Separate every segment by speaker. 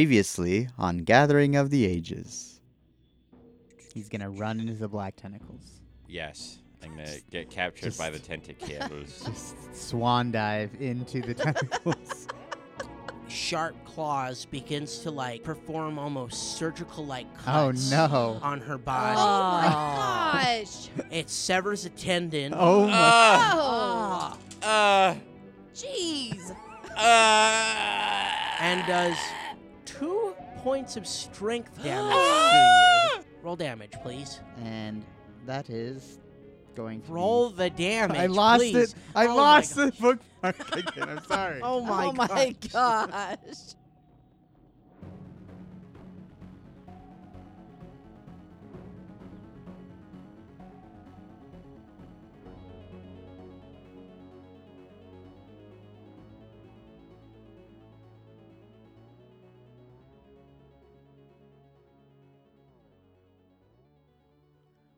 Speaker 1: Previously on Gathering of the Ages.
Speaker 2: He's gonna run into the black tentacles.
Speaker 3: Yes. I'm gonna get captured by the
Speaker 2: just-
Speaker 3: tentacles.
Speaker 2: Just swan dive into the tentacles.
Speaker 4: sharp claws begins to like perform almost surgical like
Speaker 2: oh
Speaker 4: cuts
Speaker 2: no.
Speaker 4: on her
Speaker 5: Oh
Speaker 4: body. Ah.
Speaker 5: my gosh.
Speaker 4: It severs a tendon.
Speaker 2: Oh my.
Speaker 4: Ah.
Speaker 3: uh,
Speaker 5: Oh.
Speaker 3: uh,
Speaker 5: Jeez.
Speaker 3: uh,
Speaker 4: And does two points of strength damage to you. Roll damage, please.
Speaker 2: And that is going to be-
Speaker 4: Roll the damage.
Speaker 2: I lost
Speaker 4: please.
Speaker 2: it. I
Speaker 4: Oh my
Speaker 2: lost
Speaker 4: gosh.
Speaker 2: the bookmark again. I'm sorry.
Speaker 4: Oh my
Speaker 5: oh my
Speaker 4: gosh.
Speaker 5: gosh.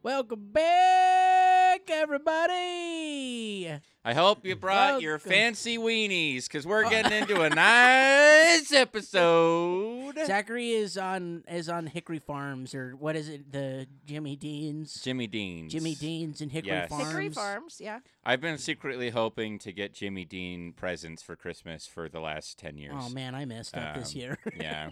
Speaker 4: Welcome back, everybody.
Speaker 3: I hope you brought your
Speaker 4: Welcome.
Speaker 3: fancy weenies, cause
Speaker 4: Oh.
Speaker 3: we're getting into a nice episode.
Speaker 4: Zachary is on is on Hickory Farms or what is it? The Jimmy Deans.
Speaker 3: Jimmy Dean.
Speaker 4: Jimmy Deans and Hickory
Speaker 3: Yes.
Speaker 4: Farms.
Speaker 5: Hickory Farms, yeah.
Speaker 3: I've been secretly hoping to get Jimmy Dean presents for Christmas for the last ten years.
Speaker 4: Oh man, I messed up this
Speaker 3: Um,
Speaker 4: year.
Speaker 3: Yeah.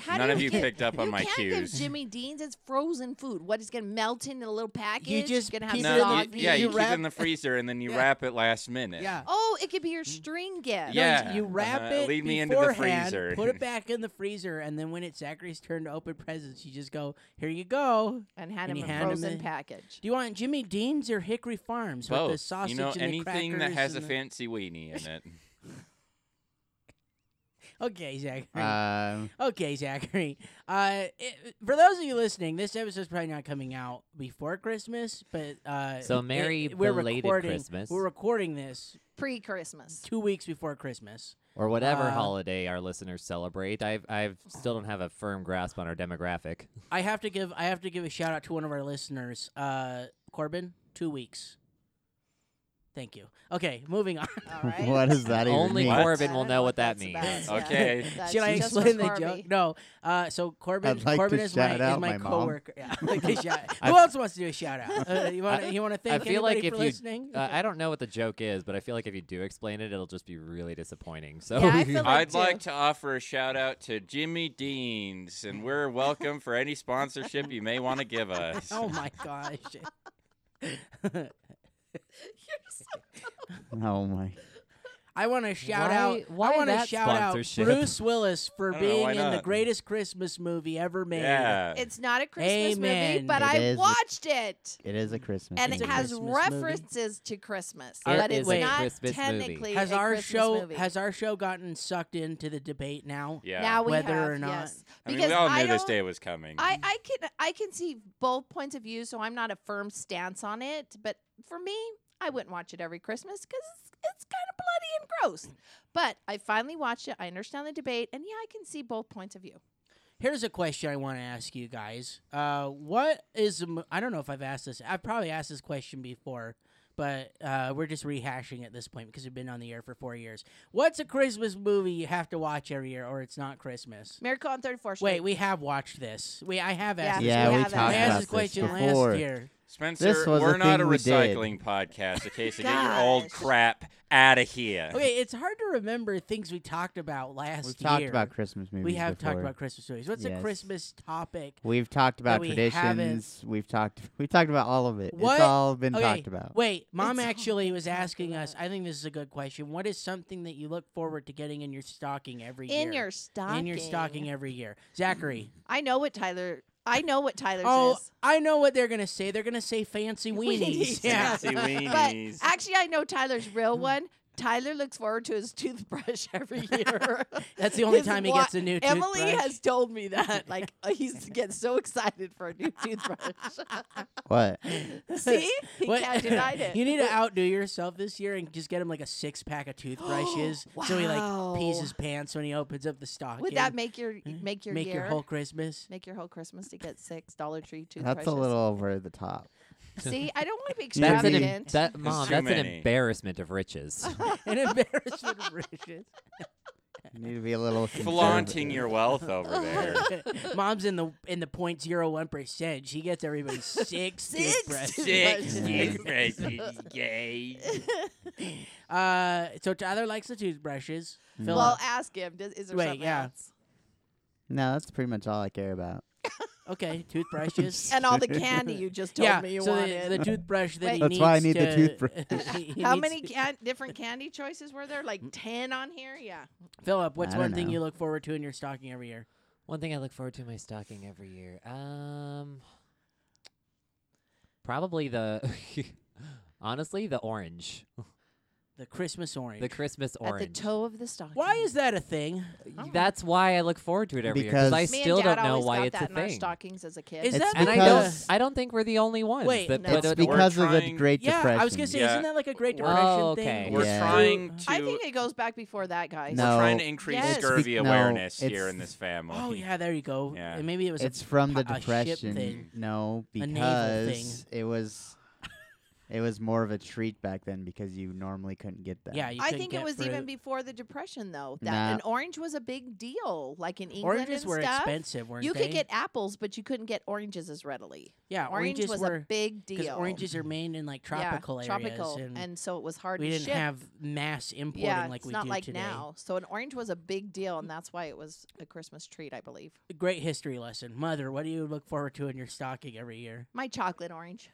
Speaker 5: How
Speaker 3: None
Speaker 5: do
Speaker 3: of you
Speaker 5: get-
Speaker 3: picked up on
Speaker 5: you
Speaker 3: my
Speaker 5: can't
Speaker 3: cues.
Speaker 5: Give Jimmy Dean's it's frozen food. What is gonna melt in a little package?
Speaker 4: just
Speaker 5: gonna
Speaker 4: keep it
Speaker 5: have
Speaker 3: no,
Speaker 4: in
Speaker 3: you-
Speaker 5: soggy.
Speaker 4: the-
Speaker 3: yeah, you,
Speaker 4: you
Speaker 3: keep it
Speaker 4: wrap-
Speaker 3: in the freezer and then you
Speaker 4: Yeah.
Speaker 3: wrap it last minute.
Speaker 4: yeah.
Speaker 5: Oh, it could be your string gift.
Speaker 4: No, you-
Speaker 3: Yeah,
Speaker 4: you wrap
Speaker 3: uh,
Speaker 4: it.
Speaker 3: lead me into the
Speaker 4: beforehand,
Speaker 3: freezer.
Speaker 4: Put it back in the freezer, and then when it's Zachary's turn to open presents, you just go, "Here you go."
Speaker 5: And had
Speaker 4: And
Speaker 5: him
Speaker 4: you
Speaker 5: a
Speaker 4: hand him
Speaker 5: frozen
Speaker 4: the-
Speaker 5: package.
Speaker 4: Do you want Jimmy Dean's or Hickory Farms
Speaker 3: Both.
Speaker 4: with the sausage
Speaker 3: you know,
Speaker 4: and
Speaker 3: anything
Speaker 4: the
Speaker 3: that
Speaker 4: crackers
Speaker 3: has a
Speaker 4: and the-
Speaker 3: fancy weenie in it.
Speaker 4: Okay, Zachary.
Speaker 2: Um,
Speaker 4: okay, Zachary. Uh, it, for those of you listening, this episode's probably not coming out before Christmas, but uh,
Speaker 6: So
Speaker 4: it-
Speaker 6: merry
Speaker 4: we're
Speaker 6: belated
Speaker 4: recording,
Speaker 6: Christmas.
Speaker 4: We're recording this
Speaker 5: Pre Christmas.
Speaker 4: two weeks before Christmas.
Speaker 6: or whatever
Speaker 4: Uh,
Speaker 6: holiday our listeners celebrate. I've I've still don't have a firm grasp on our demographic.
Speaker 4: I have to give I have to give a shout out to one of our listeners, uh, Corbin. Two weeks. Thank you. Okay, moving on.
Speaker 5: All right.
Speaker 2: What does that even
Speaker 6: Only
Speaker 2: mean?
Speaker 3: What?
Speaker 6: Corbin
Speaker 5: I
Speaker 6: will
Speaker 5: don't
Speaker 6: know what that
Speaker 5: that's
Speaker 6: means.
Speaker 5: about. Yeah.
Speaker 3: Okay.
Speaker 5: That's
Speaker 4: Should I
Speaker 5: just for
Speaker 4: explain the
Speaker 5: Corby.
Speaker 4: joke? No. Uh, so Corbin,
Speaker 2: I'd like
Speaker 4: Corbin
Speaker 2: to
Speaker 4: is my
Speaker 2: shout
Speaker 4: is
Speaker 2: out
Speaker 4: my,
Speaker 2: my mom.
Speaker 4: coworker. Yeah, I'd like to shout- Who
Speaker 6: I've-
Speaker 4: else wants to do a shout out? Uh, you want to you want to thank
Speaker 6: feel like
Speaker 4: anybody for
Speaker 6: if you-
Speaker 4: listening?
Speaker 6: Uh, I don't know what the joke is, but I feel like if you do explain it, it'll just be really disappointing. So
Speaker 5: Yeah, I feel like
Speaker 3: I'd
Speaker 5: too.
Speaker 3: like to offer a shout out to Jimmy Dean's, and we're welcome for any sponsorship you may want to give us.
Speaker 4: oh my gosh.
Speaker 2: Oh my.
Speaker 4: I want to shout
Speaker 6: Why-
Speaker 4: out. I
Speaker 6: why
Speaker 4: want to
Speaker 6: that
Speaker 4: shout out
Speaker 6: sponsorship?
Speaker 4: Bruce Willis for
Speaker 3: I don't know, why
Speaker 4: being in the
Speaker 3: not?
Speaker 4: greatest Christmas movie ever made.
Speaker 3: yeah.
Speaker 5: It's not a Christmas movie,
Speaker 4: Amen.
Speaker 5: but
Speaker 2: It
Speaker 5: I
Speaker 2: is.
Speaker 5: watched it.
Speaker 2: It is a Christmas.
Speaker 5: And
Speaker 4: It's
Speaker 5: it
Speaker 4: a
Speaker 2: movie.
Speaker 5: has
Speaker 4: Christmas movie.
Speaker 5: references to Christmas.
Speaker 6: It
Speaker 5: but it's
Speaker 4: is a
Speaker 5: not
Speaker 6: Christmas movie.
Speaker 5: technically
Speaker 4: Has
Speaker 5: a
Speaker 4: our
Speaker 5: Christmas
Speaker 4: show
Speaker 5: movie.
Speaker 4: has our show gotten sucked into the debate now?
Speaker 3: yeah.
Speaker 5: now we
Speaker 4: Whether
Speaker 5: have,
Speaker 4: or not.
Speaker 5: yes.
Speaker 3: I mean,
Speaker 5: Because
Speaker 3: we all
Speaker 5: I
Speaker 3: knew this
Speaker 5: don't-
Speaker 3: day was coming.
Speaker 5: I, I can I can see both points of view, so I'm not a firm stance on it. But for me, I wouldn't watch it every Christmas because it's, it's kind of bloody and gross. But I finally watched it. I understand the debate, and yeah, I can see both points of view.
Speaker 4: Here's a question I want to ask you guys. Uh, what is the mo- I don't know if I've asked this. I've probably asked this question before, but uh, we're just rehashing at this point because we've been on the air for four years. What's a Christmas movie you have to watch every year, or it's not Christmas?
Speaker 5: Miracle on 34th Street.
Speaker 4: Wait, we have watched this. We I have asked.
Speaker 5: Yeah,
Speaker 2: yeah,
Speaker 5: we
Speaker 2: we
Speaker 5: have
Speaker 2: talked
Speaker 5: that.
Speaker 4: This. I asked
Speaker 2: about
Speaker 4: this
Speaker 2: this
Speaker 4: question
Speaker 2: before.
Speaker 4: last year.
Speaker 3: Spencer,
Speaker 2: This was a
Speaker 3: we're not
Speaker 2: thing
Speaker 3: a
Speaker 2: we did.
Speaker 3: recycling podcast. Okay, so get your old
Speaker 5: Gosh. Oh,
Speaker 3: crap out of here.
Speaker 4: Okay, it's hard to remember things we talked about last
Speaker 2: We've
Speaker 4: year.
Speaker 2: talked about Christmas movies.
Speaker 4: we have talked
Speaker 2: before.
Speaker 4: about Christmas movies. What's a
Speaker 2: Yes.
Speaker 4: Christmas topic?
Speaker 2: We've talked about
Speaker 4: we haven't-
Speaker 2: traditions. We've talked. We've talked about all of it.
Speaker 4: What?
Speaker 2: It's all been
Speaker 4: Okay,
Speaker 2: talked about.
Speaker 4: Wait, mom
Speaker 5: It's all
Speaker 4: actually was
Speaker 5: talked
Speaker 4: asking
Speaker 5: about.
Speaker 4: us. I think this is a good question. What is something that you look forward to getting in your stocking every year?
Speaker 5: in your stocking.
Speaker 4: in your stocking every year, Zachary.
Speaker 5: I know what Tyler. I know what Tyler's
Speaker 4: oh,
Speaker 5: is.
Speaker 4: I know what they're gonna say. They're gonna say fancy weenies.
Speaker 5: Weenies.
Speaker 4: yeah.
Speaker 3: Fancy weenies.
Speaker 5: But actually, I know Tyler's
Speaker 4: Hmm.
Speaker 5: real one. Tyler looks forward to his toothbrush every year.
Speaker 4: That's the only
Speaker 5: His
Speaker 4: time he
Speaker 5: wa-
Speaker 4: gets a new
Speaker 5: Emily
Speaker 4: toothbrush.
Speaker 5: has told me that. Like uh, he's gets so excited for a new toothbrush.
Speaker 2: What?
Speaker 5: See, he
Speaker 4: What-
Speaker 5: can't deny it.
Speaker 4: you need to outdo yourself this year and just get him like a six pack of toothbrushes, so he like pees
Speaker 5: Wow.
Speaker 4: his pants when he opens up the stocking.
Speaker 5: Would that make your
Speaker 4: Mm.
Speaker 5: make your
Speaker 4: make
Speaker 5: year?
Speaker 4: your whole Christmas?
Speaker 5: Make your whole Christmas to get six Dollar Tree toothbrushes.
Speaker 2: That's a little over the top.
Speaker 5: See, I don't want to be
Speaker 2: That's
Speaker 6: that's
Speaker 2: an
Speaker 6: an
Speaker 2: em-
Speaker 5: extravagant.
Speaker 6: that mom.
Speaker 3: too
Speaker 6: That's an
Speaker 3: many.
Speaker 6: embarrassment of riches.
Speaker 4: An embarrassment of riches.
Speaker 1: You need to be a little
Speaker 3: flaunting
Speaker 1: conservative.
Speaker 3: your wealth over there.
Speaker 4: Mom's in the in the point zero one percent. She gets everybody six dick
Speaker 5: Six
Speaker 4: breaths.
Speaker 3: Six
Speaker 5: Yes.
Speaker 3: toothbrushes, yay.
Speaker 4: Uh, so Tyler likes the toothbrushes.
Speaker 1: Mm.
Speaker 4: Philip,
Speaker 5: well, ask him. Does, is there
Speaker 4: Wait,
Speaker 5: something
Speaker 4: yeah.
Speaker 5: else?
Speaker 1: No, that's pretty much all I care about.
Speaker 4: okay, toothbrushes.
Speaker 5: And all the candy you just told
Speaker 4: yeah,
Speaker 5: me you
Speaker 4: so
Speaker 5: wanted.
Speaker 4: the, the toothbrush that he
Speaker 1: That's why I
Speaker 4: needs
Speaker 1: need the
Speaker 4: to-
Speaker 1: toothbrush.
Speaker 4: he- he
Speaker 5: How
Speaker 4: needs
Speaker 5: many
Speaker 4: to-
Speaker 5: can- different candy choices were there? Like ten on here. Yeah.
Speaker 4: Philip, what's
Speaker 1: I don't
Speaker 4: one thing
Speaker 1: know.
Speaker 4: you look forward to in your stocking every year?
Speaker 6: One thing I look forward to in my stocking every year. Um probably the honestly the orange.
Speaker 4: The Christmas orange.
Speaker 6: The Christmas orange.
Speaker 5: At the toe of the stocking.
Speaker 4: Why is that a thing?
Speaker 5: Oh.
Speaker 6: That's why I look forward to it every year
Speaker 1: Because-
Speaker 6: I
Speaker 5: Me
Speaker 6: still
Speaker 5: and Dad
Speaker 6: don't know
Speaker 5: always
Speaker 6: why
Speaker 5: got
Speaker 6: it's
Speaker 5: that
Speaker 6: a
Speaker 5: in our
Speaker 6: thing.
Speaker 5: stockings as a kid.
Speaker 4: Is
Speaker 1: It's
Speaker 4: that
Speaker 6: And I
Speaker 1: because-
Speaker 6: don't I don't think we're the only ones
Speaker 4: Wait,
Speaker 6: that
Speaker 5: no.
Speaker 6: put
Speaker 5: It's
Speaker 6: it-
Speaker 1: because of the
Speaker 3: trying-
Speaker 1: Great
Speaker 4: yeah,
Speaker 1: Depression.
Speaker 4: I was gonna say,
Speaker 3: Yeah.
Speaker 4: isn't that like a Great
Speaker 6: We're-
Speaker 4: Depression
Speaker 6: Oh,
Speaker 4: thing?
Speaker 6: okay.
Speaker 3: We're
Speaker 1: Yeah.
Speaker 3: trying to
Speaker 5: I think it goes back before that, guys.
Speaker 3: we're
Speaker 1: No.
Speaker 3: trying to increase
Speaker 5: Yes.
Speaker 3: scurvy
Speaker 1: It's bec- no,
Speaker 3: awareness here
Speaker 1: it's-
Speaker 3: in this family.
Speaker 4: Oh yeah, there you go.
Speaker 3: Yeah.
Speaker 4: And maybe it was
Speaker 1: It's from the
Speaker 4: pi- a ship
Speaker 1: depression.
Speaker 4: thing.
Speaker 1: No,
Speaker 4: A naval thing.
Speaker 1: because it was it was more of a treat back then because you normally couldn't get
Speaker 4: a,
Speaker 1: that.
Speaker 4: yeah. You
Speaker 5: I
Speaker 4: couldn't
Speaker 5: think it
Speaker 4: get
Speaker 5: was even
Speaker 4: fruit.
Speaker 5: before the depression, though. That
Speaker 1: Nah.
Speaker 5: an orange was a big deal, like in England
Speaker 4: oranges
Speaker 5: and
Speaker 4: were
Speaker 5: stuff.
Speaker 4: expensive, weren't
Speaker 5: You
Speaker 4: they?
Speaker 5: could get apples, but you couldn't get oranges as readily.
Speaker 4: yeah.
Speaker 5: Orange
Speaker 4: Oranges
Speaker 5: was
Speaker 4: were
Speaker 5: a big
Speaker 4: because
Speaker 5: deal.
Speaker 4: oranges are made in like
Speaker 5: Yeah,
Speaker 4: tropical areas,
Speaker 5: tropical,
Speaker 4: and,
Speaker 5: so it was hard
Speaker 4: we
Speaker 5: to
Speaker 4: didn't
Speaker 5: ship.
Speaker 4: have mass importing
Speaker 5: yeah,
Speaker 4: like
Speaker 5: it's
Speaker 4: we
Speaker 5: not
Speaker 4: do
Speaker 5: like
Speaker 4: today.
Speaker 5: now. So an orange was a big deal, and that's why it was a Christmas treat, I believe.
Speaker 4: Great history lesson, mother. What do you look forward to in your stocking every year?
Speaker 5: My chocolate orange.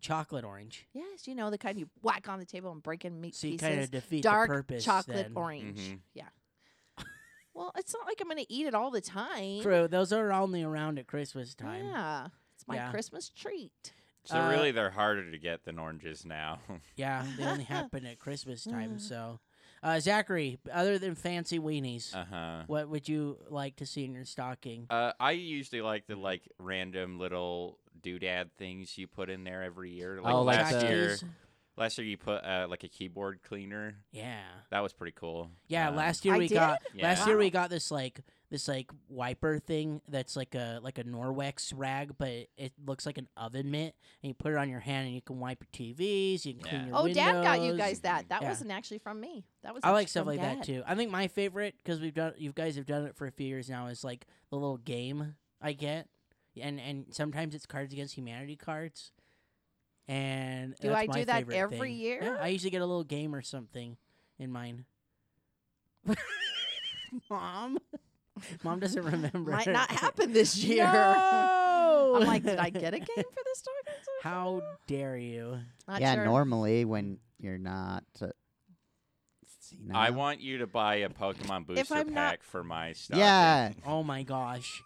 Speaker 4: Chocolate orange.
Speaker 5: Yes, you know the kind you whack on the table and break in meat
Speaker 4: So you kind
Speaker 5: pieces.
Speaker 4: of defeat
Speaker 5: Dark
Speaker 4: the purpose.
Speaker 5: chocolate
Speaker 4: then.
Speaker 5: orange.
Speaker 3: Mhm.
Speaker 5: Yeah. well, it's not like I'm going to eat it all the time.
Speaker 4: True. Those are only around at Christmas time.
Speaker 5: Yeah. It's my
Speaker 4: Yeah.
Speaker 5: Christmas treat.
Speaker 3: So
Speaker 4: Uh,
Speaker 3: really, they're harder to get than oranges now.
Speaker 4: Yeah, they only happen at Christmas time.
Speaker 5: Mm.
Speaker 4: So, uh, Zachary, other than fancy weenies,
Speaker 3: uh huh.
Speaker 4: what would you like to see in your stocking?
Speaker 3: Uh, I usually like the like random little doodad things you put in there every year. Like
Speaker 6: Oh, like
Speaker 3: last
Speaker 6: the-
Speaker 3: year,
Speaker 4: Keys?
Speaker 3: last year you put uh, like a keyboard cleaner.
Speaker 4: Yeah,
Speaker 3: That was pretty cool.
Speaker 4: yeah.
Speaker 3: Uh,
Speaker 4: last year
Speaker 5: I
Speaker 4: we
Speaker 5: did?
Speaker 4: got
Speaker 3: yeah.
Speaker 4: last year we got this like this like wiper thing that's like a like a Norwex rag, but it looks like an oven mitt, and you put it on your hand, and you can wipe your TVs, you can clean
Speaker 3: Yeah.
Speaker 4: your
Speaker 5: Oh, Dad got you
Speaker 4: windows.
Speaker 5: guys that. That
Speaker 4: Yeah.
Speaker 5: wasn't actually from me. That was
Speaker 4: I
Speaker 5: actually
Speaker 4: like stuff
Speaker 5: from
Speaker 4: like
Speaker 5: Dad.
Speaker 4: that too. I think my favorite because we've done you guys have done it for a few years now is like the little game I get, and and sometimes it's Cards Against Humanity cards. And
Speaker 5: Do
Speaker 4: that's
Speaker 5: I
Speaker 4: my
Speaker 5: do that
Speaker 4: favorite
Speaker 5: every
Speaker 4: thing.
Speaker 5: year?
Speaker 4: Yeah, I usually get a little game or something in mine. Mom, mom doesn't remember.
Speaker 5: Might not happen this year.
Speaker 4: No!
Speaker 5: I'm like, did I get a game for this dog?
Speaker 4: How dare you?
Speaker 5: Not
Speaker 1: yeah,
Speaker 5: sure.
Speaker 1: normally when you're not. Uh, senile.
Speaker 3: I want you to buy a Pokemon booster
Speaker 5: I'm not-
Speaker 3: pack for my stuff.
Speaker 1: Yeah,
Speaker 4: Oh my gosh.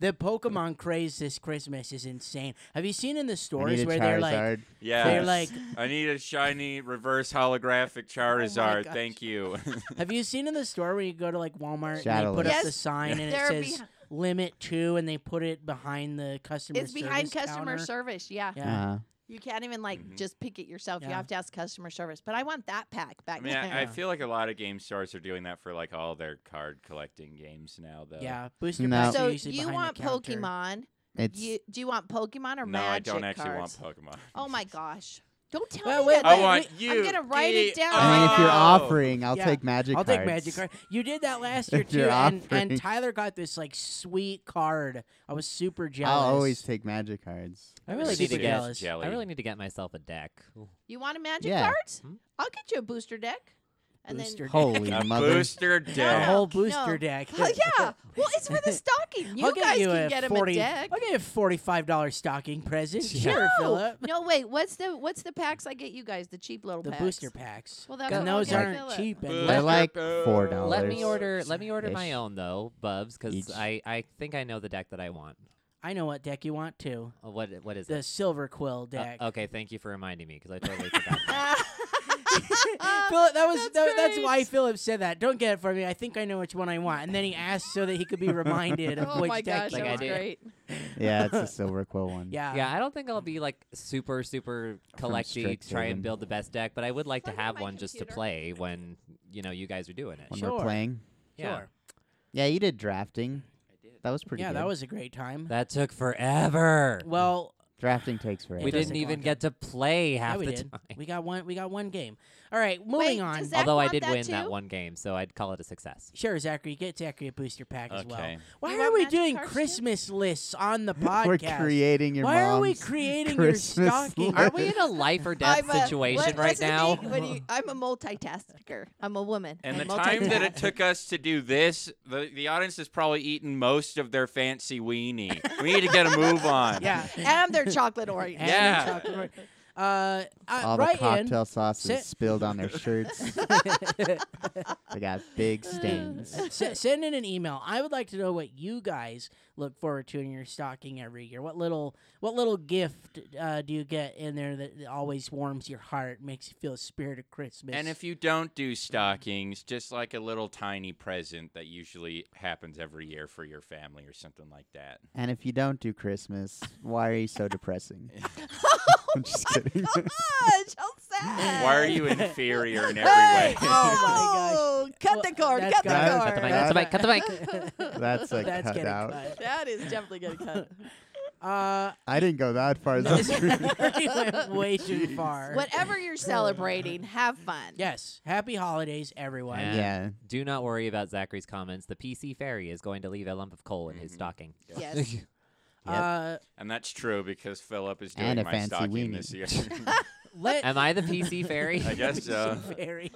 Speaker 4: The Pokemon craze this Christmas is insane. Have you seen in the
Speaker 1: I need
Speaker 4: stores
Speaker 1: a
Speaker 4: where they're like
Speaker 1: Charizard.
Speaker 3: yeah.
Speaker 4: they're like
Speaker 3: I need a shiny reverse holographic Charizard.
Speaker 4: gosh.
Speaker 3: Thank you.
Speaker 4: have you seen in the store when you go to like Walmart and
Speaker 1: Shadow
Speaker 4: they put
Speaker 5: Yes,
Speaker 4: up the sign and
Speaker 5: they're
Speaker 4: it says
Speaker 5: behi-
Speaker 4: limit 2 and they put it behind the customer
Speaker 5: it's behind
Speaker 4: service
Speaker 5: customer
Speaker 4: counter?
Speaker 5: service. Yeah.
Speaker 4: Yeah.
Speaker 1: Uh,
Speaker 5: You can't even like
Speaker 3: Mhm.
Speaker 5: just pick it yourself. You
Speaker 4: Yeah.
Speaker 5: have to ask customer service. But I want that pack
Speaker 3: I
Speaker 5: back
Speaker 3: mean,
Speaker 5: there.
Speaker 3: I, I
Speaker 4: Yeah.
Speaker 3: feel like a lot of game stores are doing that for like all their card collecting games now, though.
Speaker 4: Yeah, booster
Speaker 1: No.
Speaker 4: packs are
Speaker 5: so
Speaker 4: usually
Speaker 5: you
Speaker 4: behind the
Speaker 5: want
Speaker 4: counter.
Speaker 5: Pokemon?
Speaker 1: it's
Speaker 5: You do you want Pokemon or
Speaker 3: no, I
Speaker 5: Magic
Speaker 3: don't actually
Speaker 5: cards?
Speaker 3: want Pokemon.
Speaker 5: Oh my gosh! Don't tell
Speaker 4: Well,
Speaker 5: me
Speaker 4: wait,
Speaker 5: that.
Speaker 3: I
Speaker 4: wait,
Speaker 3: want
Speaker 5: I'm
Speaker 3: you.
Speaker 5: gonna write it down.
Speaker 1: I mean, if you're
Speaker 5: Oh.
Speaker 1: offering, I'll
Speaker 4: Yeah,
Speaker 1: take magic.
Speaker 4: I'll take
Speaker 1: cards.
Speaker 4: magic card. You did that last year
Speaker 1: If
Speaker 4: too,
Speaker 1: you're
Speaker 4: and, and
Speaker 1: offering-
Speaker 4: Tyler got this like sweet card. I was super jealous.
Speaker 1: I'll always take magic cards.
Speaker 6: I really
Speaker 4: Super
Speaker 6: need to get
Speaker 4: jealous.
Speaker 6: I really need to get myself a deck.
Speaker 1: Oh,
Speaker 5: You want a Magic
Speaker 1: Yeah.
Speaker 5: card?
Speaker 6: Hmm?
Speaker 5: I'll get you a booster deck. And
Speaker 4: Booster
Speaker 5: then
Speaker 1: Holy
Speaker 3: a
Speaker 1: mother!
Speaker 3: booster
Speaker 4: a
Speaker 5: No,
Speaker 3: deck.
Speaker 4: whole
Speaker 5: no.
Speaker 4: booster deck.
Speaker 5: Oh, yeah. Well, it's for the stocking. You
Speaker 4: I'll
Speaker 5: guys
Speaker 4: get you
Speaker 5: can
Speaker 4: a
Speaker 5: get
Speaker 4: 40,
Speaker 5: him a deck.
Speaker 4: I'll get you a forty-five dollar stocking present.
Speaker 6: Yeah.
Speaker 4: Sure,
Speaker 5: no.
Speaker 4: Philip.
Speaker 5: No, wait. What's the what's the packs I get you guys? The cheap little
Speaker 4: The
Speaker 5: packs.
Speaker 4: booster packs.
Speaker 5: Well, that's
Speaker 4: and
Speaker 5: what I'll
Speaker 4: those
Speaker 5: get
Speaker 4: aren't
Speaker 5: Philip.
Speaker 4: cheap.
Speaker 3: Boo.
Speaker 4: And
Speaker 1: They're
Speaker 3: Booster
Speaker 1: like
Speaker 3: boost.
Speaker 1: four dollars.
Speaker 6: Let me
Speaker 3: Dollars.
Speaker 6: order. Let me order my
Speaker 1: Ish.
Speaker 6: own though, Bubs,
Speaker 1: Each.
Speaker 6: because I, I think I know the deck that I want.
Speaker 4: I know what deck you want too.
Speaker 6: Uh, What what is
Speaker 4: The
Speaker 6: it?
Speaker 4: silver quill
Speaker 6: Uh,
Speaker 4: deck.
Speaker 6: okay, thank you for reminding me because I totally forgot.
Speaker 5: Oh
Speaker 4: Philip, that was
Speaker 5: Ah, That's
Speaker 4: that, that's
Speaker 5: great.
Speaker 4: why Philip said that. Don't get it for me. I think I know which one I want. And then he asked so that he could be reminded of
Speaker 5: Oh
Speaker 4: which
Speaker 5: my
Speaker 4: deck.
Speaker 5: gosh,
Speaker 4: he
Speaker 6: Like
Speaker 5: that
Speaker 6: I
Speaker 5: was
Speaker 4: wanted.
Speaker 6: did.
Speaker 5: great.
Speaker 1: Yeah, it's a silver quill one.
Speaker 4: Yeah.
Speaker 6: yeah, I don't think I'll be like super super
Speaker 1: From
Speaker 6: collecty, try
Speaker 1: Strixhaven.
Speaker 6: and build the best deck, but I would like to
Speaker 5: Plug in
Speaker 6: have
Speaker 5: my
Speaker 6: one just to
Speaker 5: computer.
Speaker 6: play when you know you guys are doing it.
Speaker 1: when
Speaker 4: Sure.
Speaker 1: we're playing.
Speaker 6: Yeah,
Speaker 4: Sure.
Speaker 1: Yeah, you did drafting. I did. That was pretty.
Speaker 4: Yeah,
Speaker 1: good.
Speaker 4: that was a great time.
Speaker 6: that took forever.
Speaker 4: Well,
Speaker 1: Drafting takes forever.
Speaker 6: we
Speaker 4: does
Speaker 6: didn't
Speaker 4: take a long
Speaker 6: even get to play half
Speaker 4: yeah, we
Speaker 6: the
Speaker 4: did.
Speaker 6: time.
Speaker 4: We got one. We got one game. All right, moving
Speaker 5: Wait,
Speaker 4: on.
Speaker 5: does that- Zach
Speaker 6: Although I
Speaker 5: want
Speaker 6: did
Speaker 5: that
Speaker 6: win that
Speaker 5: too?
Speaker 6: one game, so I'd call it a success.
Speaker 4: Sure, Zachary, get Zachary a booster pack as well.
Speaker 3: Okay.
Speaker 4: Why
Speaker 5: You
Speaker 4: are
Speaker 5: want
Speaker 4: we
Speaker 5: magic
Speaker 4: doing
Speaker 5: cards too?
Speaker 4: Christmas lists on the
Speaker 1: We're
Speaker 4: podcast?
Speaker 1: creating your
Speaker 4: Why are we
Speaker 1: mom's
Speaker 4: creating your
Speaker 1: Christmas
Speaker 4: stocking?
Speaker 1: list.
Speaker 6: Are we in a life or death
Speaker 5: I'm a-
Speaker 6: situation
Speaker 5: what-
Speaker 6: right
Speaker 5: what's the
Speaker 6: now?
Speaker 5: thing when you- I'm a multitasker. I'm a woman.
Speaker 3: And
Speaker 5: I
Speaker 3: the time that it
Speaker 5: multitask.
Speaker 3: took us to do this, the, the audience has probably eaten most of their fancy weenie. we need to get a move on.
Speaker 4: Yeah.
Speaker 5: and I'm their chocolate orange.
Speaker 4: And
Speaker 3: Yeah.
Speaker 4: chocolate orange. Uh, uh
Speaker 1: All the
Speaker 4: right in.
Speaker 1: cocktail sauces
Speaker 4: Sit-
Speaker 1: spilled on their shirts. they got big stains.
Speaker 4: S- send in an email. I would like to know what you guys look forward to in your stocking every year. What little what little gift uh, do you get in there that that always warms your heart, makes you feel the spirit of Christmas?
Speaker 3: And if you don't do stockings, just like a little tiny present that usually happens every year for your family or something like that.
Speaker 1: And if you don't do Christmas, why are you so depressing? I'm just kidding.
Speaker 5: Gosh, how sad.
Speaker 3: Why are you inferior in
Speaker 5: Hey,
Speaker 3: every way?
Speaker 4: Oh
Speaker 5: oh my gosh. Cut the cord. Cut the
Speaker 1: gone.
Speaker 5: cord.
Speaker 1: Cut the mic,
Speaker 6: cut the mic, cut the mic,
Speaker 1: That's like
Speaker 4: That's
Speaker 1: cut
Speaker 4: getting
Speaker 1: out.
Speaker 4: cut.
Speaker 5: That is definitely going to cut.
Speaker 4: Uh,
Speaker 1: I didn't go that far. though.
Speaker 4: this already went way too far.
Speaker 5: Whatever you're celebrating,
Speaker 4: uh,
Speaker 5: have fun.
Speaker 4: Yes. Happy holidays, everyone.
Speaker 6: Yeah.
Speaker 1: yeah.
Speaker 6: Do not worry about Zachary's comments. The PC fairy is going to leave a lump of coal in his
Speaker 3: Mhm.
Speaker 6: stocking.
Speaker 5: Yes.
Speaker 1: Yep.
Speaker 4: Uh,
Speaker 3: And that's true because Philip is doing
Speaker 1: And a
Speaker 3: my
Speaker 1: fancy
Speaker 3: stocking
Speaker 1: weenie.
Speaker 3: this year.
Speaker 4: let
Speaker 6: Am I the PC fairy?
Speaker 3: I guess so.
Speaker 4: Very.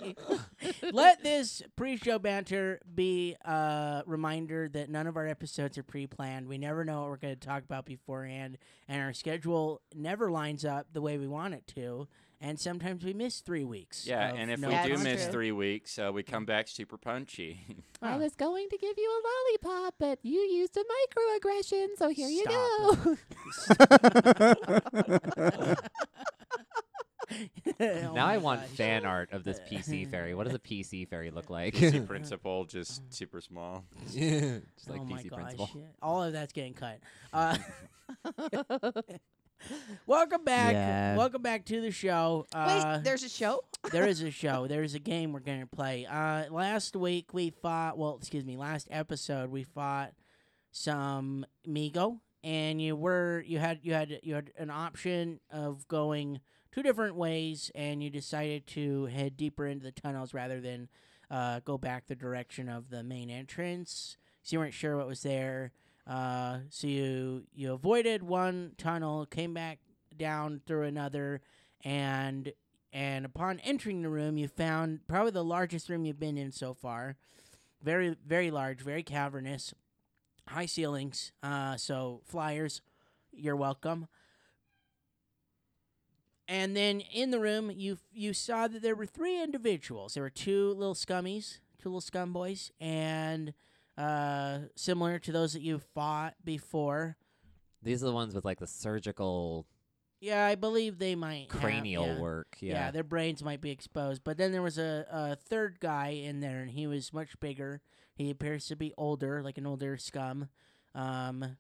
Speaker 4: Let this pre-show banter be a reminder that none of our episodes are pre-planned. We never know what we're going to talk about beforehand, and our schedule never lines up the way we want it to. And sometimes we miss three weeks.
Speaker 3: yeah,
Speaker 4: of
Speaker 3: and if
Speaker 4: no
Speaker 3: we do
Speaker 5: That's
Speaker 4: content.
Speaker 3: miss
Speaker 5: true.
Speaker 3: three weeks, uh, we come back super punchy.
Speaker 4: I
Speaker 6: was going to give you a lollipop, but you used a microaggression, so
Speaker 4: here you Stop.
Speaker 6: go.
Speaker 4: Oh
Speaker 6: now I
Speaker 4: my
Speaker 6: want
Speaker 4: gosh.
Speaker 6: fan art of this PC fairy. What does a PC fairy look like?
Speaker 3: PC principal, just
Speaker 5: Uh-huh.
Speaker 3: super small.
Speaker 6: Just like
Speaker 4: oh my
Speaker 6: PC
Speaker 4: gosh,
Speaker 6: principal.
Speaker 4: yeah. all of that's getting cut. Uh, welcome back,
Speaker 1: Yeah.
Speaker 4: welcome back to the show. Uh,
Speaker 5: Wait, there's a show?
Speaker 4: there is a show. There is a game we're gonna play. Uh, last week we fought. Well, excuse me. Last episode we fought some Migo, and you were you had you had you had an option of going two different ways, and you decided to head deeper into the tunnels rather than uh, go back the direction of the main entrance. So you weren't sure what was there. Uh, so you you avoided one tunnel, came back down through another, and and upon entering the room, you found probably the largest room you've been in so far. Very, very large, very cavernous, high ceilings. Uh, so, flyers, you're welcome. And then in the room, you you saw that there were three individuals. There were two little scummies, two little scum boys, and uh, similar to those that you fought before.
Speaker 6: These are the ones with like the surgical
Speaker 4: Yeah, I believe they might have-
Speaker 6: cranial
Speaker 4: yeah.
Speaker 6: work.
Speaker 4: Yeah.
Speaker 6: Yeah.
Speaker 4: their brains might be exposed. But then there was a, a third guy in there, and he was much bigger. He appears to be older, like an older scum. Um,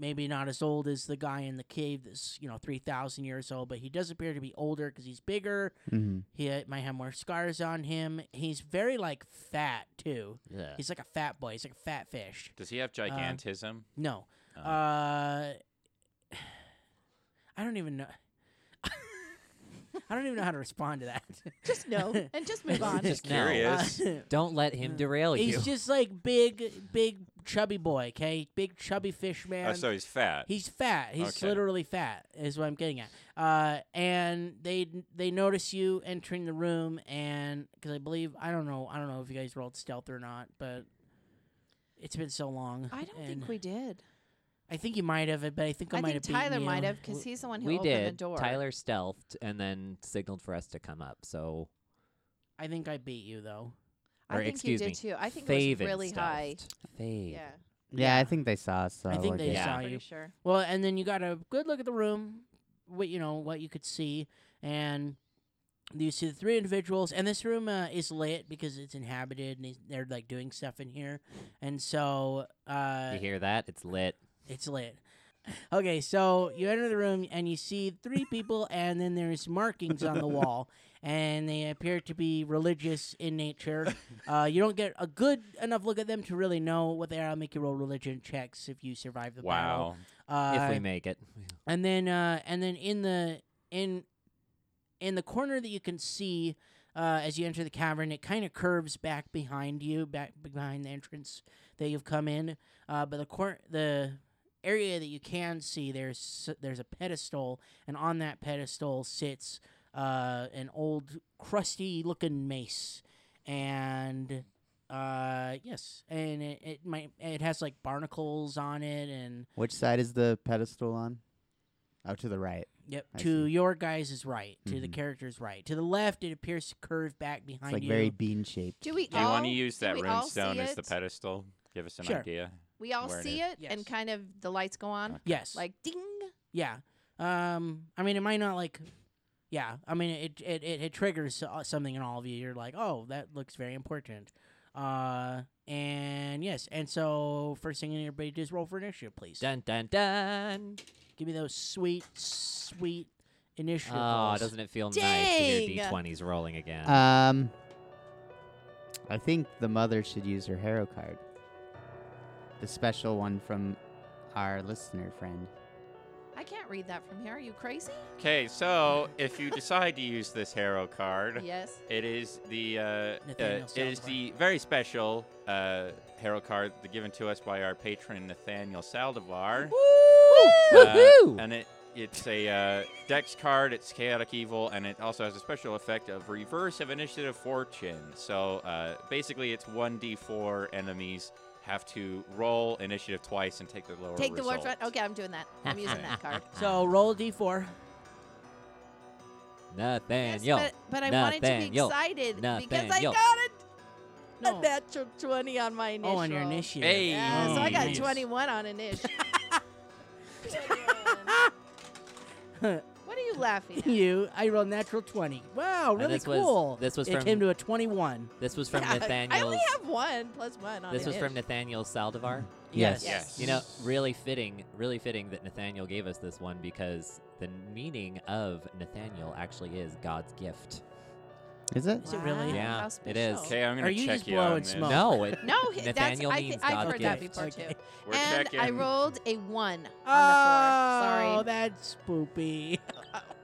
Speaker 4: maybe not as old as the guy in the cave that's, you know, 3,000 years old, but he does appear to be older because he's bigger.
Speaker 1: Mhm.
Speaker 4: He uh, might have more scars on him. He's very, like, fat, too.
Speaker 6: Yeah.
Speaker 4: He's like a fat boy. He's like a fat fish.
Speaker 3: Does he have
Speaker 5: Uh,
Speaker 3: gigantism?
Speaker 4: No.
Speaker 3: Uh,
Speaker 4: Uh, I don't even know. I don't even know how to respond to that.
Speaker 5: Just no. And just move on.
Speaker 3: just
Speaker 6: no.
Speaker 3: curious.
Speaker 4: Uh,
Speaker 6: Don't let him derail you.
Speaker 4: he's just like big, big chubby boy. Okay, big chubby fish man.
Speaker 3: oh, so he's fat.
Speaker 4: He's fat. He's
Speaker 3: Okay.
Speaker 4: literally fat. Is what I'm getting at. Uh, and they they notice you entering the room, and because I believe I don't know I don't know if you guys rolled stealth or not, but it's been so long.
Speaker 5: I don't
Speaker 4: and
Speaker 5: think we did.
Speaker 4: I think you might have, but I think I,
Speaker 5: I
Speaker 4: might
Speaker 5: think
Speaker 4: have. beaten
Speaker 5: Tyler
Speaker 4: you.
Speaker 5: might have because he's the one who
Speaker 6: we
Speaker 5: opened
Speaker 6: did.
Speaker 5: the door.
Speaker 6: Tyler stealthed and then signaled for us to come up. So,
Speaker 4: I think I beat you though.
Speaker 5: I
Speaker 6: or
Speaker 5: think
Speaker 6: excuse
Speaker 5: you did
Speaker 6: me,
Speaker 5: too. I think it
Speaker 6: Faven
Speaker 5: was really
Speaker 6: stealthed.
Speaker 5: high.
Speaker 6: Faven.
Speaker 5: Yeah.
Speaker 1: Yeah,
Speaker 4: Yeah.
Speaker 1: I think they saw us. So
Speaker 4: I think
Speaker 1: we're
Speaker 4: they
Speaker 1: good.
Speaker 6: Yeah.
Speaker 4: saw
Speaker 5: Pretty
Speaker 4: you.
Speaker 5: sure.
Speaker 4: Well, and then you got a good look at the room, what you know, what you could see, and you see the three individuals. And this room uh, is lit because it's inhabited, and he's- they're like doing stuff in here, and so uh,
Speaker 6: You hear that? It's lit.
Speaker 4: it's lit. Okay, so you enter the room and you see three people, and then there's markings on the wall, and they appear to be religious in nature. uh, you don't get a good enough look at them to really know what they are. I'll make you roll religion checks if you survive the battle.
Speaker 3: Wow.
Speaker 4: Uh,
Speaker 6: if we make it.
Speaker 4: and then uh and then in the in in the corner that you can see uh, as you enter the cavern, it kind of curves back behind you, back behind the entrance that you've come in. Uh, but the cor- the area that you can see, there's there's a pedestal, and on that pedestal sits uh, an old, crusty-looking mace, and uh, yes, and it, it might it has like barnacles on it, and
Speaker 1: Which side is the pedestal on? Oh, to the right.
Speaker 4: Yep.
Speaker 1: I
Speaker 4: to
Speaker 1: see.
Speaker 4: your guys is right. To the
Speaker 1: Mhm.
Speaker 4: character's right. To the left, it appears to curve back behind
Speaker 1: It's like
Speaker 4: you.
Speaker 1: very bean shaped.
Speaker 5: Do we
Speaker 3: Do you
Speaker 5: all
Speaker 3: want to use
Speaker 5: do
Speaker 3: that
Speaker 5: we all
Speaker 3: runestone
Speaker 5: see
Speaker 3: as the
Speaker 5: it?
Speaker 3: pedestal? Give us an
Speaker 4: Sure.
Speaker 3: idea.
Speaker 5: We all
Speaker 3: where it
Speaker 5: see
Speaker 3: is?
Speaker 5: it
Speaker 4: Yes.
Speaker 5: and kind of the lights go on.
Speaker 4: yes. Like
Speaker 5: Like ding.
Speaker 4: yeah. Um. I mean, it might not like. Yeah. I mean, it it it, it triggers uh, something in all of you. You're like, oh, that looks very important. Uh. And yes. And so first thing everybody does roll for initiative, please.
Speaker 6: Dun dun dun.
Speaker 4: Give me those sweet sweet initiative.
Speaker 1: Ah,
Speaker 6: Oh,
Speaker 4: rolls.
Speaker 6: doesn't it feel nice to hear
Speaker 5: Dang.
Speaker 6: D20s rolling again?
Speaker 1: Um, I think the mother should use her hero card, the special one from our listener friend.
Speaker 5: I can't read that from here. Are you crazy?
Speaker 3: Okay, so if you decide to use this Harrow card,
Speaker 5: Yes.
Speaker 3: It is the uh, uh,
Speaker 4: Nathaniel
Speaker 3: it is
Speaker 4: Salzbar.
Speaker 3: the very special uh, hero card given to us by our patron Nathaniel Saldivar,
Speaker 6: Woo!
Speaker 3: Uh,
Speaker 6: Woohoo!
Speaker 3: and it it's a uh, Dex card. It's chaotic evil, and it also has a special effect of reverse of initiative fortune. So uh, basically, it's one d4 enemies have to roll initiative twice and take the lower.
Speaker 5: Take the
Speaker 3: result.
Speaker 5: word front. Okay, I'm doing that. I'm using that card.
Speaker 4: So roll a d4.
Speaker 5: Yes,
Speaker 6: Nathaniel.
Speaker 5: but, but I wanted to be
Speaker 6: Nathaniel.
Speaker 5: excited because I
Speaker 6: Nathaniel.
Speaker 5: got it.
Speaker 4: No.
Speaker 5: A natural 20 on my initial.
Speaker 4: Oh, on your initiative.
Speaker 3: Hey.
Speaker 5: Yeah, so I got
Speaker 4: Nice.
Speaker 5: 21 on initial. 21. what are you laughing at?
Speaker 4: you. I rolled natural 20. Wow,
Speaker 6: And
Speaker 4: really
Speaker 6: this was-
Speaker 4: cool.
Speaker 6: this was
Speaker 4: it
Speaker 6: from-
Speaker 4: came to a 21.
Speaker 6: This was from
Speaker 5: Yeah, I
Speaker 6: Nathaniel's.
Speaker 5: only have one plus one on
Speaker 6: This was from
Speaker 5: initial.
Speaker 6: Nathaniel Saldivar.
Speaker 1: Yes.
Speaker 3: Yes.
Speaker 6: You know, really fitting, really fitting that Nathaniel gave us this one because the meaning of Nathaniel actually is God's gift.
Speaker 1: Is it?
Speaker 4: Is it really?
Speaker 5: Wow,
Speaker 6: Yeah,
Speaker 5: how
Speaker 6: it is.
Speaker 5: special.
Speaker 3: Okay, I'm gonna
Speaker 4: Are you
Speaker 3: check
Speaker 4: just
Speaker 3: you on
Speaker 4: blowing
Speaker 3: this.
Speaker 4: smoke?
Speaker 6: No, it,
Speaker 5: No, he- that's,
Speaker 6: Nathaniel
Speaker 5: I
Speaker 6: means
Speaker 5: thi- I've
Speaker 6: God's
Speaker 5: heard that
Speaker 6: gift.
Speaker 5: before
Speaker 4: Okay.
Speaker 5: too.
Speaker 3: We're
Speaker 5: and
Speaker 3: checking.
Speaker 5: I rolled a one
Speaker 4: Oh,
Speaker 5: on the floor. Sorry.
Speaker 4: that's spoopy.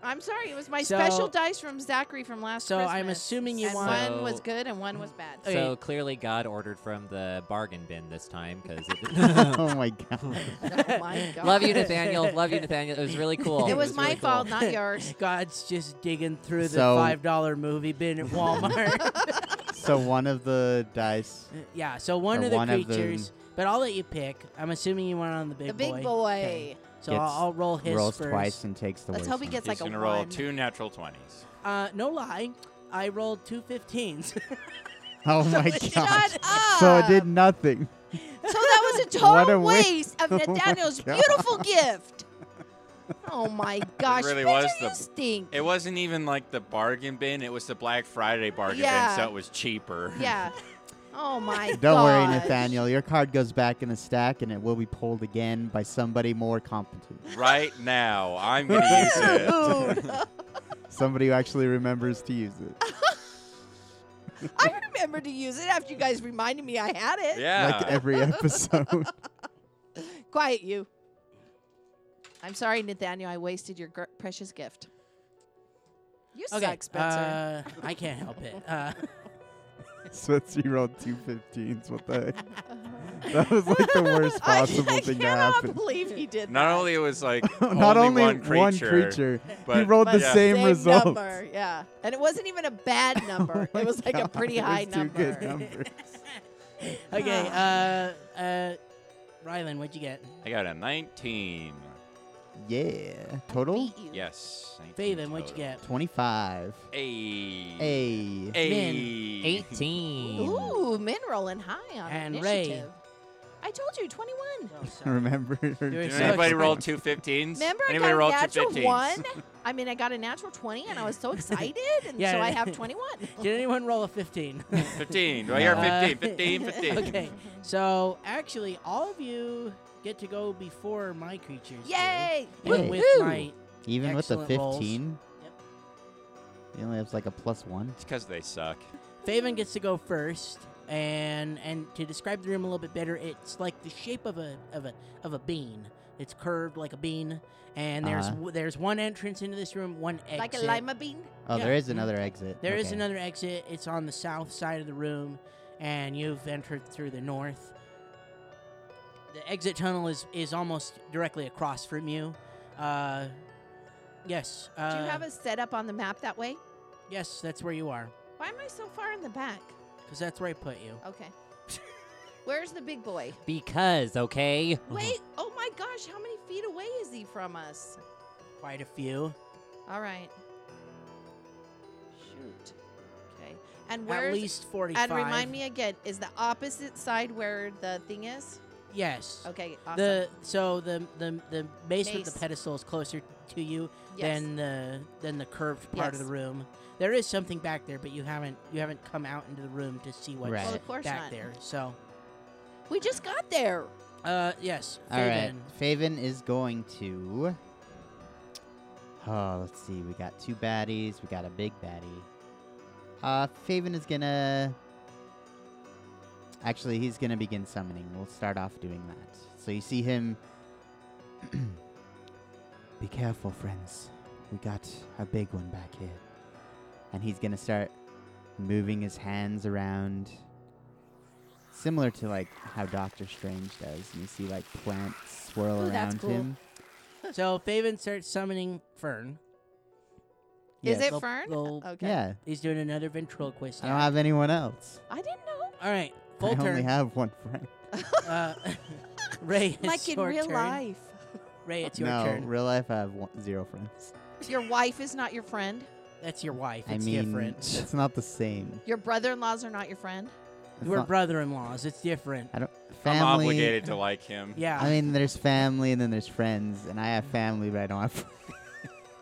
Speaker 5: I'm sorry. It was my
Speaker 4: So-
Speaker 5: special dice from Zachary from last
Speaker 4: So
Speaker 5: Christmas.
Speaker 4: I'm assuming you
Speaker 5: and
Speaker 4: want-
Speaker 5: one was
Speaker 6: So-
Speaker 5: good and one was bad.
Speaker 4: Okay.
Speaker 6: So clearly, God ordered from the bargain bin this time because.
Speaker 1: oh my god.
Speaker 5: Oh my God.
Speaker 6: Love you, Nathaniel. Love you, Nathaniel. It was really cool.
Speaker 5: It was my
Speaker 6: really
Speaker 5: fault,
Speaker 6: cool.
Speaker 5: not yours.
Speaker 4: God's just digging through the
Speaker 1: So-
Speaker 4: five dollar movie bin at Walmart.
Speaker 1: so one of the dice.
Speaker 4: yeah, so one
Speaker 1: Or
Speaker 4: of the
Speaker 1: one of them.
Speaker 4: creatures. But I'll let you pick. I'm assuming you want on the big
Speaker 5: The big boy.
Speaker 4: boy. Okay. So I'll,
Speaker 1: Gets-
Speaker 4: I'll roll his
Speaker 1: rolls
Speaker 4: first.
Speaker 1: twice and takes the
Speaker 5: Let's
Speaker 1: worst
Speaker 5: hope he
Speaker 1: one.
Speaker 5: gets
Speaker 3: He's
Speaker 5: like a
Speaker 3: gonna roll
Speaker 5: one.
Speaker 3: two natural twenties.
Speaker 4: Uh, no lie, I rolled two 15s.
Speaker 1: Oh my god.
Speaker 5: Shut up.
Speaker 1: So it did nothing.
Speaker 5: So that was a
Speaker 1: What a
Speaker 5: total
Speaker 1: waste.
Speaker 5: waste of
Speaker 1: Oh my
Speaker 5: Nathaniel's
Speaker 1: God.
Speaker 5: beautiful gift. Oh my gosh!
Speaker 3: really
Speaker 5: Peter,
Speaker 3: was
Speaker 5: you
Speaker 3: the-
Speaker 5: stink.
Speaker 3: It wasn't even like the bargain bin, it was the Black Friday bargain
Speaker 5: Yeah.
Speaker 3: bin, so it was cheaper.
Speaker 5: yeah. Oh my.
Speaker 1: Don't worry,
Speaker 5: gosh.
Speaker 1: Nathaniel. Your card goes back in the stack and it will be pulled again by somebody more competent.
Speaker 3: Right now, I'm going to use it.
Speaker 5: Dude,
Speaker 1: Somebody who actually remembers to use it.
Speaker 5: I remember to use it after you guys reminded me I had it.
Speaker 3: Yeah.
Speaker 1: Like every episode.
Speaker 5: Quiet you. I'm sorry, Nathaniel. I wasted your gr- precious gift. You
Speaker 4: Okay,
Speaker 5: suck, Spencer.
Speaker 4: Uh, I can't help it. Uh,
Speaker 1: Spencer, you rolled two 15s. What the heck?
Speaker 4: uh,
Speaker 1: That was like the worst possible
Speaker 5: I, I
Speaker 1: thing to
Speaker 5: cannot
Speaker 1: happen.
Speaker 5: believe he did
Speaker 3: Not
Speaker 5: that.
Speaker 3: only it was like
Speaker 1: Not only,
Speaker 3: one creature,
Speaker 1: he
Speaker 3: but
Speaker 1: rolled
Speaker 5: but
Speaker 1: the
Speaker 3: yeah.
Speaker 1: same, result. Oh
Speaker 5: number, yeah, and it wasn't even a bad number.
Speaker 1: my
Speaker 5: it was like a
Speaker 1: God,
Speaker 5: pretty
Speaker 1: it was
Speaker 5: high
Speaker 1: two
Speaker 5: number.
Speaker 1: good numbers.
Speaker 4: okay, uh, uh, Rylan, what'd you get?
Speaker 3: I got a 19.
Speaker 1: yeah.
Speaker 5: I
Speaker 1: Total
Speaker 5: beat you.
Speaker 3: Yes. 19
Speaker 4: Faven, what'd you
Speaker 3: total.
Speaker 4: get?
Speaker 1: 25.
Speaker 3: A.
Speaker 1: A.
Speaker 3: A.
Speaker 6: 18.
Speaker 5: Ooh, men rolling high on
Speaker 4: And Ray. Oh,
Speaker 5: initiative. I told you, 21.
Speaker 1: Remember? her
Speaker 4: You're
Speaker 3: Did
Speaker 4: so
Speaker 1: joke.
Speaker 3: anybody
Speaker 4: excited.
Speaker 3: roll two 15s?
Speaker 5: Remember,
Speaker 3: anybody
Speaker 5: I
Speaker 3: roll
Speaker 5: got a
Speaker 3: two
Speaker 5: natural
Speaker 3: 15s?
Speaker 5: one. I mean, I got a natural 20, and I was so excited, and
Speaker 4: Yeah.
Speaker 5: so I have 21.
Speaker 4: Did anyone roll a 15?
Speaker 3: 15. Do I hear
Speaker 4: Uh,
Speaker 3: 15? 15, 15.
Speaker 4: okay, so actually, all of you get to go before my creatures. do,
Speaker 5: Yay!
Speaker 4: Even
Speaker 1: Yay.
Speaker 4: with
Speaker 5: Woohoo!
Speaker 4: my
Speaker 1: Even with the
Speaker 4: Excellent rolls.
Speaker 1: 15? He only has like a plus one.
Speaker 3: It's because they suck.
Speaker 4: Faven gets to go first, and and to describe the room a little bit better, it's like the shape of a of a of a bean. It's curved like a bean, and there's
Speaker 1: Uh-huh.
Speaker 4: w there's one entrance into this room, one exit.
Speaker 5: Like a lima bean?
Speaker 1: Oh,
Speaker 4: Yeah.
Speaker 1: there is another exit.
Speaker 4: There is
Speaker 1: Okay.
Speaker 4: another exit. It's on the south side of the room, and you've entered through the north. The exit tunnel is is almost directly across from you. Uh, yes. Uh,
Speaker 5: Do you have a setup on the map that way?
Speaker 4: Yes, that's where you are,
Speaker 5: Why am I so far in the back?
Speaker 4: because that's where I put you.
Speaker 5: Okay. Where's the big boy?
Speaker 6: Because, okay?
Speaker 4: Uh-huh.
Speaker 5: Wait, oh my gosh, how many feet away is he from us?
Speaker 4: Quite a few.
Speaker 5: All right. Shoot. Okay. And where's
Speaker 4: At least forty-five.
Speaker 5: And remind me again, is the opposite side where the thing is?
Speaker 4: Yes.
Speaker 5: Okay, awesome.
Speaker 4: The so the the the base, with
Speaker 5: Base.
Speaker 4: the pedestal is closer to you
Speaker 5: yes.
Speaker 4: than the than the curved part of
Speaker 5: Yes.
Speaker 4: the room. There is something back there, but you haven't you haven't come out into the room to see what's
Speaker 1: Right.
Speaker 5: well, of course
Speaker 4: back
Speaker 5: not.
Speaker 4: there. So,
Speaker 5: We just got there.
Speaker 4: uh, yes,
Speaker 1: All right,
Speaker 4: Faven.
Speaker 1: Faven is going to. Oh, let's see. We got two baddies. We got a big baddie. Uh, Faven is gonna. Actually, he's gonna begin summoning. We'll start off doing that. So you see him. Be careful, friends. We got a big one back here. And he's gonna start moving his hands around, similar to like how Doctor Strange does, and you see like plants swirl
Speaker 5: Ooh, that's
Speaker 1: around
Speaker 5: cool.
Speaker 1: him.
Speaker 4: So Faven starts summoning Fern.
Speaker 5: Is
Speaker 1: Yes.
Speaker 5: it Fern? Oh.
Speaker 4: little-
Speaker 5: okay.
Speaker 1: Yeah,
Speaker 4: He's doing another ventriloquist.
Speaker 1: I don't
Speaker 4: act.
Speaker 1: have anyone else.
Speaker 5: I didn't know.
Speaker 4: All right, full
Speaker 1: I only
Speaker 4: turn.
Speaker 1: have one friend.
Speaker 4: uh, Ray, it's
Speaker 5: like in
Speaker 4: your
Speaker 5: real
Speaker 4: turn.
Speaker 5: life.
Speaker 4: Ray, it's your
Speaker 1: no,
Speaker 4: turn.
Speaker 1: real life, I have one, zero friends.
Speaker 5: Your wife is not your friend.
Speaker 4: That's your wife.
Speaker 1: I
Speaker 4: It's
Speaker 1: mean,
Speaker 4: different.
Speaker 1: it's not the same.
Speaker 5: Your brother-in-laws are not your friend.
Speaker 1: It's
Speaker 4: We're
Speaker 1: not-
Speaker 4: brother-in-laws. It's different.
Speaker 1: I don't. Family.
Speaker 3: I'm obligated to like him.
Speaker 4: Yeah.
Speaker 1: I mean, there's family and then there's friends, and I have family, but I don't have.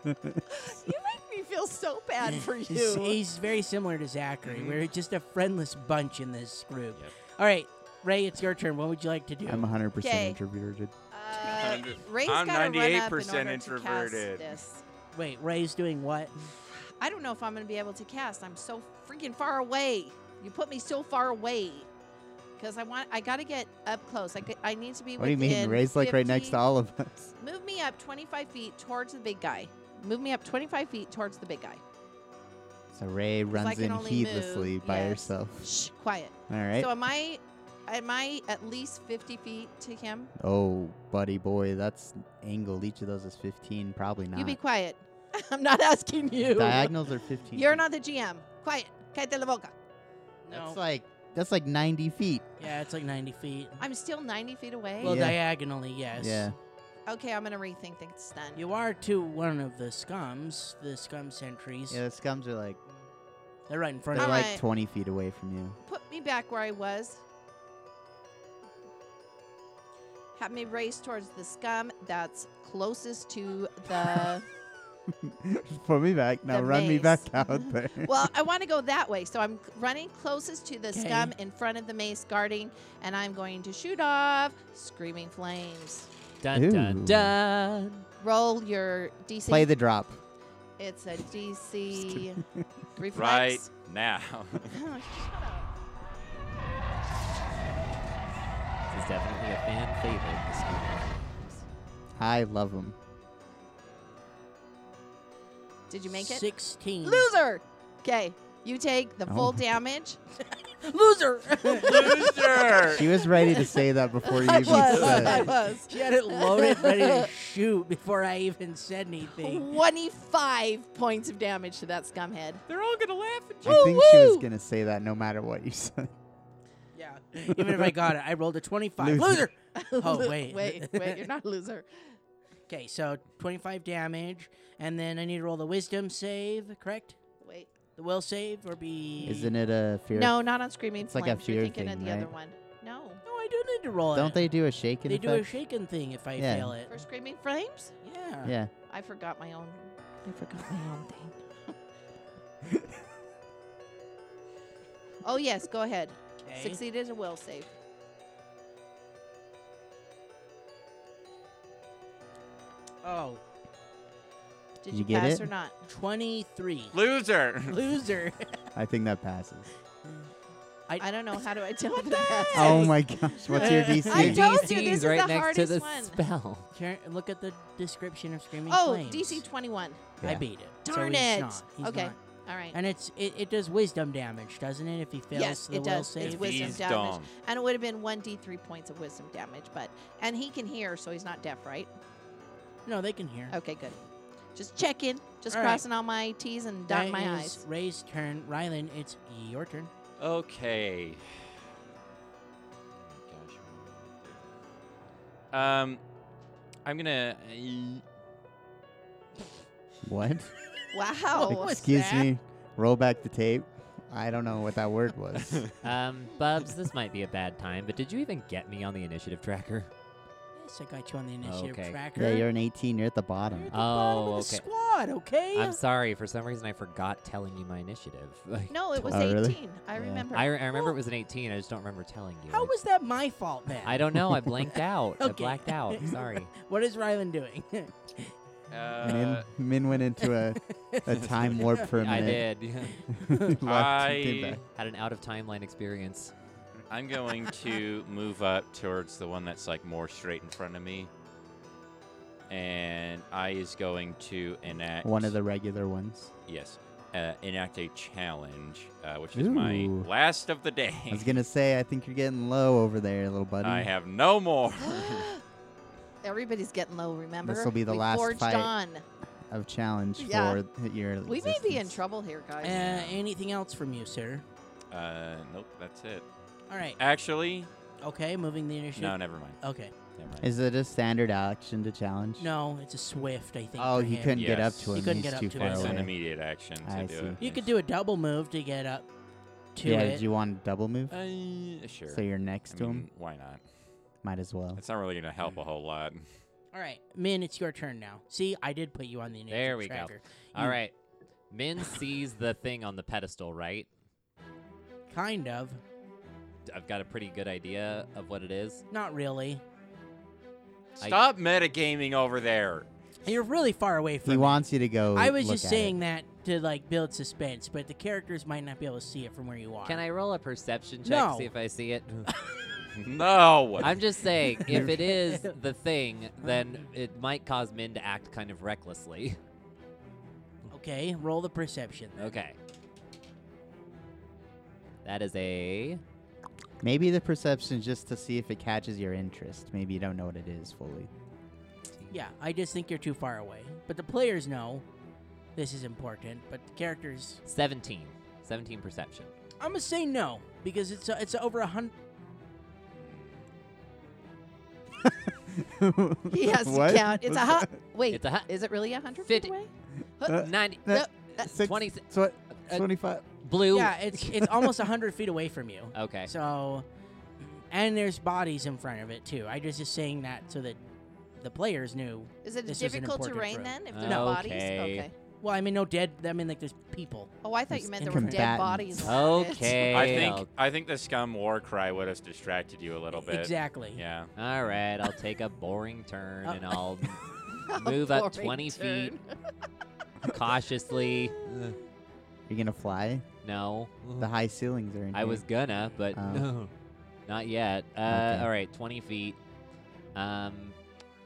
Speaker 1: friends.
Speaker 5: You make me feel so bad for
Speaker 4: He's,
Speaker 5: you.
Speaker 4: he's very similar to Zachary.
Speaker 1: Mm-hmm.
Speaker 3: Mhm.
Speaker 4: We're just a friendless bunch in this group.
Speaker 3: Yep.
Speaker 4: All right, Ray, it's your turn. What would you like to do?
Speaker 1: I'm 100%
Speaker 5: Okay.
Speaker 1: introverted.
Speaker 5: Uh, Ray's
Speaker 3: I'm
Speaker 5: gotta run up in
Speaker 3: 98%
Speaker 5: order to cast
Speaker 3: introverted.
Speaker 5: this.
Speaker 4: Wait, Ray's doing what?
Speaker 5: I don't know if I'm going to be able to cast. I'm so freaking far away. You put me so far away. Because I want, I got to get up close. I, g- I need to be.
Speaker 1: What do you mean?
Speaker 5: within
Speaker 1: Ray's like right next
Speaker 5: 50
Speaker 1: to all of us.
Speaker 5: Move me up 25 feet towards the big guy. Move me up 25 feet towards the big guy.
Speaker 1: So Ray runs
Speaker 5: can
Speaker 1: in
Speaker 5: only
Speaker 1: heedlessly
Speaker 5: move-
Speaker 1: by
Speaker 5: yes.
Speaker 1: herself.
Speaker 5: Shh, quiet.
Speaker 1: All right.
Speaker 5: So am I? Am I at least 50 feet to him?
Speaker 1: oh, buddy boy, that's angled. Each of those is 15, probably not.
Speaker 5: You be quiet. I'm not asking you.
Speaker 1: Diagonals are 15.
Speaker 5: You're not the GM. Quiet. Cállate la boca.
Speaker 1: That's
Speaker 4: No.
Speaker 1: like that's like 90 feet.
Speaker 4: yeah, it's like 90 feet.
Speaker 5: I'm still 90 feet away.
Speaker 4: well,
Speaker 1: Yeah.
Speaker 4: diagonally, yes.
Speaker 1: Yeah.
Speaker 5: okay, I'm gonna rethink things then.
Speaker 4: You are to one of the scums, the scum sentries.
Speaker 1: Yeah, the scums are like
Speaker 4: They're right in
Speaker 1: they're
Speaker 4: front of you.
Speaker 1: like
Speaker 5: Alright.
Speaker 1: 20 feet away from you.
Speaker 5: Put me back where I was. Have me race towards the scum that's closest to the.
Speaker 1: Put me back. Now
Speaker 5: The
Speaker 1: run me back
Speaker 5: maze.
Speaker 1: out there.
Speaker 5: well, I want to go that way, so I'm c- running closest to the
Speaker 4: 'Kay.
Speaker 5: scum in front of the mace guarding, and I'm going to shoot off screaming flames.
Speaker 6: Dun,
Speaker 1: Ooh.
Speaker 6: dun, dun.
Speaker 5: Roll your DC.
Speaker 1: Play the drop.
Speaker 5: it's a DC reflex.
Speaker 3: Right now.
Speaker 5: Oh, shut up.
Speaker 6: This is definitely a fan favorite. This movie.
Speaker 1: I love them.
Speaker 5: Did you make it?
Speaker 4: 16.
Speaker 5: Loser. Okay, you take the
Speaker 1: Oh.
Speaker 5: full damage.
Speaker 4: Loser!
Speaker 3: Loser!
Speaker 1: She was ready to say that before you
Speaker 5: I
Speaker 1: even
Speaker 5: was.
Speaker 1: said
Speaker 5: I
Speaker 1: it.
Speaker 5: was.
Speaker 4: she had it loaded, ready to shoot before I even said anything.
Speaker 5: 25 points of damage to that scumhead.
Speaker 6: They're all going to laugh at
Speaker 1: I think she was
Speaker 5: Woo-woo.
Speaker 1: gonna say that no matter what you said.
Speaker 4: Yeah. Even if I got it, I rolled a 25.
Speaker 1: Loser.
Speaker 4: Loser! Oh, wait.
Speaker 5: wait, wait, you're not a loser.
Speaker 4: Okay, so 25 damage, and then I need to roll the wisdom save, correct?
Speaker 5: Wait.
Speaker 4: The will save or be.
Speaker 1: Isn't it a fear?
Speaker 5: No, not on Screaming
Speaker 1: It's like
Speaker 5: Flames.
Speaker 1: a fear
Speaker 5: you're thinking of
Speaker 1: thing,
Speaker 5: the other
Speaker 1: right?
Speaker 5: one. No.
Speaker 4: No, I do need to roll
Speaker 1: Don't
Speaker 4: it.
Speaker 1: they do a shake? In
Speaker 4: They do a
Speaker 1: effect?
Speaker 4: shaken thing if I
Speaker 1: Yeah.
Speaker 4: fail it.
Speaker 5: For Screaming Flames?
Speaker 4: Yeah.
Speaker 1: Yeah.
Speaker 5: I forgot my own. I forgot my own thing. oh, yes, go ahead.
Speaker 4: 'Kay.
Speaker 5: Succeeded a will save.
Speaker 4: Oh.
Speaker 5: Did
Speaker 1: You
Speaker 5: you,
Speaker 1: get
Speaker 5: pass
Speaker 1: it?
Speaker 5: or not?
Speaker 4: 23.
Speaker 3: Loser.
Speaker 4: Loser.
Speaker 1: I think that passes.
Speaker 5: I don't know. How do I tell
Speaker 4: What
Speaker 5: them
Speaker 4: the
Speaker 5: that?
Speaker 4: heck?
Speaker 1: Oh my gosh, what's your
Speaker 4: I
Speaker 5: I
Speaker 1: DC?
Speaker 6: Your
Speaker 5: told
Speaker 6: DC
Speaker 5: you, this
Speaker 6: is
Speaker 5: is
Speaker 6: right
Speaker 5: the
Speaker 6: next to
Speaker 5: hardest
Speaker 6: the
Speaker 5: one.
Speaker 6: spell.
Speaker 4: Karen, look at the description of Screaming
Speaker 5: Oh,
Speaker 4: Flames.
Speaker 5: DC 21.
Speaker 4: I
Speaker 6: Yeah.
Speaker 4: beat it.
Speaker 5: Darn
Speaker 4: so he's
Speaker 5: it.
Speaker 4: Not. He's
Speaker 5: Okay.
Speaker 4: not.
Speaker 5: All right.
Speaker 4: And it's it, it does wisdom damage, doesn't it? If he fails
Speaker 5: Yes,
Speaker 4: the
Speaker 5: it
Speaker 4: will
Speaker 5: does.
Speaker 4: save.
Speaker 5: It's wisdom
Speaker 3: He's
Speaker 5: damage.
Speaker 3: dumb.
Speaker 5: And it would have been 1d3 points of wisdom damage, but and he can hear, so he's not deaf, right?
Speaker 4: No, they can hear.
Speaker 5: Okay, good. Just checking, just
Speaker 4: All right.
Speaker 5: crossing all my T's and dotting
Speaker 4: That
Speaker 5: my
Speaker 4: is
Speaker 5: I's.
Speaker 4: Ray's turn. Rylan, it's your turn.
Speaker 3: Okay. Oh my gosh, what am I gonna do? Um, I'm gonna.
Speaker 1: What?
Speaker 5: Wow.
Speaker 1: Excuse me. Roll back the tape. I don't know what that word was.
Speaker 6: Um, Bubs, this might be a bad time, but did you even get me on the initiative tracker?
Speaker 4: Yes, I got you on the initiative
Speaker 6: Okay.
Speaker 4: tracker.
Speaker 1: yeah, you're an 18. You're at the bottom.
Speaker 4: You're at the bottom
Speaker 6: Oh,
Speaker 4: of the
Speaker 6: okay.
Speaker 4: squad, okay?
Speaker 6: I'm sorry, for some reason I forgot telling you my initiative. Like,
Speaker 5: No, it was
Speaker 1: Oh,
Speaker 5: 18.
Speaker 1: really?
Speaker 5: I
Speaker 6: yeah.
Speaker 5: remember.
Speaker 6: I, re- I remember it was an 18. I just don't remember telling you.
Speaker 4: How
Speaker 6: I-
Speaker 4: was that my fault then?
Speaker 6: I don't know. I blanked out. I
Speaker 4: Okay.
Speaker 6: blacked out. Sorry.
Speaker 4: What is Rylan doing?
Speaker 3: Uh,
Speaker 1: Min, Min went into a, a time warp for a
Speaker 6: I
Speaker 1: minute.
Speaker 6: did.
Speaker 1: Left and came
Speaker 3: I
Speaker 1: back.
Speaker 6: Had an out of timeline experience.
Speaker 3: I'm going to move up towards the one that's like more straight in front of me, and I is going to enact
Speaker 1: One of the regular ones.
Speaker 3: yes. Uh, enact a challenge, uh, which is my
Speaker 1: Ooh.
Speaker 3: last of the day.
Speaker 1: I was gonna say, I think you're getting low over there, little buddy.
Speaker 3: I have no more.
Speaker 5: Everybody's getting low, remember?
Speaker 1: This'll be the
Speaker 5: we
Speaker 1: last
Speaker 5: forged
Speaker 1: fight.
Speaker 5: on.
Speaker 1: of challenge
Speaker 5: Yeah.
Speaker 1: for your.
Speaker 5: We may be in
Speaker 1: existence.
Speaker 5: trouble here,
Speaker 4: uh,
Speaker 5: guys.
Speaker 4: anything else from you, sir?
Speaker 3: Uh, nope, that's it.
Speaker 4: All right.
Speaker 3: Actually,
Speaker 4: Okay, moving the initiative.
Speaker 3: no, never mind.
Speaker 4: Okay.
Speaker 3: Never mind.
Speaker 1: Is it a standard action to challenge?
Speaker 4: No, it's a swift, I think.
Speaker 1: Oh,
Speaker 4: for
Speaker 1: you
Speaker 4: him.
Speaker 1: couldn't get up
Speaker 3: Yes.
Speaker 1: to
Speaker 3: You
Speaker 1: him.
Speaker 4: couldn't
Speaker 1: He's
Speaker 4: get up
Speaker 1: too
Speaker 4: to
Speaker 1: far
Speaker 4: him.
Speaker 3: It's
Speaker 1: away.
Speaker 3: an immediate action to
Speaker 1: I
Speaker 3: do
Speaker 1: see.
Speaker 3: it.
Speaker 4: You could do a double move to get up to
Speaker 1: yeah,
Speaker 4: it.
Speaker 1: do you want to double move?
Speaker 3: Uh, sure.
Speaker 1: So you're next
Speaker 3: I
Speaker 1: to him.
Speaker 3: mean, why not?
Speaker 1: Might as well.
Speaker 3: It's not really going to help a whole lot.
Speaker 4: All right, Min, it's your turn now. See, I did put you on the initiative
Speaker 6: There we go.
Speaker 4: tracker.
Speaker 6: All
Speaker 4: You-
Speaker 6: right. Min sees the thing on the pedestal, right?
Speaker 4: Kind of.
Speaker 6: I've got a pretty good idea of what it is.
Speaker 4: Not really.
Speaker 6: I-
Speaker 3: Stop metagaming over there.
Speaker 4: You're really far away from
Speaker 1: He
Speaker 4: it.
Speaker 1: wants you to go.
Speaker 4: I was
Speaker 1: look
Speaker 4: just
Speaker 1: at
Speaker 4: saying
Speaker 1: it.
Speaker 4: that to like build suspense, but the characters might not be able to see it from where you are.
Speaker 6: Can I roll a perception check
Speaker 4: No.
Speaker 6: to see if I see it?
Speaker 3: No.
Speaker 6: I'm just saying, if it is the thing, then it might cause Min to act kind of recklessly.
Speaker 4: Okay, roll the perception. then.
Speaker 6: Okay. That is a
Speaker 1: Maybe the perception just to see if it catches your interest. Maybe you don't know what it is fully.
Speaker 4: Yeah, I just think you're too far away. But the players know this is important, but the characters
Speaker 6: 17. 17 perception.
Speaker 4: I'm gonna say no because it's uh, it's over a hundred.
Speaker 5: he has
Speaker 1: What?
Speaker 5: to count. It's a hot. Wait,
Speaker 6: It's a hot-
Speaker 5: is it really a 100 feet
Speaker 6: Fifty-
Speaker 5: away?
Speaker 1: Uh,
Speaker 6: 90.
Speaker 1: that-
Speaker 5: Uh,
Speaker 1: Six-
Speaker 6: 20
Speaker 1: tw-
Speaker 6: uh,
Speaker 1: 25.
Speaker 6: Blue.
Speaker 4: Yeah, it's it's almost a hundred feet away from you.
Speaker 6: Okay.
Speaker 4: So, and there's bodies in front of it too. I was just saying that so that the players knew.
Speaker 5: Is it
Speaker 4: This was an
Speaker 5: difficult
Speaker 4: important
Speaker 5: terrain
Speaker 4: road.
Speaker 5: then? If
Speaker 6: Uh,
Speaker 5: there's bodies?
Speaker 6: okay.
Speaker 5: Okay.
Speaker 4: Well, I mean, no dead. I mean, like there's people.
Speaker 5: Oh, I thought
Speaker 1: There's
Speaker 5: you meant there were dead
Speaker 1: combatants.
Speaker 5: bodies. around it.
Speaker 6: Okay.
Speaker 3: I think
Speaker 6: I'll-
Speaker 3: I think the scum war cry would have distracted you a little bit.
Speaker 4: Exactly.
Speaker 3: Yeah.
Speaker 6: All right, I'll take a boring turn
Speaker 4: Uh,
Speaker 6: and I'll
Speaker 5: Uh, A
Speaker 6: move up
Speaker 5: boring
Speaker 6: 20
Speaker 5: turn.
Speaker 6: feet cautiously.
Speaker 1: You're gonna fly.
Speaker 6: No.
Speaker 1: The high ceilings are in.
Speaker 6: I
Speaker 1: here.
Speaker 6: was gonna, but
Speaker 1: Oh.
Speaker 6: no, not yet. Uh,
Speaker 1: Okay.
Speaker 6: All right, 20 feet. Um,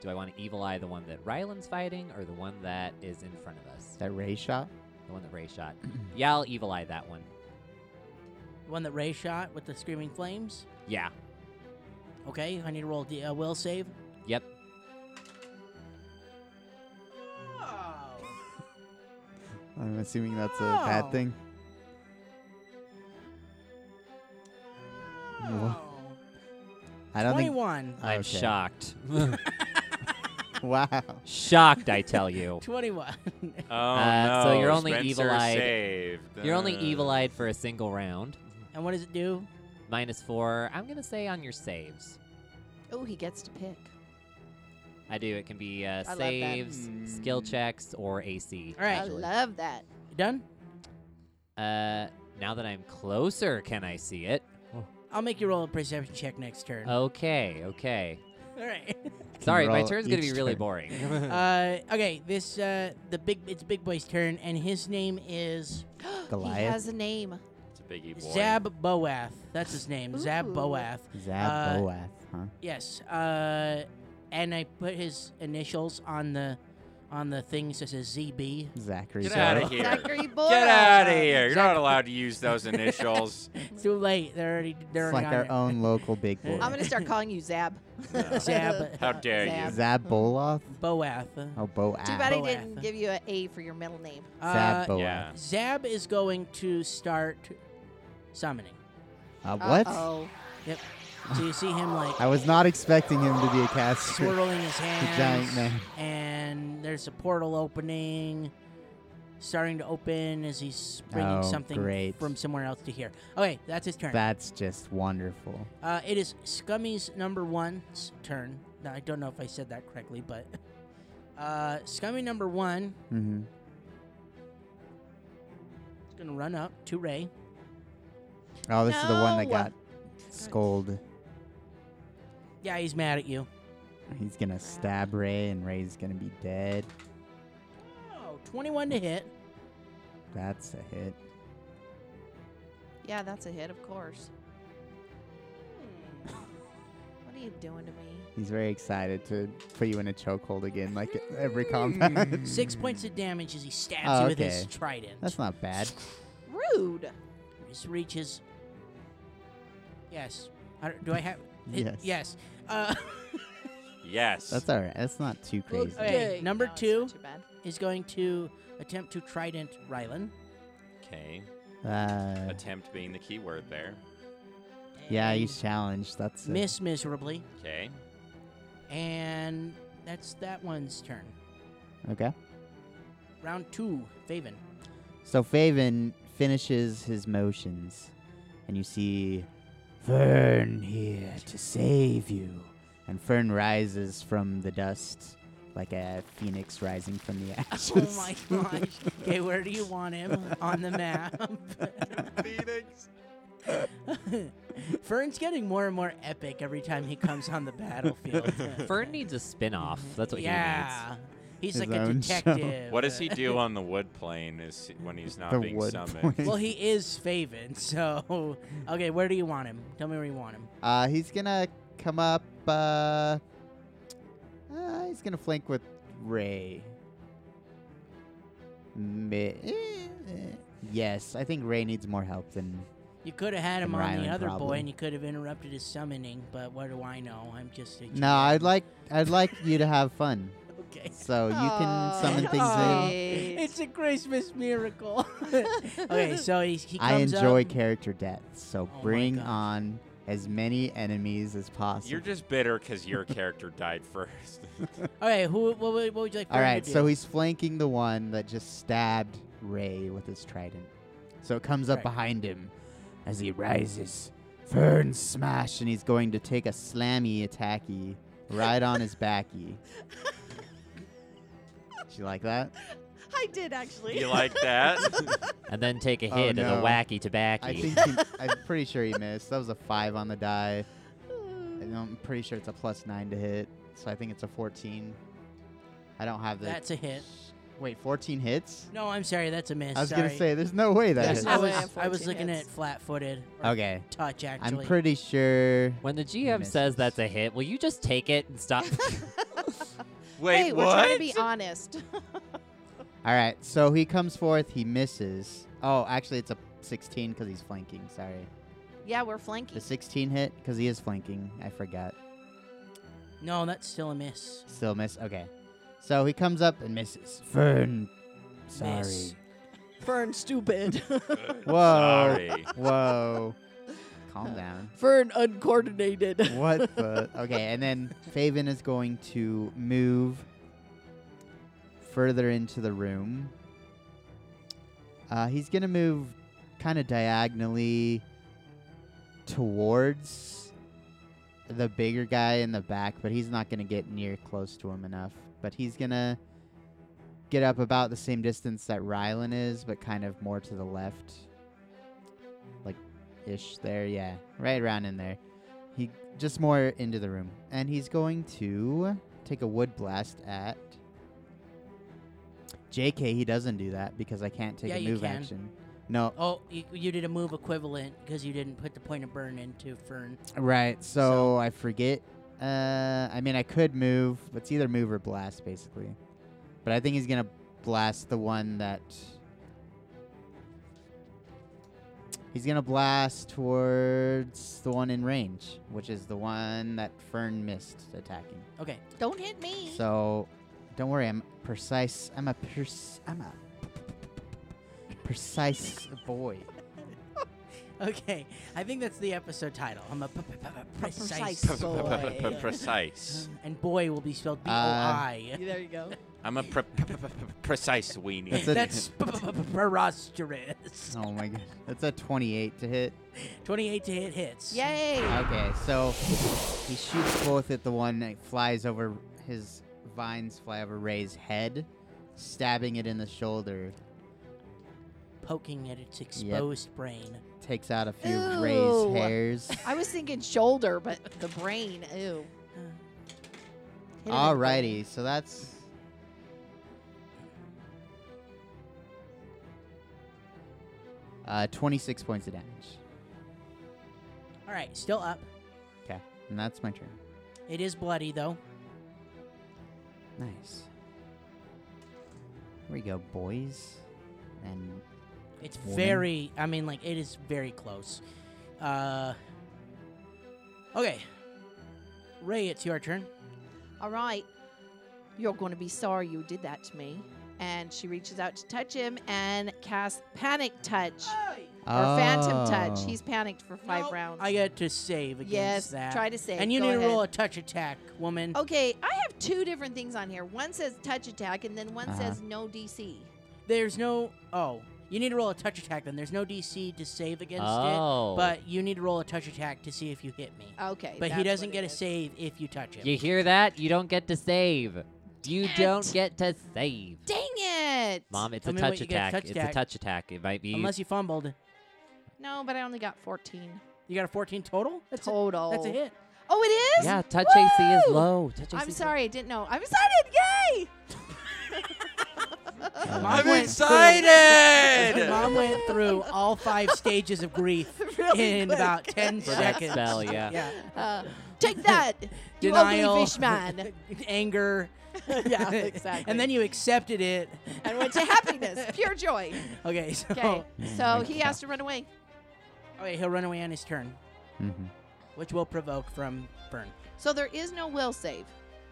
Speaker 6: do I want to evil eye the one that Rylan's fighting or the one that is in front of us?
Speaker 1: Is that ray shot.
Speaker 6: The one that Ray shot. yeah, I'll evil eye that one.
Speaker 4: The one that Ray shot with the screaming flames.
Speaker 6: Yeah.
Speaker 4: Okay, I need to roll the uh, will save.
Speaker 6: Yep.
Speaker 1: I'm assuming that's a bad
Speaker 4: Oh.
Speaker 1: thing. I don't think.
Speaker 4: Twenty-one.
Speaker 6: I'm
Speaker 1: Okay.
Speaker 6: shocked.
Speaker 1: Wow.
Speaker 6: shocked, I tell you.
Speaker 4: Twenty-one.
Speaker 3: Oh
Speaker 6: Uh, so
Speaker 3: no,
Speaker 6: you're only
Speaker 3: Spencer
Speaker 6: evil-eyed-
Speaker 3: saved.
Speaker 6: You're only
Speaker 3: Uh,
Speaker 6: evil eyed for a single round.
Speaker 4: and what does it do?
Speaker 6: Minus four, I'm going to say on your saves.
Speaker 5: Oh, he gets to pick.
Speaker 6: I do. It can be uh,
Speaker 5: love that.
Speaker 6: saves, skill
Speaker 1: Hmm.
Speaker 3: Mm.
Speaker 6: checks, or AC.
Speaker 4: All right.
Speaker 5: I
Speaker 6: usually.
Speaker 5: love that.
Speaker 4: You done?
Speaker 6: Uh, now that I'm closer, can I see it?
Speaker 1: Oh.
Speaker 4: I'll make you roll a perception check next turn.
Speaker 6: Okay, okay.
Speaker 4: All right.
Speaker 6: Sorry, my
Speaker 1: roll
Speaker 6: turn's gonna be
Speaker 1: each
Speaker 6: really
Speaker 1: turn.
Speaker 6: boring.
Speaker 4: Uh, okay. This uh, the big. It's Big Boy's turn, and his name is
Speaker 5: He
Speaker 1: Goliath.
Speaker 5: has a name.
Speaker 3: It's a biggie boy.
Speaker 4: Zab Boath. That's his name. Zab
Speaker 5: Ooh.
Speaker 4: Boath.
Speaker 1: Zab
Speaker 4: uh,
Speaker 1: Boath, huh?
Speaker 4: Yes. Uh, and I put his initials on the on the thing. So it says ZB.
Speaker 1: Zachary.
Speaker 3: Get
Speaker 1: Zoro.
Speaker 3: out of here.
Speaker 5: Zachary
Speaker 3: Get out of
Speaker 5: Borat.
Speaker 3: here. You're not allowed to use those initials.
Speaker 4: It's too late. They're already. They're
Speaker 1: It's like our
Speaker 4: already on
Speaker 1: own local big boy.
Speaker 5: I'm gonna start calling you Zab.
Speaker 3: No.
Speaker 4: Zab.
Speaker 3: How dare
Speaker 5: Zab.
Speaker 3: you?
Speaker 1: Zab Boloth?
Speaker 4: Boath.
Speaker 1: Oh, Boath.
Speaker 5: Too bad I
Speaker 4: Boath.
Speaker 5: didn't give you an A for your middle name.
Speaker 1: Zab
Speaker 4: Uh,
Speaker 1: Boath.
Speaker 3: yeah.
Speaker 4: Zab is going to start summoning.
Speaker 1: Uh, what?
Speaker 5: Oh,
Speaker 4: Yep. So you see him like
Speaker 1: I was not expecting him to be a caster.
Speaker 4: swirling his hands.
Speaker 1: giant man.
Speaker 4: And there's a portal opening, starting to open as he's bringing
Speaker 1: Oh,
Speaker 4: something
Speaker 1: great.
Speaker 4: from somewhere else to here. Okay, that's his turn.
Speaker 1: That's just wonderful.
Speaker 4: uh, it is Scummy's number one's turn. Now, I don't know if I said that correctly, but uh, Scummy number one
Speaker 1: hmm
Speaker 4: is going to run up to Ray.
Speaker 1: Oh, this is the one that
Speaker 5: No.
Speaker 1: got scolded.
Speaker 4: Yeah, he's mad at you.
Speaker 1: He's gonna stab Ray, and Ray's gonna be dead.
Speaker 4: Oh, 21 to hit.
Speaker 1: That's a hit.
Speaker 5: yeah, that's a hit, of course. Hmm. What are you doing to me?
Speaker 1: He's very excited to put you in a chokehold again, like every combat.
Speaker 4: Six points of damage as he stabs
Speaker 1: Oh,
Speaker 4: you with his
Speaker 1: okay.
Speaker 4: trident.
Speaker 1: That's not bad.
Speaker 5: Rude.
Speaker 4: His reach is. Yes. I don't- do I have. it-
Speaker 1: Yes.
Speaker 4: yes. Uh,
Speaker 3: Yes.
Speaker 1: That's all right. That's not too crazy.
Speaker 4: Okay, number
Speaker 5: no, it's not
Speaker 4: two.
Speaker 5: too bad.
Speaker 4: is going to attempt to trident Rylan.
Speaker 3: Okay.
Speaker 1: Uh,
Speaker 3: Attempt being the key word there.
Speaker 1: yeah,
Speaker 4: and
Speaker 1: he's challenged. That's it.
Speaker 4: miss miserably,
Speaker 3: Okay.
Speaker 4: and that's that one's turn.
Speaker 1: Okay.
Speaker 4: Round two, Faven.
Speaker 1: So Faven finishes his motions, and you see Fern here to save you. And Fern rises from the dust like a phoenix rising from the ashes.
Speaker 4: Oh my gosh. Okay, where do you want him on the map?
Speaker 3: Phoenix.
Speaker 4: Fern's getting more and more epic every time he comes on the battlefield.
Speaker 6: Fern needs a spin-off. That's what
Speaker 4: yeah. He's
Speaker 1: His
Speaker 4: like a
Speaker 1: own show.
Speaker 4: detective.
Speaker 3: What does he do on the wood plane is when he's not
Speaker 1: The
Speaker 3: being
Speaker 1: wood plane.
Speaker 3: summoned?
Speaker 4: Well, he is Faven, so okay. Where do you want him? Tell me where you want him.
Speaker 1: Uh, he's gonna come up. Uh, uh, he's gonna flank with Ray. Mi- eh, eh. Yes, I think Ray needs more help than.
Speaker 4: You could have had him
Speaker 1: And
Speaker 4: on the
Speaker 1: Rylan,
Speaker 4: other boy,
Speaker 1: probably.
Speaker 4: and you could have interrupted his summoning. But what do I know? I'm just a
Speaker 1: No, I'd like I'd like you to have fun,
Speaker 4: okay.
Speaker 1: so you can
Speaker 5: Aw,
Speaker 1: summon things
Speaker 4: Aw.
Speaker 1: in.
Speaker 5: sweet.
Speaker 4: It's a Christmas miracle. okay, so he, he
Speaker 1: I
Speaker 4: comes
Speaker 1: enjoy
Speaker 4: up.
Speaker 1: character death, so
Speaker 4: Oh my
Speaker 1: bring
Speaker 4: gosh.
Speaker 1: on as many enemies as possible.
Speaker 3: You're just bitter because your character died first.
Speaker 4: Okay, who? What, would- what would you like?
Speaker 1: All
Speaker 4: Fern to
Speaker 1: right, so
Speaker 4: do?
Speaker 1: he's flanking the one that just stabbed Ray with his trident. So it comes up
Speaker 4: Right.
Speaker 1: behind him as he rises. Fern smash, and he's going to take a slammy attacky right on his backy. Did you like that?
Speaker 5: I did actually.
Speaker 3: you like that?
Speaker 6: he needs. And then take a
Speaker 1: Oh,
Speaker 6: hit of
Speaker 1: no.
Speaker 6: the wacky tobacco.
Speaker 1: I think he, I'm pretty sure he missed. That was a five on the die. And I'm pretty sure it's a plus nine to hit, so I think it's a 14. I don't have the
Speaker 4: that's a hit.
Speaker 1: wait. 14 hits.
Speaker 4: No, I'm sorry, that's a miss.
Speaker 1: I was
Speaker 4: sorry.
Speaker 1: gonna say, there's no way that.
Speaker 5: There's
Speaker 1: hit.
Speaker 5: no
Speaker 4: I
Speaker 5: way
Speaker 4: was
Speaker 5: I'm
Speaker 4: I was
Speaker 5: 14
Speaker 4: looking
Speaker 5: hits.
Speaker 4: at flat-footed. or
Speaker 1: Okay.
Speaker 4: Touch actually.
Speaker 1: I'm pretty sure.
Speaker 6: When the GM
Speaker 1: misses.
Speaker 6: says that's a hit, will you just take it and stop?
Speaker 3: Wait,
Speaker 5: hey, we're
Speaker 3: what?
Speaker 5: trying to be honest.
Speaker 1: All right, so he comes forth, he misses. Oh, actually, it's a 16 because he's flanking. Sorry,
Speaker 5: yeah, we're flanking.
Speaker 1: the 16 hit because he is flanking. I forgot.
Speaker 4: No, that's still a miss.
Speaker 1: Still miss. Okay, so he comes up and misses. Fern, sorry.
Speaker 4: Miss.
Speaker 2: Fern, stupid.
Speaker 1: Whoa.
Speaker 3: Sorry.
Speaker 1: Whoa. Calm down.
Speaker 2: Fern, uncoordinated.
Speaker 1: What the? Okay, and then Faven is going to move further into the room. Uh, he's going to move kind of diagonally towards the bigger guy in the back, but he's not going to get near close to him enough. But he's going to get up about the same distance that Rylan is, but kind of more to the left. Like ish there, yeah. Right around in there. He just more into the room. And he's going to take a wood blast at JK. He doesn't do that because I can't take
Speaker 4: Yeah,
Speaker 1: a
Speaker 4: you
Speaker 1: move
Speaker 4: can.
Speaker 1: action. No,
Speaker 4: Oh, you, you did a move equivalent because you didn't put the point of burn into Fern.
Speaker 1: right. So,
Speaker 4: So-
Speaker 1: I forget. Uh, I mean, I could move, but it's either move or blast, basically. But I think he's going to blast the one that. He's going to blast towards the one in range, which is the one that Fern missed attacking.
Speaker 4: Okay.
Speaker 5: Don't hit me.
Speaker 1: So, don't worry. I'm precise. I'm a pers- I'm a precise boy.
Speaker 4: Okay. I think that's the episode title. I'm a p- p- p- precise
Speaker 5: precise
Speaker 4: boy.
Speaker 5: boy.
Speaker 3: Precise.
Speaker 4: And boy will be spelled
Speaker 1: Uh,
Speaker 4: B O I.
Speaker 5: there you go.
Speaker 3: I'm a pre- p- p- p- precise
Speaker 1: That's
Speaker 3: weenie.
Speaker 1: a-
Speaker 4: That's p- p- p- preposterous.
Speaker 1: Oh my god, that's a 28 to hit.
Speaker 4: 28 to hit hits.
Speaker 5: Yay.
Speaker 1: Okay, so he shoots both at the one that flies over his vines, fly over Ray's head, stabbing it in the shoulder.
Speaker 4: Poking at its exposed brain.
Speaker 1: Takes out a few of
Speaker 5: Ew.
Speaker 1: Ray's hairs.
Speaker 5: I was thinking shoulder, but the brain. Ew. Hit him in the brain.
Speaker 1: Alrighty, so that's. Uh, 26 points of damage.
Speaker 4: All right. Still up.
Speaker 1: Okay. And that's my turn.
Speaker 4: It is bloody, though.
Speaker 1: Nice. Here we go, boys. And
Speaker 4: It's
Speaker 1: Woman.
Speaker 4: very. I mean, like it is very close. Uh. Okay. Ray, it's your turn.
Speaker 5: All right. You're going to be sorry you did that to me. And she reaches out to touch him and casts Panic Touch or Phantom Touch.
Speaker 1: Oh.
Speaker 5: He's panicked for five
Speaker 4: Nope,
Speaker 5: rounds.
Speaker 4: I get to save against
Speaker 5: yes,
Speaker 4: that.
Speaker 5: try to save.
Speaker 4: and you
Speaker 5: Go
Speaker 4: need to
Speaker 5: ahead. Oh.
Speaker 4: roll a touch attack, woman.
Speaker 5: Okay, I have two different things on here. One says touch attack, and then one
Speaker 1: Uh-huh.
Speaker 5: says no DC.
Speaker 4: There's no. Oh, you need to roll a touch attack. Then there's no DC to save against
Speaker 6: oh,
Speaker 4: it, but you need to roll a touch attack to see if you hit me.
Speaker 5: Okay,
Speaker 4: but he
Speaker 5: that's
Speaker 4: doesn't
Speaker 5: what
Speaker 4: get
Speaker 5: it
Speaker 4: a
Speaker 5: is.
Speaker 4: save if you touch him.
Speaker 6: you hear that? You don't get to save. You
Speaker 5: Dang
Speaker 6: don't
Speaker 5: it.
Speaker 6: get to save.
Speaker 5: Dang it,
Speaker 6: Mom, it's
Speaker 4: Tell
Speaker 6: a
Speaker 4: me what
Speaker 6: touch
Speaker 4: you get,
Speaker 6: attack.
Speaker 4: touch
Speaker 6: it's
Speaker 4: attack.
Speaker 6: a touch attack. It might be.
Speaker 4: Unless you fumbled,
Speaker 5: No, but I only got 14
Speaker 4: you got a 14 total. That's a,
Speaker 5: total.
Speaker 4: that's a hit.
Speaker 5: Oh, it is.
Speaker 6: yeah, touch AC is
Speaker 5: Woo!
Speaker 6: low. Touch AC
Speaker 5: I'm
Speaker 6: is
Speaker 5: sorry, I didn't know. I'm excited! Yay!
Speaker 4: Mom
Speaker 3: I'm
Speaker 4: went-
Speaker 3: excited.
Speaker 4: Mom went through all five stages of grief
Speaker 5: Really
Speaker 4: in
Speaker 5: quick.
Speaker 4: about 10
Speaker 6: For that
Speaker 4: seconds.
Speaker 6: spell, yeah.
Speaker 4: yeah.
Speaker 5: Uh, take that, you
Speaker 4: Denial,
Speaker 5: ugly fish man.
Speaker 4: anger.
Speaker 5: Yeah, exactly.
Speaker 4: and then you accepted it.
Speaker 5: and went to happiness, pure joy.
Speaker 4: Oh, Okay, so
Speaker 5: Okay, so he
Speaker 1: God.
Speaker 5: has to run away.
Speaker 4: okay, he'll run away on his turn,
Speaker 1: Mm-hmm.
Speaker 4: which will provoke from Burn.
Speaker 5: So there is no will save,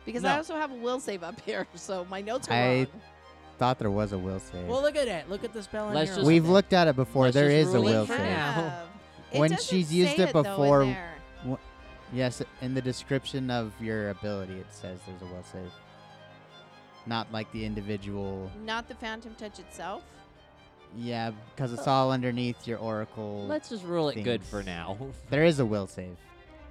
Speaker 5: because I
Speaker 4: No.
Speaker 5: also have a will save up here. So my notes are
Speaker 1: I-
Speaker 5: wrong.
Speaker 1: Thought there was a will save.
Speaker 4: Well, look at it. Look at the spell.
Speaker 6: Let's
Speaker 4: in
Speaker 6: just-
Speaker 1: We've looked at it before.
Speaker 6: Let's
Speaker 1: There is
Speaker 6: just
Speaker 1: a
Speaker 6: rule it
Speaker 1: will
Speaker 6: for
Speaker 1: save.
Speaker 6: now.
Speaker 5: Have. It
Speaker 1: When
Speaker 5: doesn't
Speaker 1: she's used
Speaker 5: say
Speaker 1: it
Speaker 5: though in
Speaker 1: before-
Speaker 5: there.
Speaker 1: Yes, in the description of your ability, it says there's a will save. Not like the individual.
Speaker 5: not the phantom touch itself.
Speaker 1: Yeah, because it's all underneath your oracle.
Speaker 6: Let's just rule it good
Speaker 1: things.
Speaker 6: for now.
Speaker 1: There is a will save.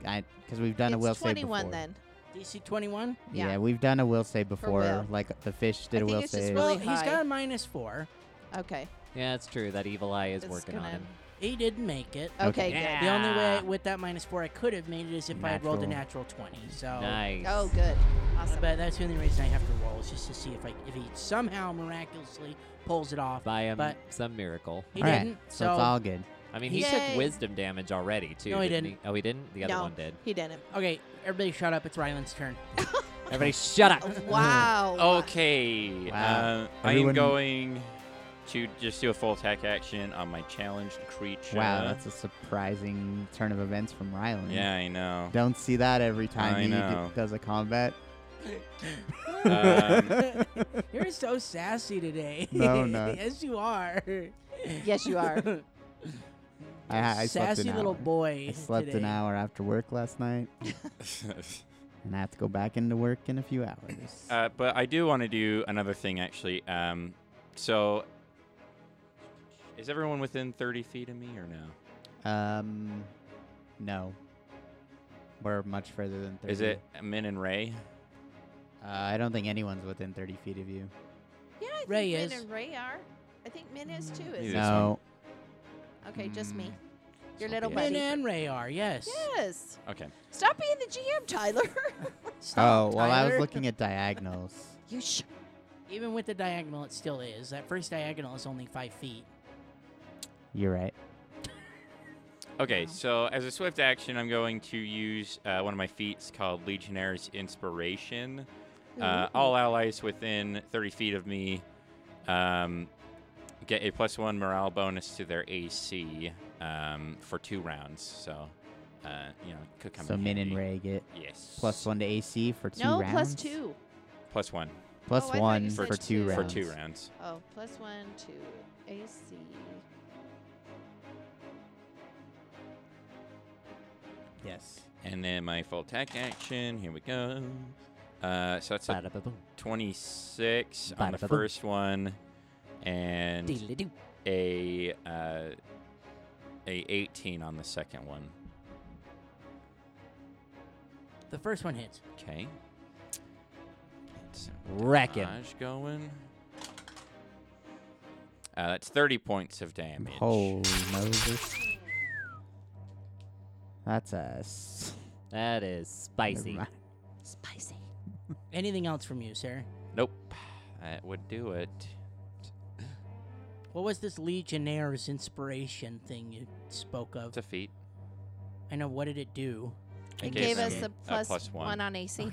Speaker 1: Because we've done
Speaker 5: it's
Speaker 1: a will save before.
Speaker 5: 21 then.
Speaker 4: DC 21.
Speaker 5: yeah.
Speaker 1: Yeah. we've done a will save before.
Speaker 5: will.
Speaker 1: Like the fish did
Speaker 5: I
Speaker 1: a
Speaker 5: think
Speaker 1: will
Speaker 5: it's just
Speaker 1: save.
Speaker 5: will-
Speaker 4: Well,
Speaker 5: Really
Speaker 4: he's
Speaker 5: high.
Speaker 4: got a minus four.
Speaker 5: Okay.
Speaker 6: yeah, it's true. That evil eye is
Speaker 5: it's
Speaker 6: working on
Speaker 5: gonna-
Speaker 6: him.
Speaker 4: He didn't make it.
Speaker 5: Okay.
Speaker 1: Okay.
Speaker 5: good.
Speaker 6: Yeah.
Speaker 4: The only way with that minus four I could have made it is if I had rolled a
Speaker 1: Natural.
Speaker 4: natural 20. So.
Speaker 6: Nice.
Speaker 5: Oh, good. Awesome.
Speaker 4: But that's the only reason I have to roll is just to see if I if he somehow miraculously pulls it off.
Speaker 6: By um,
Speaker 4: But-
Speaker 6: some miracle.
Speaker 4: He
Speaker 1: All right,
Speaker 4: didn't.
Speaker 1: so it's all good.
Speaker 6: I mean, he
Speaker 5: Yay.
Speaker 6: took wisdom damage already too.
Speaker 4: No, he
Speaker 6: didn't. Oh, he didn't. The other
Speaker 5: No.
Speaker 6: one did.
Speaker 5: he didn't.
Speaker 4: okay, everybody shut up. It's Rylan's turn.
Speaker 6: Everybody, shut up.
Speaker 5: Wow.
Speaker 4: Oh,
Speaker 3: Okay.
Speaker 1: Wow.
Speaker 3: Um, I am
Speaker 1: Everyone-
Speaker 3: going to just do a full attack action on my challenged creature.
Speaker 1: Wow, that's a surprising turn of events from Rylan.
Speaker 3: yeah, I know.
Speaker 1: Don't see that every time
Speaker 3: I
Speaker 1: he d-
Speaker 3: know.
Speaker 1: does a combat.
Speaker 3: Um,
Speaker 4: You're so sassy today.
Speaker 1: No, I'm not.
Speaker 4: yes, you are.
Speaker 5: Yes, you are.
Speaker 1: I, I slept
Speaker 4: sassy
Speaker 1: an
Speaker 4: little
Speaker 1: hour.
Speaker 4: boy.
Speaker 1: I slept
Speaker 4: today.
Speaker 1: an hour after work last night,
Speaker 3: Um,
Speaker 1: and I have to go back into work in a few hours.
Speaker 3: Uh, but I do want to do another thing, actually. Um, so, is everyone within 30 feet of me or no?
Speaker 1: um, no, we're much further than thirty.
Speaker 3: Is it Min and Ray?
Speaker 1: Uh, I don't think anyone's within thirty feet of you.
Speaker 5: Yeah, I think
Speaker 4: Ray
Speaker 5: Min
Speaker 4: is.
Speaker 5: and Ray are. I think Min is too.
Speaker 3: Maybe
Speaker 5: Is
Speaker 3: this
Speaker 1: no,
Speaker 5: Okay, just me. Your
Speaker 6: She'll
Speaker 5: little
Speaker 6: be a-
Speaker 4: Min
Speaker 5: buddy.
Speaker 4: and Ray are, yes.
Speaker 5: Yes.
Speaker 3: Okay.
Speaker 5: Stop being the GM, Tyler.
Speaker 1: Oh,
Speaker 4: Stop,
Speaker 1: well, I was
Speaker 4: Tyler.
Speaker 1: looking at diagonals.
Speaker 5: you sh-
Speaker 4: Even with the diagonal, it still is. That first diagonal is only five feet.
Speaker 1: You're right.
Speaker 3: Okay,
Speaker 1: Uh-huh.
Speaker 5: Wow.
Speaker 3: so as a swift action, I'm going to use uh, one of my feats called Legionnaire's Inspiration. Uh, all allies within 30 feet of me um, get a plus one morale bonus to their AC um, for two rounds. So, uh, you know, could come
Speaker 1: so
Speaker 3: in
Speaker 1: Min and
Speaker 3: handy.
Speaker 1: Ray get
Speaker 3: Yes.
Speaker 1: plus one to AC for two
Speaker 5: no,
Speaker 1: rounds.
Speaker 5: plus two.
Speaker 3: Plus one
Speaker 1: Plus
Speaker 5: Oh, I thought
Speaker 1: one
Speaker 5: you
Speaker 1: for
Speaker 5: said
Speaker 1: two,
Speaker 5: two.
Speaker 1: rounds.
Speaker 3: for two rounds.
Speaker 5: Oh, plus one, two. AC.
Speaker 1: Yes.
Speaker 3: And then my full attack action. Here we go. Uh, so that's a
Speaker 6: Ba-da-ba-boom.
Speaker 3: 26 on the
Speaker 6: Ba-da-ba-boom.
Speaker 3: first one, and
Speaker 6: Diddly-doo.
Speaker 3: a uh, a 18 on the second one.
Speaker 4: The first one hits.
Speaker 3: Okay. Get some
Speaker 6: Wreck him.
Speaker 3: damage going. Uh, that's 30 points of damage.
Speaker 1: Holy Moses. That's a. S-
Speaker 6: That is spicy.
Speaker 1: Never
Speaker 5: Spicy.
Speaker 4: Anything else from you, sir?
Speaker 3: Nope. That would do it.
Speaker 4: What was this Legionnaire's inspiration thing you spoke of?
Speaker 3: It's a feat.
Speaker 4: I know. What did it do?
Speaker 3: I
Speaker 5: It
Speaker 3: gave
Speaker 5: gave us
Speaker 3: them
Speaker 5: a
Speaker 3: a
Speaker 5: plus,
Speaker 3: plus one.
Speaker 5: one on AC.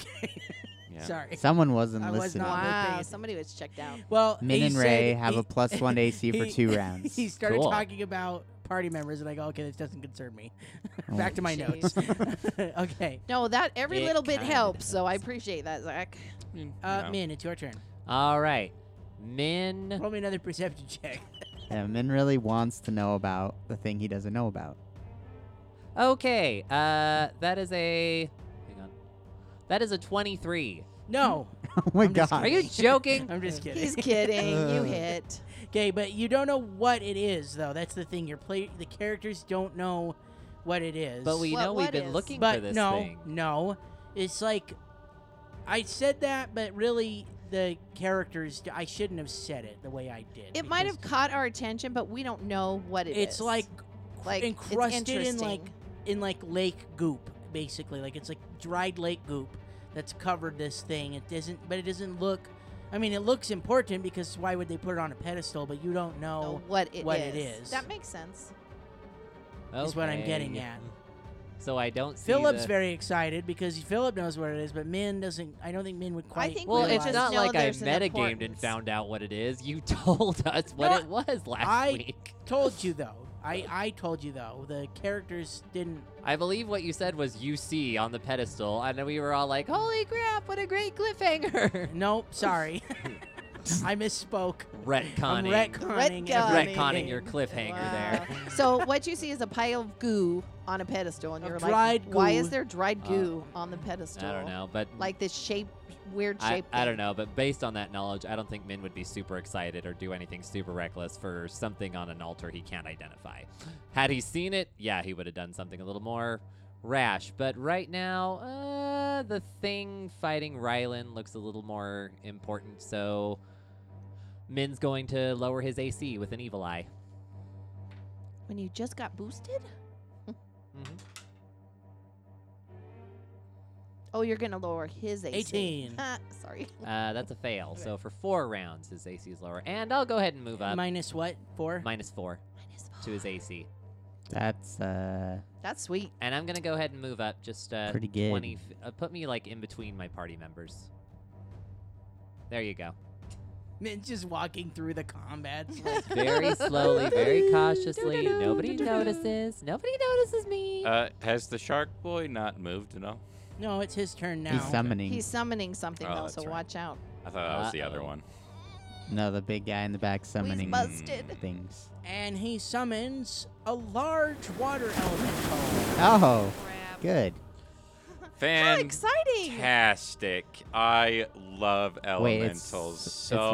Speaker 3: Yeah.
Speaker 4: Sorry.
Speaker 1: Someone wasn't
Speaker 4: I was
Speaker 1: listening.
Speaker 4: not.
Speaker 5: Wow,
Speaker 4: Appropriate.
Speaker 5: somebody was checked out.
Speaker 4: Well,
Speaker 1: Min
Speaker 4: he
Speaker 1: and Ray
Speaker 4: said-
Speaker 1: have a
Speaker 4: he-
Speaker 1: plus one to AC for
Speaker 4: he-
Speaker 1: two rounds.
Speaker 4: He started
Speaker 6: Cool.
Speaker 4: talking about party members, and I go, okay, this doesn't concern me.
Speaker 1: Oh.
Speaker 4: Back to my notes.
Speaker 5: Jeez.
Speaker 4: okay,
Speaker 5: No, that every
Speaker 6: It
Speaker 5: little bit
Speaker 6: kinda
Speaker 5: helps, so I appreciate that, Zach.
Speaker 3: Mm,
Speaker 4: uh,
Speaker 3: no.
Speaker 4: Min, it's your turn.
Speaker 6: All right. Min.
Speaker 4: Roll me another perception check.
Speaker 1: Yeah, Min really wants to know about the thing he doesn't know about.
Speaker 6: Okay. Uh, that is a. Hang on. That is a 23.
Speaker 4: No,
Speaker 1: Oh my
Speaker 4: I'm just
Speaker 1: god.
Speaker 6: Are you joking?
Speaker 4: I'm just
Speaker 5: He's
Speaker 4: kidding.
Speaker 5: kidding. you
Speaker 1: Uh.
Speaker 5: hit.
Speaker 4: Okay, but you don't know what it is, though. That's the thing. Your play, the characters don't know what it is.
Speaker 6: But we
Speaker 5: What-
Speaker 6: know we've
Speaker 5: what
Speaker 6: been
Speaker 5: is?
Speaker 6: looking for
Speaker 4: but
Speaker 6: this
Speaker 4: no,
Speaker 6: thing.
Speaker 4: no, it's like I said that, but really the characters. I shouldn't have said it the way I did.
Speaker 5: It might
Speaker 4: because
Speaker 5: have caught our attention, but we don't know what it
Speaker 4: it's
Speaker 5: is.
Speaker 4: like
Speaker 5: like it's
Speaker 4: encrusted in like
Speaker 5: interesting.
Speaker 4: in like lake goop, basically. Like it's like dried lake goop that's covered this thing. It doesn't, but it doesn't look. I mean, it looks important because why would they put it on a pedestal? But you don't
Speaker 5: know
Speaker 4: know.
Speaker 5: what it
Speaker 4: what it is.
Speaker 5: That makes sense.
Speaker 4: Is what I'm getting
Speaker 6: Okay.
Speaker 4: at.
Speaker 6: So I don't see.
Speaker 4: Philip's
Speaker 6: the-
Speaker 4: very excited because Philip knows what it is, but Min doesn't. I don't think Min would quite.
Speaker 5: think we
Speaker 6: Well,
Speaker 5: Really
Speaker 6: it's
Speaker 5: just
Speaker 6: not
Speaker 5: know
Speaker 6: like I
Speaker 5: there's an
Speaker 6: metagamed and
Speaker 5: importance.
Speaker 6: found out what it is. You told us what
Speaker 4: No,
Speaker 6: it was last
Speaker 4: I-
Speaker 6: week.
Speaker 4: told you though. I I told you though. The characters didn't.
Speaker 6: I believe what you said was UC on the pedestal, and we were all like, "Oh, holy crap, what a great cliffhanger!
Speaker 4: Nope, sorry. I misspoke. I'm
Speaker 6: retconning.
Speaker 4: retconning.
Speaker 5: Retconning.
Speaker 4: everything.
Speaker 6: retconning your cliffhanger there.
Speaker 5: Wow. so what you see is a pile of goo on a pedestal, and
Speaker 4: Of
Speaker 5: you're
Speaker 4: dried
Speaker 5: like, "Why
Speaker 4: goo.
Speaker 5: is there dried
Speaker 6: Uh,
Speaker 5: goo on the pedestal?"
Speaker 6: I don't know, but
Speaker 5: Like this shape, weird
Speaker 6: I,
Speaker 5: shape.
Speaker 6: I don't know, but based on that knowledge, I don't think Min would be super excited or do anything super reckless for something on an altar he can't identify. Had he seen it, yeah, he would have done something a little more rash. But right now, uh, the thing fighting Rylan looks a little more important, so Min's going to lower his AC with an evil eye.
Speaker 5: When you just got boosted? Oh, you're gonna lower his AC.
Speaker 4: 18.
Speaker 5: Ah, Sorry.
Speaker 6: Uh, that's a fail. So for four rounds, his AC is lower, and I'll go ahead and move up
Speaker 4: Minus what? Four?
Speaker 6: minus four
Speaker 5: Minus
Speaker 6: to his AC.
Speaker 1: That's uh
Speaker 5: That's sweet.
Speaker 6: And I'm gonna go ahead and move up just uh,
Speaker 1: Pretty good.
Speaker 6: 20. F- uh, put me like in between my party members. There you go.
Speaker 4: Min's just walking through the combats. like,
Speaker 6: Very slowly, very cautiously. Nobody notices. Nobody notices me.
Speaker 3: Uh, has the shark boy not moved at all?
Speaker 4: no, it's his turn now.
Speaker 1: he's summoning.
Speaker 5: He's summoning something
Speaker 3: Oh,
Speaker 5: though,
Speaker 3: that's
Speaker 5: so
Speaker 3: right.
Speaker 5: watch out.
Speaker 3: I thought that was the other
Speaker 6: Uh-oh.
Speaker 3: one.
Speaker 1: no, the big guy in the back
Speaker 5: He's
Speaker 1: summoning
Speaker 5: busted.
Speaker 1: things.
Speaker 4: and he summons a large water elemental.
Speaker 1: Oh, good.
Speaker 5: How
Speaker 3: Fan.
Speaker 5: exciting!
Speaker 3: Fantastic. I love
Speaker 1: Wait,
Speaker 3: elementals
Speaker 1: it's,
Speaker 3: so
Speaker 1: it's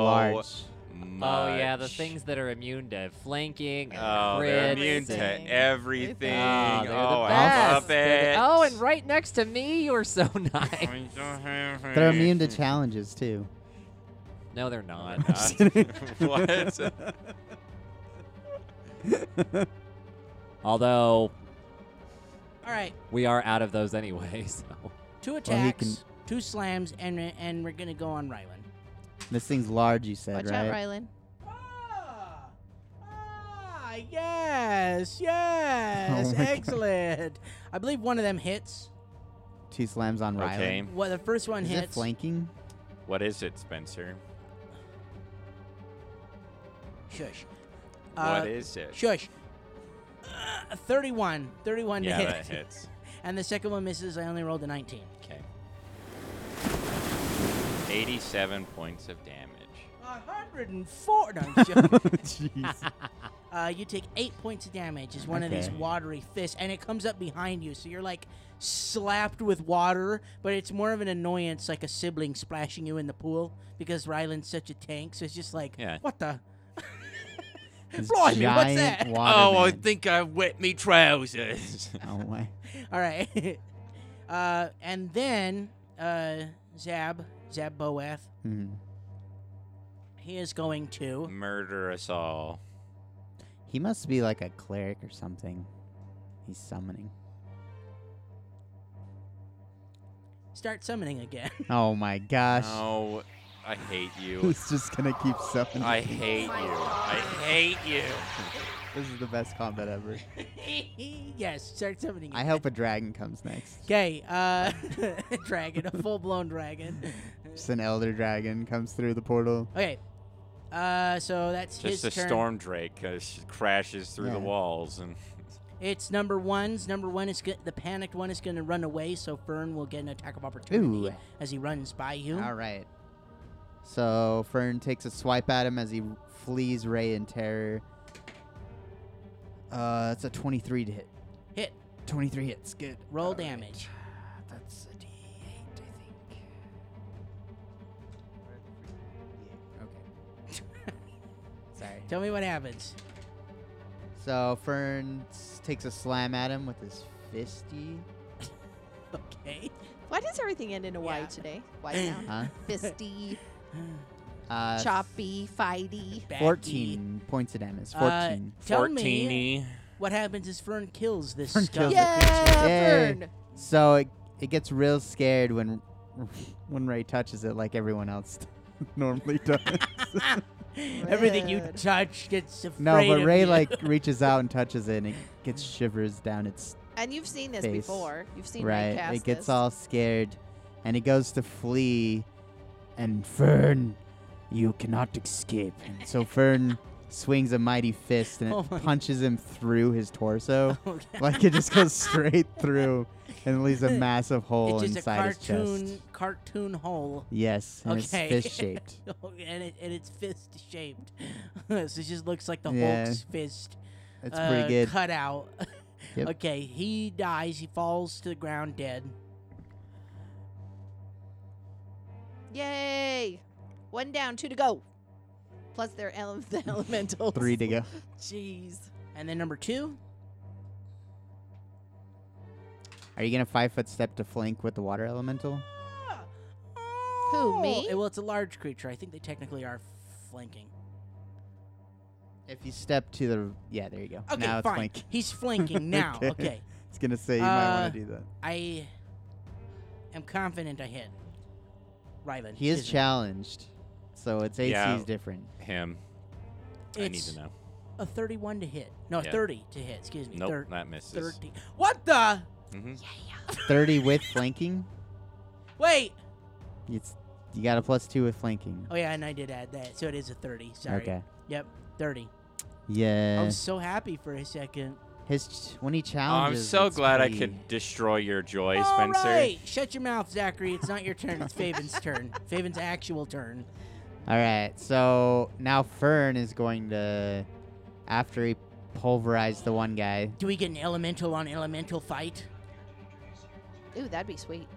Speaker 1: large.
Speaker 6: oh yeah, the
Speaker 3: much.
Speaker 6: things that are immune to flanking. And
Speaker 3: Oh, they're
Speaker 6: crits
Speaker 3: immune
Speaker 6: and-
Speaker 3: to
Speaker 5: Everything.
Speaker 3: everything. Oh,
Speaker 6: Oh, they're the
Speaker 3: I love
Speaker 6: best. Oh, They're
Speaker 3: it.
Speaker 6: the- Oh, and right next to me, you are so nice.
Speaker 3: right.
Speaker 1: They're immune to challenges too.
Speaker 6: No, they're not.
Speaker 3: what?
Speaker 6: Although
Speaker 4: All right,
Speaker 6: we are out of those anyway, so
Speaker 4: two
Speaker 1: he
Speaker 4: attacks,
Speaker 1: can-
Speaker 4: two slams, and and we're gonna go on Rylan.
Speaker 1: This thing's large, you said,
Speaker 5: Watch
Speaker 1: right?
Speaker 5: out, Rylan.
Speaker 4: Ah, ah, yes, yes,
Speaker 1: Oh my God.
Speaker 4: excellent. I believe one of them hits.
Speaker 1: Two slams on Rylan.
Speaker 3: Okay.
Speaker 4: Well, the first one
Speaker 1: Is it
Speaker 4: hits.
Speaker 1: flanking?
Speaker 3: What is it, Spencer?
Speaker 4: Shush. Uh,
Speaker 3: what is it?
Speaker 4: Shush. Uh, 31. 31 to
Speaker 3: yeah,
Speaker 4: hit.
Speaker 3: that hits.
Speaker 4: And the second one misses. I only rolled a 19.
Speaker 3: Okay. 87 points of damage.
Speaker 4: 104. No, I'm joking.
Speaker 1: Jeez.
Speaker 4: uh, you take eight points of damage as one of these
Speaker 1: Okay.
Speaker 4: watery fists, and it comes up behind you. So you're like slapped with water, but it's more of an annoyance, like a sibling splashing you in the pool because Rylan's such a tank. So it's just like,
Speaker 3: Yeah.
Speaker 4: what the?
Speaker 1: This
Speaker 4: Blimey,
Speaker 1: giant
Speaker 4: what's that? Oh,
Speaker 1: water man.
Speaker 3: think Oh, I wet me trousers.
Speaker 1: Oh my.
Speaker 4: All right. uh, and then uh, Zab, Zab Boeth,
Speaker 1: Hmm.
Speaker 4: he is going to.
Speaker 3: Murder us all.
Speaker 1: He must be like a cleric or something. He's summoning.
Speaker 4: start summoning again.
Speaker 1: Oh my gosh.
Speaker 3: No, I hate you.
Speaker 1: He's just gonna keep summoning.
Speaker 3: I hate you. I hate you.
Speaker 1: This is the best combat ever.
Speaker 4: yes, start summoning.
Speaker 1: I hope a dragon comes next.
Speaker 4: Okay, uh, dragon, a full blown dragon.
Speaker 1: Just an elder dragon comes through the portal.
Speaker 4: Okay, uh, so that's
Speaker 3: Just
Speaker 4: his
Speaker 3: a
Speaker 4: turn.
Speaker 3: storm drake uh, sh- crashes through the
Speaker 1: Yeah.
Speaker 3: walls and
Speaker 4: It's number one's. Number one is go- the panicked one is going to run away, so Fern will get an attack of opportunity
Speaker 1: Ooh.
Speaker 4: as he runs by you.
Speaker 1: All right. So Fern takes a swipe at him as he flees Ray in terror. Uh, it's a 23 to hit.
Speaker 4: Hit,
Speaker 1: 23 hits. Good.
Speaker 4: roll
Speaker 1: All right.
Speaker 4: damage.
Speaker 1: That's a D8, I think. Yeah, okay. Sorry.
Speaker 4: Tell me what happens.
Speaker 1: So Fern s- takes a slam at him with his fisty.
Speaker 4: Okay.
Speaker 5: Why does everything end in a Y
Speaker 4: Yeah.
Speaker 5: today? Y sound.
Speaker 1: Huh?
Speaker 5: Fisty,
Speaker 1: Uh,
Speaker 5: choppy, fighty.
Speaker 4: Backy.
Speaker 1: 14 points of damage.
Speaker 4: Uh,
Speaker 1: 14.
Speaker 4: E. tell
Speaker 3: 14
Speaker 4: me what happens is Fern kills this
Speaker 1: Fern
Speaker 4: scum.
Speaker 1: kills it.
Speaker 5: Yeah,
Speaker 1: Yay.
Speaker 5: Fern.
Speaker 1: so it, it gets real scared when when Ray touches it like everyone else normally does.
Speaker 4: Everything you
Speaker 5: Red.
Speaker 4: touch gets afraid
Speaker 1: no, but
Speaker 4: of
Speaker 1: Ray
Speaker 4: you.
Speaker 1: like reaches out and touches it and it gets shivers down its
Speaker 5: And you've seen this
Speaker 1: Face.
Speaker 5: before. You've seen Ray
Speaker 1: right.
Speaker 5: cast
Speaker 1: It gets
Speaker 5: this.
Speaker 1: all scared and it goes to flee and Fern you cannot escape. And so Fern swings a mighty fist and it
Speaker 4: Oh my-
Speaker 1: punches him through his torso.
Speaker 4: Okay.
Speaker 1: like it just goes straight through and leaves a massive hole
Speaker 4: It's just a
Speaker 1: inside his
Speaker 4: cartoon
Speaker 1: chest.
Speaker 4: cartoon hole.
Speaker 1: Yes, and
Speaker 4: Okay.
Speaker 1: it's fist shaped.
Speaker 4: and it and it's fist shaped. so it just looks like the
Speaker 1: Yeah.
Speaker 4: Hulk's fist.
Speaker 1: It's
Speaker 4: uh,
Speaker 1: pretty good.
Speaker 4: Cut out.
Speaker 1: Yep.
Speaker 4: Okay, he dies. He falls to the ground dead.
Speaker 5: Yay! One down, two to go. Plus their ele- the elementals.
Speaker 1: Three to go.
Speaker 5: Jeez.
Speaker 4: And then number two,
Speaker 1: Are you gonna five foot step to flank with the water elemental?
Speaker 5: Who, me?
Speaker 4: Eh, Well, it's a large creature. I think they technically are flanking.
Speaker 1: If you step to the yeah, there you go.
Speaker 4: Okay,
Speaker 1: now it's
Speaker 4: fine.
Speaker 1: flank.
Speaker 4: He's flanking now.
Speaker 1: Okay.
Speaker 4: okay,
Speaker 1: It's gonna say you might
Speaker 4: Uh,
Speaker 1: want to do that.
Speaker 4: I am confident I hit Rylan.
Speaker 1: He is
Speaker 4: isn't
Speaker 1: challenged, so its AC
Speaker 3: Yeah.
Speaker 1: is different.
Speaker 3: him. I need
Speaker 4: It's-
Speaker 3: to know.
Speaker 4: a 31 to hit. No, a
Speaker 3: Yeah.
Speaker 4: 30 to hit. Excuse me.
Speaker 3: Nope,
Speaker 4: Thir-
Speaker 3: that misses.
Speaker 4: 30. What the?
Speaker 3: hmm
Speaker 1: Thirty with flanking.
Speaker 4: Wait.
Speaker 1: It's you got a plus two with flanking.
Speaker 4: Oh yeah, and I did add that, so it is a 30. Sorry. Oh,
Speaker 1: Okay.
Speaker 4: Yep, 30. I
Speaker 1: Yeah.
Speaker 4: was so happy for a second.
Speaker 1: His ch- when he
Speaker 3: Oh, I'm
Speaker 1: challenges.
Speaker 3: so
Speaker 1: it's
Speaker 3: glad I
Speaker 1: pretty-
Speaker 3: could destroy your joy,
Speaker 4: All
Speaker 3: Spencer.
Speaker 4: right, shut your mouth, Zachary. It's not your turn. It's Faven's turn. Faven's actual turn.
Speaker 1: All right, so now Fern is going to, after he pulverized the one guy,
Speaker 4: Do we get an elemental on elemental fight?
Speaker 5: Ooh, that'd be sweet.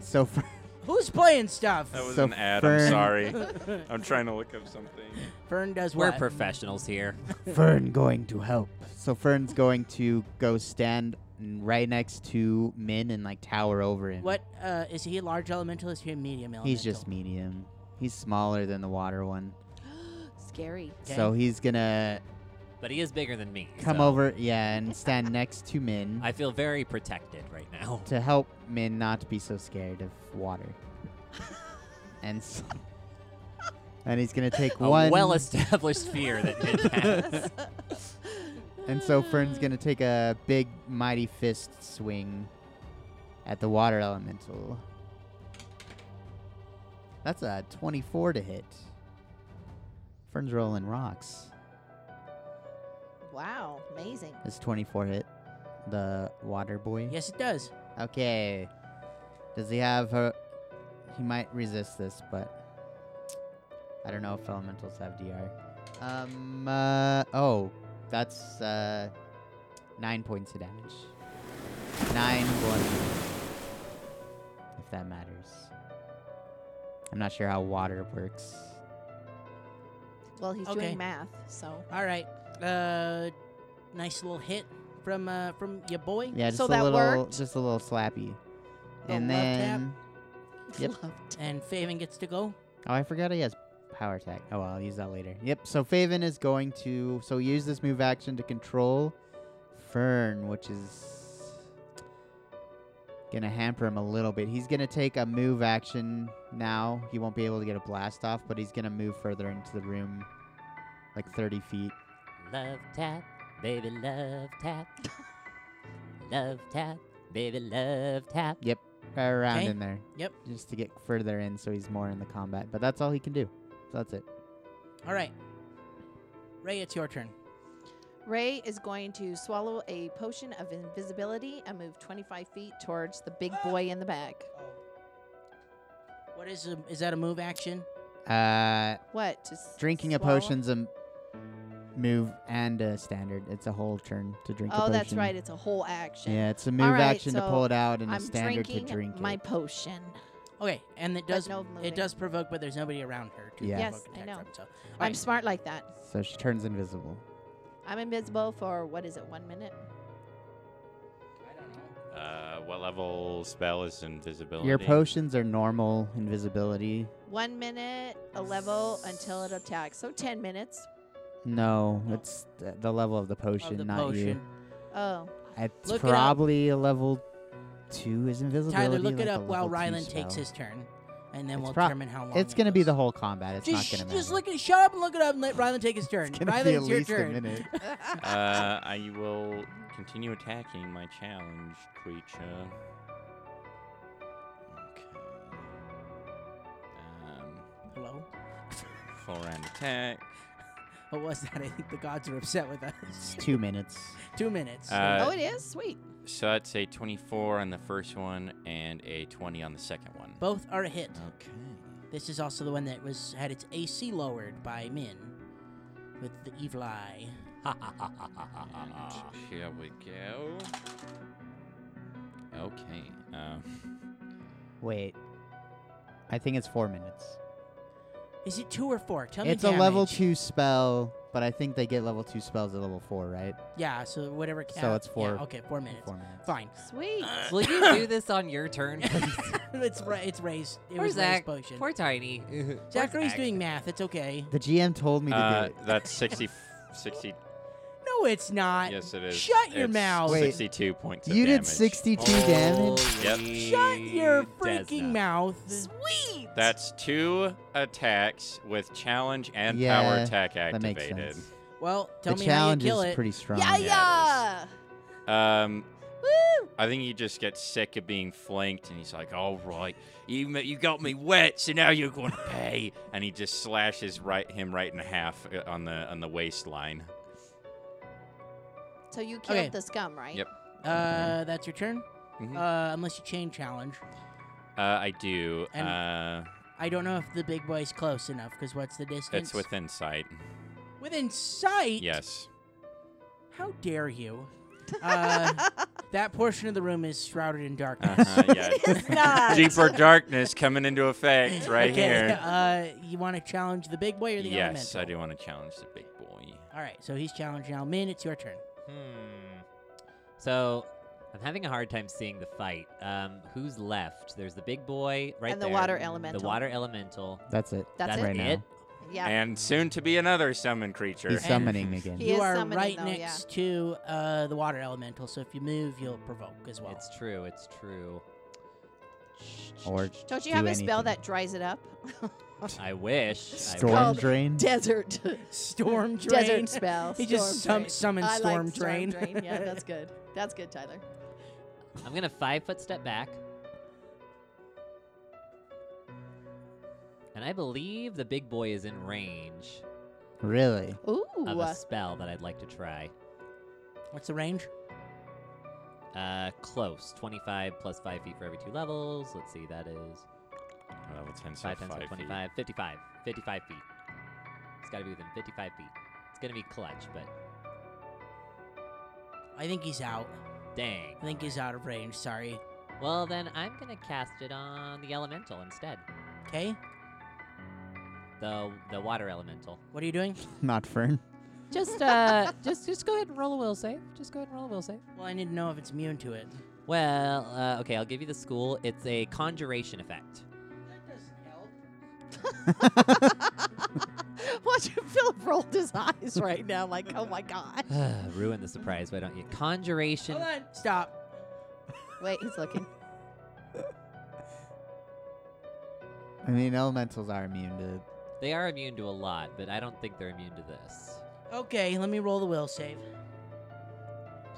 Speaker 1: so Fern,
Speaker 4: Who's playing stuff?
Speaker 3: That was
Speaker 1: So
Speaker 3: an ad.
Speaker 1: Fern-
Speaker 3: I'm sorry. I'm trying to look up something.
Speaker 4: Fern does
Speaker 6: we're
Speaker 4: what?
Speaker 6: professionals here.
Speaker 1: Fern going to help. So Fern's going to go stand n- right next to Min and like tower over him.
Speaker 4: What uh, is he a large elemental? Is he a medium elemental?
Speaker 1: He's just medium. He's smaller than the water one,
Speaker 5: Scary.
Speaker 1: so he's gonna
Speaker 6: but he is bigger than me.
Speaker 1: Come
Speaker 6: so
Speaker 1: over, yeah, and stand next to Min
Speaker 6: uh, I feel very protected right now.
Speaker 1: to help Min not be so scared of water. and s and he's gonna take
Speaker 6: A
Speaker 1: one.
Speaker 6: well-established fear that Min has.
Speaker 1: and so Fern's gonna take a big, mighty fist swing at the water elemental. That's a 24 to hit. Fern's rolling rocks.
Speaker 5: Wow, amazing.
Speaker 1: That's 24 hit. The water boy.
Speaker 4: Yes, it does.
Speaker 1: Okay. Does he have her? He might resist this, but I don't know if elementals have DR. Um. Uh, oh, that's uh, nine points of damage. Nine points, if that matters. I'm not sure how water works.
Speaker 5: Well, he's
Speaker 4: Okay.
Speaker 5: doing math, so.
Speaker 4: All right. Uh, nice little hit from uh from your boy.
Speaker 1: Yeah, just
Speaker 5: So
Speaker 1: a
Speaker 5: that
Speaker 1: little,
Speaker 5: worked?
Speaker 1: just a little slappy,
Speaker 4: The
Speaker 1: and
Speaker 4: left tap?
Speaker 1: then. Yep.
Speaker 4: And Faven gets to go.
Speaker 1: Oh, I forgot he has power attack. Oh, well, I'll use that later. Yep. So Faven is going to so use this move action to control Fern, which is gonna hamper him a little bit. He's gonna take a move action now. He won't be able to get a blast off, but he's gonna move further into the room, like 30 feet.
Speaker 6: Love tap, baby, love tap. love tap, baby, love tap.
Speaker 1: Yep, around
Speaker 4: Okay.
Speaker 1: in there.
Speaker 4: Yep.
Speaker 1: Just to get further in, so he's more in the combat. But that's all he can do. So that's it.
Speaker 4: All right. Ray, it's your turn.
Speaker 5: Ray is going to swallow a potion of invisibility and move 25 feet towards the big boy in the back.
Speaker 4: Oh. What is a, is that a move action?
Speaker 1: Uh,
Speaker 5: What? Just
Speaker 1: Drinking a
Speaker 5: swallow?
Speaker 1: potion's a m- move and a standard. It's a whole turn to drink a
Speaker 5: Oh,
Speaker 1: potion.
Speaker 5: that's right. It's a whole action.
Speaker 1: Yeah, it's a move
Speaker 5: right,
Speaker 1: action to
Speaker 5: so
Speaker 1: pull it out and a
Speaker 5: I'm
Speaker 1: standard to
Speaker 5: drinking
Speaker 1: drink
Speaker 5: my
Speaker 1: it.
Speaker 5: potion.
Speaker 4: Okay, and it does
Speaker 5: no moving.
Speaker 4: it does provoke, but there's nobody around her to
Speaker 1: Yeah.
Speaker 4: provoke
Speaker 5: Yes, I
Speaker 4: attack
Speaker 5: know.
Speaker 4: from. So,
Speaker 5: I'm
Speaker 4: Right.
Speaker 5: smart like that.
Speaker 1: So she turns invisible.
Speaker 5: I'm invisible for what is it? One minute.
Speaker 3: Uh, what level spell is invisibility?
Speaker 1: Your potions are normal invisibility.
Speaker 5: One minute, a level until it attacks. So 10 minutes.
Speaker 1: No,
Speaker 4: No.
Speaker 1: it's th- the level of the potion,
Speaker 4: of the
Speaker 1: not
Speaker 4: potion.
Speaker 5: Oh,
Speaker 1: you. It's
Speaker 4: Look it up.
Speaker 1: probably a level two is invisibility.
Speaker 4: Tyler, look
Speaker 1: like
Speaker 4: it
Speaker 1: a
Speaker 4: up while
Speaker 1: level two
Speaker 4: Rylan takes
Speaker 1: spell.
Speaker 4: his turn, and then
Speaker 1: It's
Speaker 4: we'll
Speaker 1: prob-
Speaker 4: determine how long.
Speaker 1: It's
Speaker 4: it
Speaker 1: gonna be
Speaker 4: goes.
Speaker 1: the whole combat. It's
Speaker 4: just
Speaker 1: not gonna matter.
Speaker 4: just look at shut up and look it up and let Rylan take his turn.
Speaker 1: It's gonna
Speaker 4: Rylan,
Speaker 1: be at
Speaker 4: it's your
Speaker 1: least
Speaker 4: turn.
Speaker 1: a minute.
Speaker 3: uh, I will continue attacking my challenged creature. Okay. Um,
Speaker 4: Hello.
Speaker 3: full round attack.
Speaker 4: What was that? I think the gods are upset with us.
Speaker 1: it's two minutes.
Speaker 4: Two minutes.
Speaker 3: Uh,
Speaker 5: oh, it is sweet.
Speaker 3: So that's a 24 on the first one and a 20 on the second one.
Speaker 4: Both are a hit.
Speaker 3: Okay.
Speaker 4: This is also the one that was had its AC lowered by Min with the evil eye.
Speaker 3: And Uh, here we go. Okay. Um,
Speaker 1: Wait, I think it's four minutes.
Speaker 4: Is it two or four? Tell me.
Speaker 1: it's a level
Speaker 4: damage.
Speaker 1: two spell, but I think they get level two spells at level four, right?
Speaker 4: Yeah. So whatever. Ca-
Speaker 1: So it's four-
Speaker 4: Yeah, okay, four minutes.
Speaker 1: Four minutes.
Speaker 4: Fine.
Speaker 5: Sweet.
Speaker 4: uh,
Speaker 6: Will you do this on your turn, please?
Speaker 4: it's ra- it's raised. It
Speaker 6: Poor
Speaker 4: was raised
Speaker 6: Zach.
Speaker 4: potion.
Speaker 6: Poor Tiny.
Speaker 4: Zachary's doing math. It's okay.
Speaker 1: The GM told me to
Speaker 3: uh,
Speaker 1: do it.
Speaker 3: that's 60. 60
Speaker 4: No, it's not.
Speaker 3: yes, it is.
Speaker 4: Shut your
Speaker 3: It's
Speaker 4: mouth.
Speaker 1: Wait.
Speaker 3: 62 points of
Speaker 1: You did
Speaker 3: damage.
Speaker 1: 62 damage.
Speaker 6: Oh,
Speaker 4: Shut your freaking mouth.
Speaker 5: Sweet.
Speaker 3: That's two attacks with challenge and power
Speaker 1: Yeah,
Speaker 3: attack
Speaker 1: That
Speaker 3: activated.
Speaker 1: makes sense.
Speaker 4: Well, tell
Speaker 1: the
Speaker 4: me how you
Speaker 1: challenge
Speaker 4: kill
Speaker 1: is
Speaker 4: it.
Speaker 1: pretty strong.
Speaker 5: yeah,
Speaker 3: it is.
Speaker 5: yeah.
Speaker 3: Um,
Speaker 5: Woo.
Speaker 3: I think he just gets sick of being flanked, and he's like, "All right, you ma- you got me wet, so now you're going to pay." And he just slashes right him right in half uh, on the on the waistline.
Speaker 5: So you killed
Speaker 4: Okay.
Speaker 5: the scum, right?
Speaker 3: Yep.
Speaker 4: Uh, that's your turn.
Speaker 1: Mm-hmm.
Speaker 3: Mhm. Uh,
Speaker 4: Uh, unless you chain challenge.
Speaker 3: I do.
Speaker 4: and-
Speaker 3: Uh,
Speaker 4: I don't know if the big boy's close enough. Because what's the distance?
Speaker 3: it's within sight.
Speaker 4: within sight.
Speaker 3: Yes.
Speaker 4: How dare you? Uh, that portion of the room is shrouded in darkness.
Speaker 3: Uh-huh, yeah.
Speaker 5: It's not.
Speaker 3: Deeper darkness coming into effect right
Speaker 4: okay,
Speaker 3: here.
Speaker 4: Uh, you want to challenge the big boy or the
Speaker 3: Yes,
Speaker 4: elemental?
Speaker 3: I do want to challenge the big boy.
Speaker 4: All right, so he's challenged now. Min, it's your turn.
Speaker 6: Hmm. So, I'm having a hard time seeing the fight. Um, who's left? There's the big boy right
Speaker 5: and the
Speaker 6: there.
Speaker 5: water elemental.
Speaker 6: The water elemental.
Speaker 1: That's it.
Speaker 5: That's,
Speaker 6: That's
Speaker 5: it.
Speaker 1: right now.
Speaker 6: it.
Speaker 5: Yeah.
Speaker 3: and soon to be another summon creature.
Speaker 1: He's summoning again.
Speaker 5: He
Speaker 4: you
Speaker 5: is
Speaker 4: are
Speaker 5: summoning,
Speaker 4: right
Speaker 5: though, yeah.
Speaker 4: next to uh, the water elemental, so if you move, you'll provoke as well.
Speaker 6: It's true. It's true.
Speaker 1: Or
Speaker 5: Don't you
Speaker 1: do
Speaker 5: have a spell
Speaker 1: anything.
Speaker 5: that dries it up?
Speaker 6: I wish. I
Speaker 1: storm
Speaker 5: called
Speaker 1: drain?
Speaker 5: Desert.
Speaker 4: storm drain.
Speaker 5: Desert spell.
Speaker 4: He just
Speaker 5: Storm
Speaker 4: sum- summons
Speaker 5: I
Speaker 4: storm
Speaker 5: like
Speaker 4: drain.
Speaker 5: Storm drain. Yeah, that's good. That's good, Tyler.
Speaker 6: wish. I'm gonna five foot step back. And I believe the big boy is in range
Speaker 1: really?
Speaker 5: Ooh.
Speaker 6: of a spell that I'd like to try.
Speaker 4: What's the range?
Speaker 6: Uh, close. 25 plus 5 feet for every two levels. Let's see, that is
Speaker 3: Level 10, so
Speaker 6: 5 times
Speaker 3: five feet.
Speaker 6: 25. 55. 55 feet. It's gotta be within 55 feet. It's gonna be clutch, but
Speaker 4: I think he's out.
Speaker 6: dang.
Speaker 4: I think he's out of range. Sorry.
Speaker 6: Well, then I'm gonna cast it on the elemental instead.
Speaker 4: Okay.
Speaker 6: The the water elemental.
Speaker 4: What are you doing?
Speaker 1: Not Fern.
Speaker 6: Just uh, just just go ahead and roll a will save. Just go ahead and roll a will save.
Speaker 4: Well, I need to know if it's immune to it.
Speaker 6: Well, uh, okay, I'll give you the school. It's a conjuration effect.
Speaker 4: That doesn't help.
Speaker 5: Watch Philip rolled his eyes right now, like, oh my god.
Speaker 6: Ruin the surprise, why don't you? Conjuration.
Speaker 4: Hold on. Stop.
Speaker 5: Wait, he's looking.
Speaker 1: I mean, elementals are immune to.
Speaker 6: They are immune to a lot, but I don't think they're immune to this.
Speaker 4: Okay, let me roll the will save.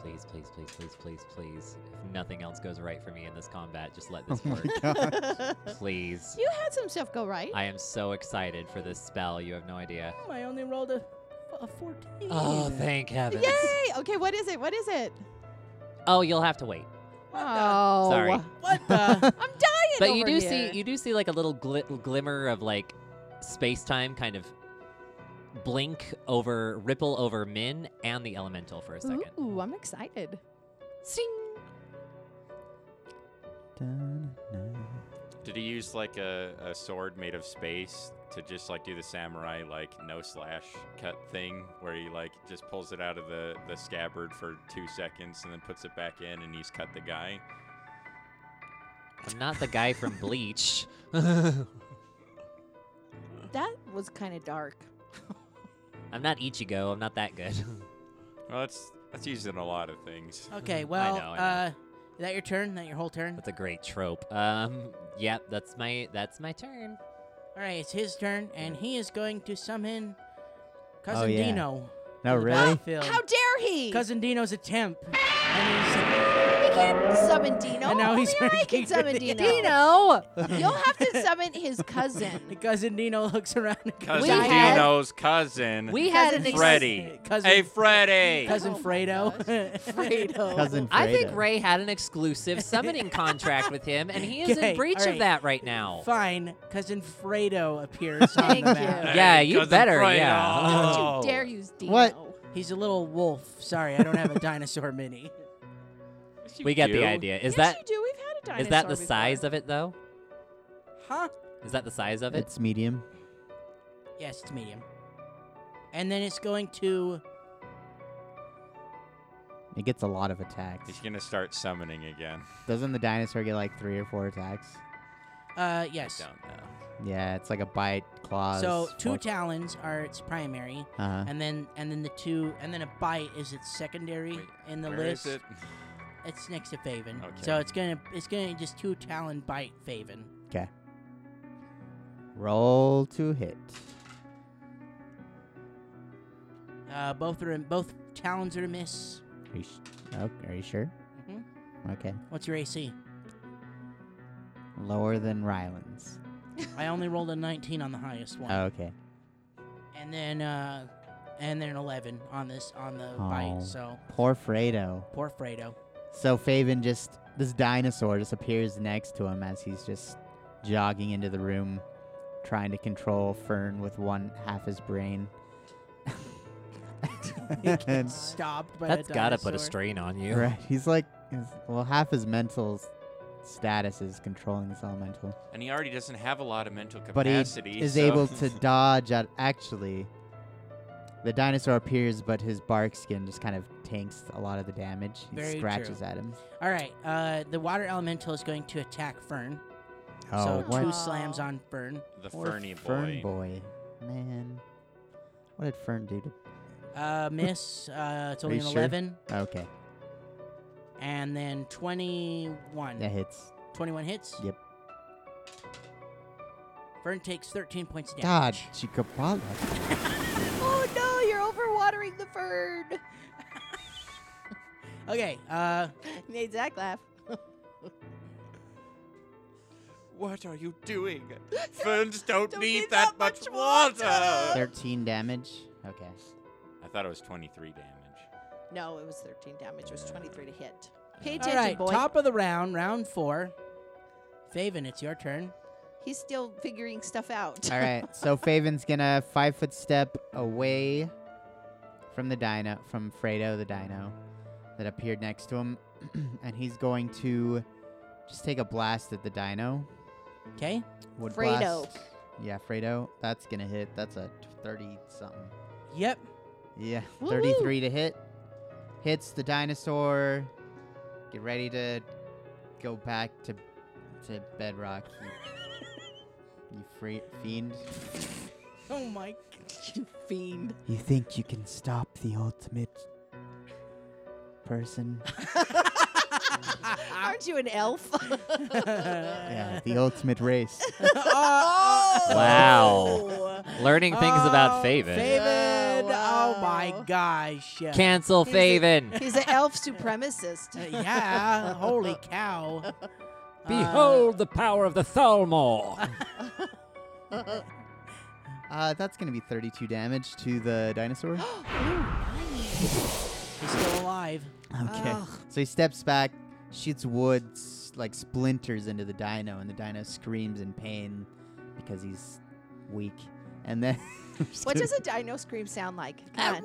Speaker 6: Please, please, please, please, please, please. If nothing else goes right for me in this combat, just
Speaker 3: Oh
Speaker 6: let this work.
Speaker 1: God.
Speaker 6: please.
Speaker 5: you had some stuff go right.
Speaker 6: I am so excited for this spell. You have no idea.
Speaker 4: Oh, I only rolled a, a 14.
Speaker 6: Oh, thank heavens.
Speaker 5: Yay! Okay, what is it? What is it?
Speaker 6: Oh, you'll have to wait.
Speaker 4: What
Speaker 5: oh,
Speaker 6: Sorry.
Speaker 5: I'm
Speaker 4: the? What the?
Speaker 5: dying.
Speaker 6: But you
Speaker 5: over
Speaker 6: do
Speaker 5: here.
Speaker 6: see you do see like a little glit- glimmer of like space time kind of blink over ripple over Min and the elemental for a second.
Speaker 5: Ooh, I'm excited.
Speaker 6: Sing.
Speaker 1: Dun, dun, dun.
Speaker 3: Did he use like a, a sword made of space to just like do the samurai like no slash cut thing where he like just pulls it out of the, the scabbard for two seconds and then puts it back in and he's cut the guy?
Speaker 6: I'm not the guy from Bleach.
Speaker 5: That was kind of dark.
Speaker 6: I'm not Ichigo. I'm not that good.
Speaker 3: Well, that's that's used in a lot of things.
Speaker 4: Okay, well,
Speaker 6: know, I know.
Speaker 4: uh, is that your turn? That your whole turn?
Speaker 6: that's a great trope. Um, yep, that's my that's my turn.
Speaker 4: All right, it's his turn, and he is going to summon cousin
Speaker 1: Oh, yeah.
Speaker 4: Dino.
Speaker 1: No,
Speaker 4: from the
Speaker 1: really?
Speaker 4: battlefield.
Speaker 5: How dare he?
Speaker 4: cousin Dino's a temp, and he's
Speaker 5: he can't summon Dino.
Speaker 4: And now he's
Speaker 5: Only I
Speaker 4: making
Speaker 5: can summon
Speaker 4: Dino.
Speaker 5: Dino. Dino, you'll have to summon his cousin.
Speaker 4: Cousin Dino looks around. and goes,
Speaker 3: Cousin
Speaker 5: We had-
Speaker 3: Dino's cousin,
Speaker 6: We had an
Speaker 5: Cousin
Speaker 6: ex-
Speaker 3: Freddy.
Speaker 4: Cousin,
Speaker 3: Hey, Freddy!
Speaker 4: cousin
Speaker 5: Oh my
Speaker 4: Fredo.
Speaker 5: Fredo.
Speaker 1: Cousin
Speaker 6: I think
Speaker 1: Fredo.
Speaker 6: Ray had an exclusive summoning contract with him, and he is
Speaker 4: Okay,
Speaker 6: in breach
Speaker 4: all right.
Speaker 6: of that right now.
Speaker 4: Fine, cousin Fredo appears on
Speaker 5: Thank
Speaker 4: the
Speaker 5: you.
Speaker 4: map.
Speaker 6: Yeah,
Speaker 3: Hey,
Speaker 6: you
Speaker 3: Cousin
Speaker 6: better.
Speaker 3: Fredo.
Speaker 6: Yeah.
Speaker 5: Don't you dare use Dino.
Speaker 1: What?
Speaker 4: He's a little wolf. Sorry, I don't have a dinosaur mini.
Speaker 6: we get
Speaker 3: do?
Speaker 6: the idea. Is
Speaker 5: yes, you
Speaker 6: that
Speaker 5: do. We've had a dinosaur
Speaker 6: is that the
Speaker 5: before.
Speaker 6: size of it though?
Speaker 4: Huh?
Speaker 6: Is that the size of it?
Speaker 1: It's medium.
Speaker 4: Yes, it's medium. And then it's going to.
Speaker 1: It gets a lot of attacks.
Speaker 3: He's gonna start summoning again.
Speaker 1: Doesn't the dinosaur get like three or four attacks?
Speaker 4: Uh, yes.
Speaker 3: Don't know.
Speaker 1: Yeah, it's like a bite, claws.
Speaker 4: So two
Speaker 1: four-
Speaker 4: talons are its primary,
Speaker 1: uh-huh.
Speaker 4: and then and then the two and then a bite is its secondary
Speaker 3: Wait,
Speaker 4: in the
Speaker 3: Where
Speaker 4: list.
Speaker 3: is it?
Speaker 4: It's next to Faven. So
Speaker 3: Okay.
Speaker 4: it's gonna it's gonna just two talon bite Faven.
Speaker 1: Roll to hit.
Speaker 4: Uh, both are both talons are a miss.
Speaker 1: Are you, sh- oh, are you sure?
Speaker 3: Mm-hmm.
Speaker 4: Mhm.
Speaker 1: Okay.
Speaker 4: What's your AC?
Speaker 1: Lower than Rylan's.
Speaker 4: I only rolled a 19 on the highest one,
Speaker 1: Oh, okay.
Speaker 4: and then uh, and then an 11 on this on the
Speaker 1: Oh.
Speaker 4: bite. So
Speaker 1: Poor Fredo.
Speaker 4: poor Fredo.
Speaker 1: So Faven just this dinosaur just appears next to him as he's just jogging into the room, trying to control Fern with one half his brain.
Speaker 4: He gets
Speaker 1: And-
Speaker 4: stopped by
Speaker 6: That's
Speaker 4: a
Speaker 6: gotta put a
Speaker 4: dinosaur.
Speaker 6: strain on you.
Speaker 1: right, he's like, his- well, half his mental s- status is controlling this elemental,
Speaker 3: And he already doesn't have a lot of mental
Speaker 1: but he
Speaker 3: capacity.
Speaker 1: is
Speaker 3: so-
Speaker 1: able to dodge. At actually, the dinosaur appears, but his bark skin just kind of tanks a lot of the damage. He
Speaker 4: Very
Speaker 1: scratches
Speaker 4: true.
Speaker 1: at him.
Speaker 4: All right, uh, the water elemental is going to attack Fern. so
Speaker 1: Oh, what?
Speaker 4: two slams on Fern.
Speaker 3: the
Speaker 1: Poor
Speaker 3: Ferny boy.
Speaker 1: Fern boy. Man. What did Fern do to.
Speaker 4: Uh, miss. Uh, it's only
Speaker 1: you
Speaker 4: an
Speaker 1: sure?
Speaker 4: eleven,
Speaker 1: Okay.
Speaker 4: and then twenty-one.
Speaker 1: That hits.
Speaker 4: Twenty-one hits.
Speaker 1: Yep.
Speaker 4: Fern takes thirteen points of
Speaker 1: God,
Speaker 4: damage.
Speaker 1: Chikapala.
Speaker 5: Oh no, you're overwatering the fern.
Speaker 4: Okay. Uh,
Speaker 5: Made Zach laugh.
Speaker 3: What are you doing? Ferns don't,
Speaker 5: Don't
Speaker 3: need, that, much water.
Speaker 5: water.
Speaker 1: 13 damage. Okay.
Speaker 3: I thought it was 23 damage.
Speaker 5: No, it was 13 damage. It was 23 to hit. Pay
Speaker 4: all
Speaker 5: attention,
Speaker 4: right.
Speaker 5: boy.
Speaker 4: Top of the round, round four. Faven, it's your turn.
Speaker 5: He's still figuring stuff out.
Speaker 1: All right. So Faven's gonna five foot step away from the dino, from Fredo the dino that appeared next to him, and he's going to just take a blast at the dino.
Speaker 4: Okay.
Speaker 1: Wood
Speaker 5: Fredo.
Speaker 1: blast. Yeah, Fredo. That's gonna hit. That's a thirty something.
Speaker 4: Yep.
Speaker 1: Yeah,
Speaker 5: Woo-hoo.
Speaker 1: thirty-three to hit. Hits the dinosaur. Get ready to go back to to bedrock. You, you free, fiend.
Speaker 4: Oh my.
Speaker 5: You fiend.
Speaker 2: You think you can stop the ultimate person?
Speaker 5: Aren't you an elf?
Speaker 1: Yeah, the ultimate race.
Speaker 6: Wow. Learning things about
Speaker 4: Oh,
Speaker 6: Faven.
Speaker 4: Faven.
Speaker 5: Wow.
Speaker 4: Oh my gosh.
Speaker 6: Cancel
Speaker 5: He's a-
Speaker 6: Faven.
Speaker 5: He's an elf supremacist.
Speaker 4: Uh, yeah. Holy cow. Uh,
Speaker 6: Behold the power of the Thalmor.
Speaker 1: Uh, that's gonna be 32 damage to the dinosaur. okay.
Speaker 4: he's still alive.
Speaker 1: So he steps back, shoots wood, s- like splinters into the dino, and the dino screams in pain because he's weak. And then. I'm just
Speaker 5: What
Speaker 1: gonna-
Speaker 5: does a dino scream sound like? Come on.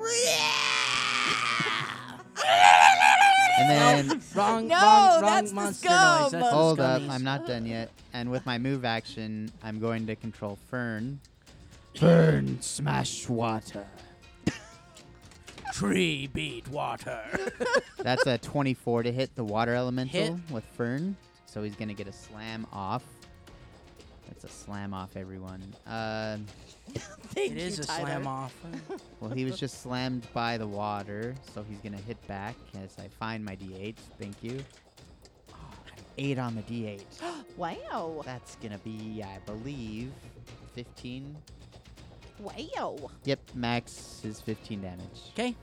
Speaker 1: And then.
Speaker 4: Wrong. wrong,
Speaker 5: No,
Speaker 4: wrong
Speaker 5: that's the
Speaker 4: monster noise.
Speaker 5: scum.
Speaker 4: That's the
Speaker 1: Hold up,
Speaker 4: scummies.
Speaker 1: I'm not done yet. And with my move action, I'm going to control Fern.
Speaker 2: Burn, smash water.
Speaker 4: Tree beat water.
Speaker 1: That's a 24 to hit the water elemental
Speaker 4: Hit.
Speaker 1: with Fern. So he's going to get a slam off. That's a slam off, everyone. Uh,
Speaker 5: Thank
Speaker 4: it is
Speaker 5: you,
Speaker 4: a
Speaker 5: Tyler.
Speaker 4: slam off.
Speaker 1: well, he was just slammed by the water, so he's going to hit back as I find my D8. Thank you. Oh, an 8 on the D8.
Speaker 5: Wow.
Speaker 1: That's going to be, I believe, 15.
Speaker 5: Wow.
Speaker 1: Yep, max is 15 damage.
Speaker 4: Okay.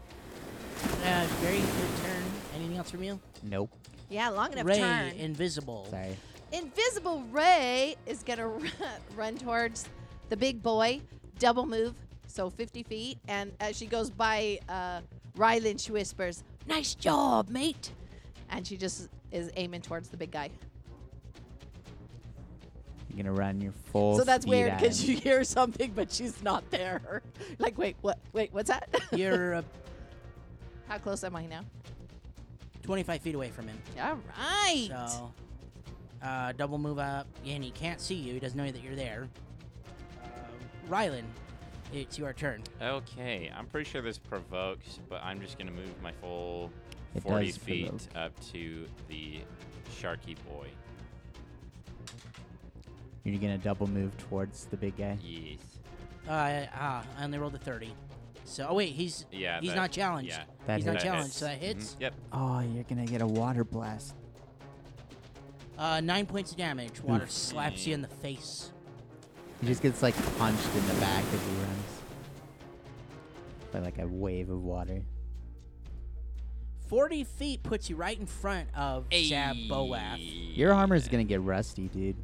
Speaker 4: Uh, very good turn. Anything else from you?
Speaker 1: Nope.
Speaker 5: Yeah, long enough
Speaker 4: Ray,
Speaker 5: turn.
Speaker 4: invisible.
Speaker 1: Sorry.
Speaker 5: Invisible Ray is going to run towards the big boy, double move, so 50 feet. And as she goes by uh, Rylan, she whispers, Nice job, mate. And she just is aiming towards the big guy.
Speaker 1: You're going to run your full
Speaker 5: so that's
Speaker 1: speed
Speaker 5: weird
Speaker 1: at
Speaker 5: because
Speaker 1: him.
Speaker 5: you hear something, but she's not there. like, wait, what? Wait, what's that?
Speaker 4: You're uh,
Speaker 5: How close am I now?
Speaker 4: 25 feet away from him.
Speaker 5: All right.
Speaker 4: So, uh, double move up, and he can't see you. He doesn't know that you're there. Um, Rylan, it's your turn.
Speaker 3: Okay, I'm pretty sure this provokes, but I'm just gonna move my full
Speaker 1: It
Speaker 3: 40
Speaker 1: does
Speaker 3: feet
Speaker 1: provoke.
Speaker 3: up to the Sharky boy.
Speaker 1: You're gonna double move towards the big guy.
Speaker 3: Yes.
Speaker 4: Uh, ah, I only rolled a 30. So, oh wait, he's
Speaker 3: Yeah.
Speaker 4: he's
Speaker 3: that-
Speaker 4: not challenged.
Speaker 3: Yeah.
Speaker 1: That
Speaker 4: he's not
Speaker 1: hits.
Speaker 4: challenged, so that
Speaker 3: Mhm,
Speaker 4: hits.
Speaker 3: Yep.
Speaker 2: Oh, you're gonna get a water blast.
Speaker 3: Mm-hmm.
Speaker 4: Uh, nine points of damage. Water slaps you in the face.
Speaker 1: He just gets like punched in the back as he runs by like a wave of water.
Speaker 4: 40 feet puts you right in front of Zaboath.
Speaker 1: Your armor's gonna get rusty, dude.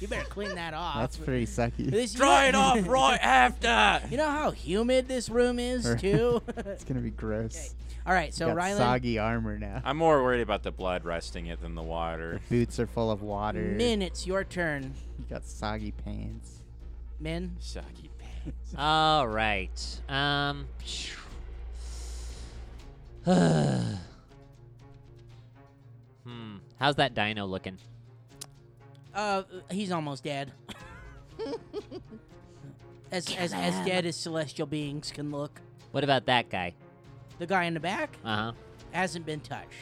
Speaker 4: You better clean that off.
Speaker 1: That's pretty sucky.
Speaker 4: This- you
Speaker 3: Dry
Speaker 4: know-
Speaker 3: it off right after.
Speaker 4: You know how humid this room is,
Speaker 1: Right.
Speaker 4: too?
Speaker 1: It's gonna be gross.
Speaker 4: All right, so
Speaker 1: Got
Speaker 4: Rylan.
Speaker 1: soggy armor now.
Speaker 3: I'm more worried about the blood rusting it than the water.
Speaker 1: Boots are full of water.
Speaker 4: Min, it's your turn.
Speaker 1: You got soggy pants.
Speaker 4: Min,
Speaker 3: Soggy pants.
Speaker 6: All right. Um. hmm. How's that dino looking?
Speaker 4: uh, he's almost dead. as as, as dead as celestial beings can look.
Speaker 6: What about that guy?
Speaker 4: The guy in the back
Speaker 6: Uh huh.
Speaker 4: hasn't been touched.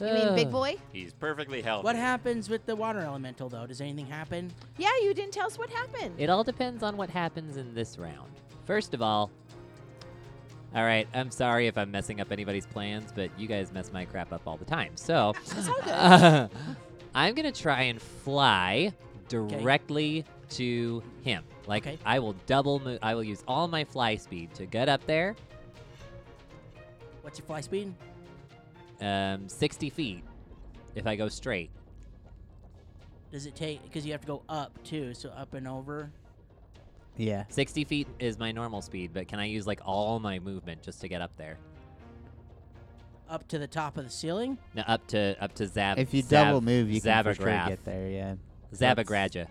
Speaker 5: You mean big boy?
Speaker 3: He's perfectly healthy.
Speaker 4: What happens with the water elemental though? Does anything happen?
Speaker 5: Yeah, you didn't tell us what happened.
Speaker 6: It all depends on what happens in this round. First of all, all right, I'm sorry if I'm messing up anybody's plans, but you guys mess my crap up all the time. So, I'm going to try and fly directly to him. Like
Speaker 4: Okay.
Speaker 6: I will double move, I will use all my fly speed to get up there,
Speaker 4: What's your fly speed?
Speaker 6: um 60 feet if I go straight.
Speaker 4: Does it take? Because you have to go up too, so up and over.
Speaker 1: Yeah.
Speaker 6: 60 feet is my normal speed, but can I use like all my movement just to get up there?
Speaker 4: up to the top of the ceiling.
Speaker 6: No, up to up to Zab.
Speaker 1: If you
Speaker 6: Zab-
Speaker 1: double move, you can for sure
Speaker 6: Zabagraph.
Speaker 1: get there. Yeah.
Speaker 6: Zabagraja.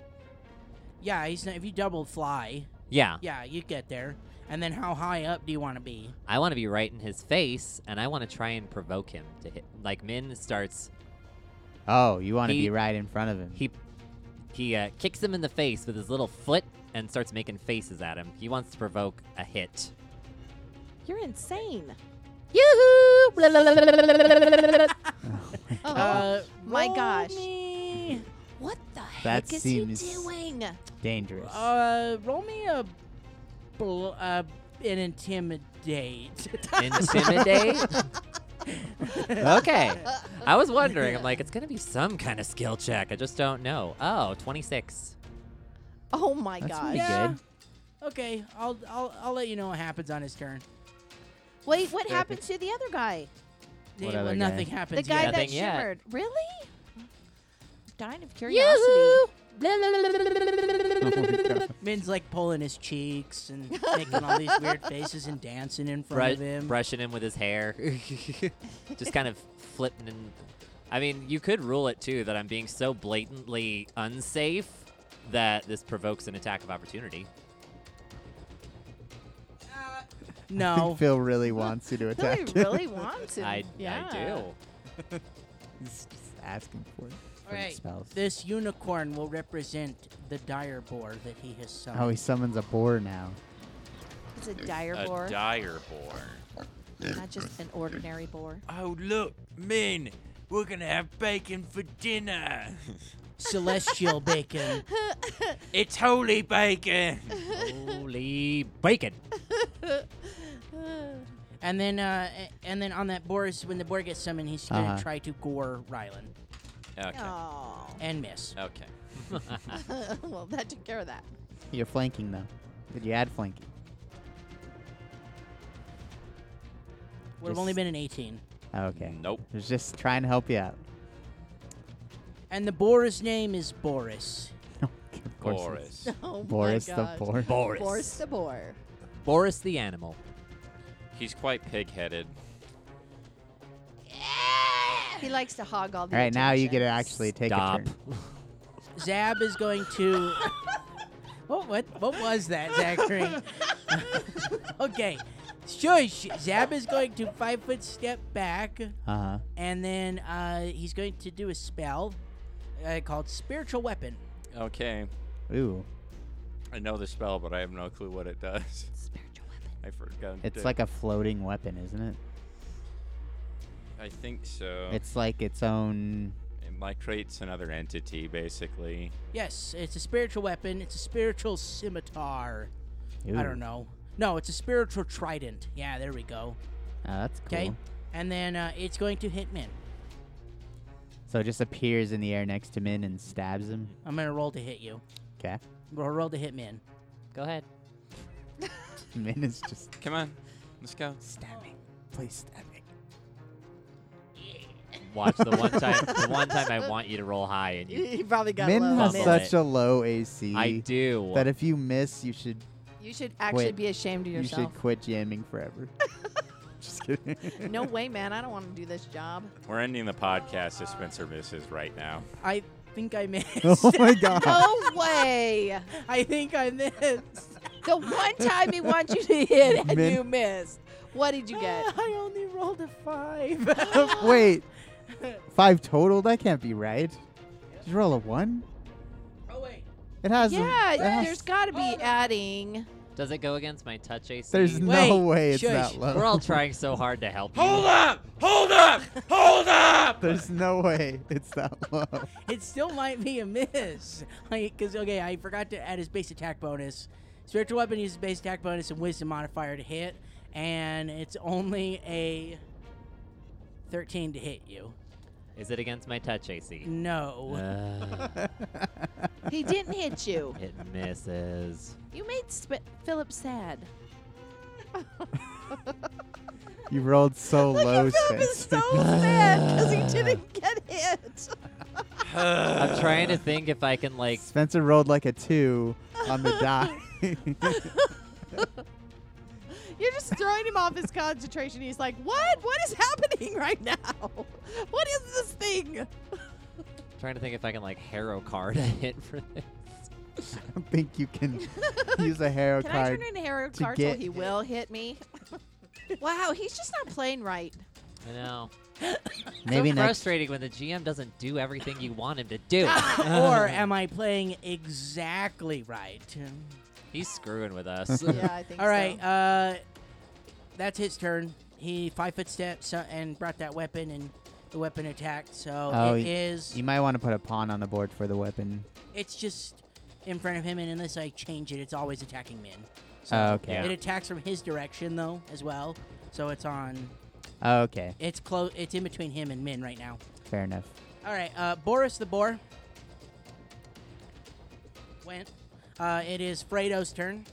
Speaker 4: Yeah, he's not, if you double fly,
Speaker 6: Yeah,
Speaker 4: yeah, you get there. And then how high up do you want to be?
Speaker 6: I want to be right in his face, and I want to try and provoke him to hit. Like Min starts,
Speaker 1: Oh, you want to
Speaker 6: He-
Speaker 1: be right in front of him.
Speaker 6: he he uh, kicks him in the face with his little foot and starts making faces at him. He wants to provoke a hit.
Speaker 5: You're insane.
Speaker 6: Yoo-hoo!
Speaker 5: Oh
Speaker 4: Uh,
Speaker 5: my
Speaker 4: roll
Speaker 5: gosh.
Speaker 4: Me,
Speaker 5: what the
Speaker 1: That
Speaker 5: heck is
Speaker 1: seems-
Speaker 5: he doing?
Speaker 1: Dangerous.
Speaker 4: uh, roll me a, bl- uh, an intimidate.
Speaker 6: Intimidate. okay. I was wondering. I'm like, it's gonna be some kind of skill check. I just don't know. Oh, 26.
Speaker 5: Oh my
Speaker 1: That's
Speaker 5: gosh.
Speaker 1: pretty
Speaker 4: Yeah.
Speaker 1: good.
Speaker 4: okay, I'll, I'll I'll let you know what happens on his turn.
Speaker 5: Wait, what happened to the other guy?
Speaker 1: What
Speaker 4: Yeah, well,
Speaker 1: other guy?
Speaker 4: nothing happens.
Speaker 5: The guy
Speaker 4: yet.
Speaker 5: that
Speaker 6: Nothing yet.
Speaker 5: shimmered. Really? Dying of curiosity.
Speaker 4: Min's like pulling his cheeks and making all these weird faces and dancing in front
Speaker 6: Bru-
Speaker 4: of him.
Speaker 6: brushing him with his hair, just kind of flipping. And I mean, you could rule it too that I'm being so blatantly unsafe that this provokes an attack of opportunity.
Speaker 1: I
Speaker 4: no,
Speaker 1: think Phil really wants you to
Speaker 5: Really,
Speaker 1: attack. him.
Speaker 5: really want to.
Speaker 6: I,
Speaker 5: yeah.
Speaker 6: I do.
Speaker 1: He's just asking for it. for the
Speaker 4: Alright.
Speaker 1: Spells.
Speaker 4: This unicorn will represent the dire boar that he has summoned.
Speaker 1: Oh, he summons a boar now.
Speaker 5: It's a dire
Speaker 1: Uh,
Speaker 3: a
Speaker 5: boar,
Speaker 3: dire boar.
Speaker 5: not just an ordinary boar.
Speaker 3: Oh look, Min, we're gonna have bacon for dinner.
Speaker 4: Celestial bacon.
Speaker 3: it's holy bacon.
Speaker 6: Holy bacon!
Speaker 5: Oh.
Speaker 4: And then uh, a- and then on that boar's when the boar gets summoned, he's gonna
Speaker 1: Uh-huh.
Speaker 4: try to gore Rylan
Speaker 3: Okay.
Speaker 5: Oh.
Speaker 4: and miss.
Speaker 3: Okay.
Speaker 5: well, that took care of that.
Speaker 1: You're flanking though. Did you add flanking?
Speaker 4: Would have
Speaker 1: just-
Speaker 4: only been an 18.
Speaker 1: Oh, okay.
Speaker 3: Nope.
Speaker 1: I was just trying to help you out.
Speaker 4: And the boar's name is Boris.
Speaker 1: Of course it is.
Speaker 3: Boris.
Speaker 5: Oh
Speaker 1: Boris
Speaker 5: my
Speaker 1: the
Speaker 5: gosh.
Speaker 1: boar.
Speaker 6: Boris.
Speaker 5: Boris the boar.
Speaker 6: Boris the animal.
Speaker 3: He's quite pig-headed.
Speaker 5: He likes to hog all the.
Speaker 1: All right, now you get to
Speaker 5: attention.
Speaker 1: actually take
Speaker 6: Stop.
Speaker 1: a turn.
Speaker 4: Zab is going to. what what what was that, Zachary? okay, shush. Zab is going to five foot step back.
Speaker 1: Uh huh.
Speaker 4: and then uh, he's going to do a spell uh, called Spiritual Weapon.
Speaker 3: Okay.
Speaker 1: Ooh,
Speaker 3: I know the spell, but I have no clue what it does.
Speaker 5: Spiritual weapon.
Speaker 3: I forgot.
Speaker 1: it's like a floating weapon, isn't it?
Speaker 3: I think
Speaker 6: Oh.
Speaker 3: so.
Speaker 1: It's like its own.
Speaker 3: It micrates another entity, basically.
Speaker 4: Yes, it's a spiritual weapon. It's a spiritual scimitar.
Speaker 1: Ooh.
Speaker 4: I don't know. No, it's a spiritual trident. Yeah, there we go.
Speaker 1: Oh, that's cool.
Speaker 4: Okay, and then uh, it's going to hit Min.
Speaker 1: So it just appears in the air next to Min and stabs him.
Speaker 4: I'm gonna roll to hit you.
Speaker 1: Okay.
Speaker 4: Roll, roll to hit Min.
Speaker 6: Go ahead.
Speaker 1: Min is just
Speaker 3: Come on, let's go.
Speaker 1: stabbing. Please stab me.
Speaker 6: Watch the one time. the one time I want you to roll high, and you.
Speaker 5: He probably got
Speaker 1: Min
Speaker 5: low.
Speaker 1: has
Speaker 6: Fumble
Speaker 1: such
Speaker 6: it.
Speaker 1: a low AC
Speaker 6: I do.
Speaker 1: that if you miss, you should
Speaker 5: You should actually
Speaker 1: Quit.
Speaker 5: be ashamed of
Speaker 1: you
Speaker 5: yourself.
Speaker 1: should quit jamming forever. just kidding.
Speaker 5: no way, man. I don't want to do this job.
Speaker 3: We're ending the podcast if Spencer misses right now.
Speaker 4: I think I missed.
Speaker 1: oh my god.
Speaker 5: No way.
Speaker 4: I think I missed.
Speaker 5: The one time he wants you to hit and
Speaker 1: Min-
Speaker 5: you missed. What did you get?
Speaker 4: I only rolled a five.
Speaker 1: Wait. Five total? That can't be right. Did you roll a one?
Speaker 4: oh wait.
Speaker 1: It has. a-
Speaker 5: yeah,
Speaker 1: it has-
Speaker 5: Oh. there's got to be adding.
Speaker 6: Does it go against my touch AC?
Speaker 1: There's no
Speaker 4: Wait,
Speaker 1: way it's
Speaker 4: shush.
Speaker 1: that low.
Speaker 6: We're all trying so hard to help you.
Speaker 3: Hold up! Hold up! Hold up!
Speaker 1: There's no way it's that low.
Speaker 4: It still might be a miss. Like, cause okay, I forgot to add his base attack bonus. Spiritual weapon uses base attack bonus and wisdom modifier to hit, and it's only a thirteen to hit you.
Speaker 6: Is it against my touch AC?
Speaker 4: No.
Speaker 6: Uh,
Speaker 5: He didn't hit you.
Speaker 6: it misses.
Speaker 5: You made Sp- Philip sad.
Speaker 1: you rolled so low,
Speaker 5: Look at Philip is
Speaker 1: Spence.
Speaker 5: so sad because he didn't get hit.
Speaker 6: I'm trying to think if I can like.
Speaker 1: Spencer rolled like a two on the die.
Speaker 5: You're just throwing him off his concentration. He's like, "What? What is happening right now? What is this thing?"
Speaker 6: Trying to think if I can like harrow card a hit for this.
Speaker 1: I don't think you can use a hero
Speaker 5: Can I
Speaker 1: card.
Speaker 5: turn into Harry
Speaker 1: to
Speaker 5: Cartel?
Speaker 1: get
Speaker 5: He
Speaker 1: hit.
Speaker 5: will hit me. wow, he's just not playing right.
Speaker 6: I know.
Speaker 1: Maybe
Speaker 6: so
Speaker 1: next.
Speaker 6: frustrating when the GM doesn't do everything you want him to do.
Speaker 1: Uh,
Speaker 4: or am I playing exactly right?
Speaker 6: He's screwing with us.
Speaker 5: Yeah, I think.
Speaker 4: All right, uh, that's his turn. He five foot steps uh, and brought that weapon and the weapon attacked. So
Speaker 1: Oh,
Speaker 4: it
Speaker 1: y-
Speaker 4: is.
Speaker 1: You might want to put a pawn on the board for the weapon.
Speaker 4: It's just in front of him, and unless I change it, it's always attacking Min. So
Speaker 1: Oh, okay.
Speaker 6: Yeah.
Speaker 4: It attacks from his direction though, as well. So it's on.
Speaker 1: Okay,
Speaker 4: It's close. It's in between him and Min right now.
Speaker 1: fair enough.
Speaker 4: All right, uh, Boris the boar went. Uh, it is Fredo's turn.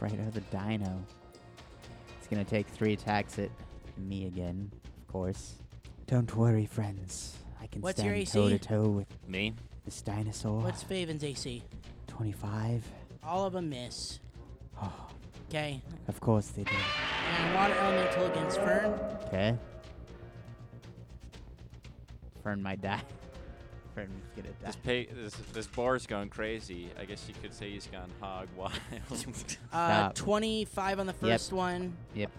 Speaker 1: Fredo the Dino. It's gonna take three attacks at me again, of course. Don't worry, friends. I can
Speaker 4: What's your
Speaker 1: stand
Speaker 4: AC?
Speaker 1: toe to toe with
Speaker 3: Me?
Speaker 1: this dinosaur.
Speaker 4: What's Faven's AC?
Speaker 1: 25?
Speaker 4: All of them miss. Okay.
Speaker 1: Of course they do.
Speaker 4: And water elemental against Fern.
Speaker 1: Okay. Fern might die. Fern is gonna die.
Speaker 3: This, pay, this this boar's gone crazy. I guess you could say he's gone hog wild.
Speaker 4: Uh,
Speaker 1: Stop.
Speaker 4: 25 on the first one,
Speaker 1: Yep.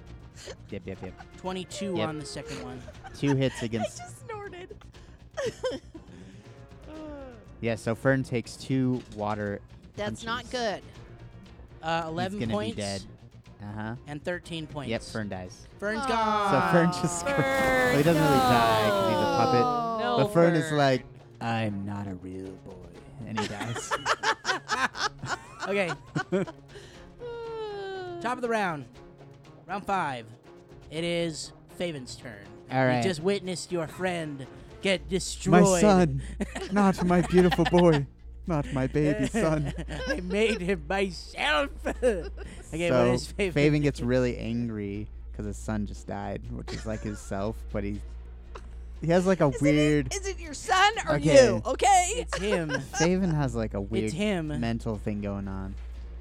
Speaker 1: Yep, yep, yep.
Speaker 4: 22
Speaker 1: Yep.
Speaker 4: on the second one.
Speaker 1: Two hits
Speaker 5: I
Speaker 1: against.
Speaker 5: just snorted.
Speaker 1: Yeah, so Fern takes two water.
Speaker 5: That's not
Speaker 1: Punches.
Speaker 5: good.
Speaker 4: Uh,
Speaker 1: He's
Speaker 4: 11
Speaker 1: gonna
Speaker 4: points
Speaker 1: be dead. Uh huh.
Speaker 4: and 13 points.
Speaker 1: Yep, Fern dies.
Speaker 4: Fern's
Speaker 5: Aw.
Speaker 4: gone.
Speaker 1: So Fern just. well, he doesn't really die 'cause he's a puppet.
Speaker 5: No.
Speaker 1: But Fern is
Speaker 6: Fern.
Speaker 1: like, I'm not a real boy. And he dies.
Speaker 4: Okay, top of the round. Round five. It is Faven's turn.
Speaker 1: All right.
Speaker 4: You just witnessed your friend get destroyed.
Speaker 1: my son. Not my beautiful boy. Not my baby son.
Speaker 4: I made him myself. okay, what
Speaker 1: so
Speaker 4: is Faven?
Speaker 1: Faven gets really angry because his son just died, which is like his self, but he he has like a
Speaker 5: Is it-
Speaker 1: weird.
Speaker 5: Is it your son or
Speaker 1: Okay.
Speaker 5: you? Okay.
Speaker 4: It's him.
Speaker 1: Faven has like a weird
Speaker 4: it's him.
Speaker 1: mental thing going on,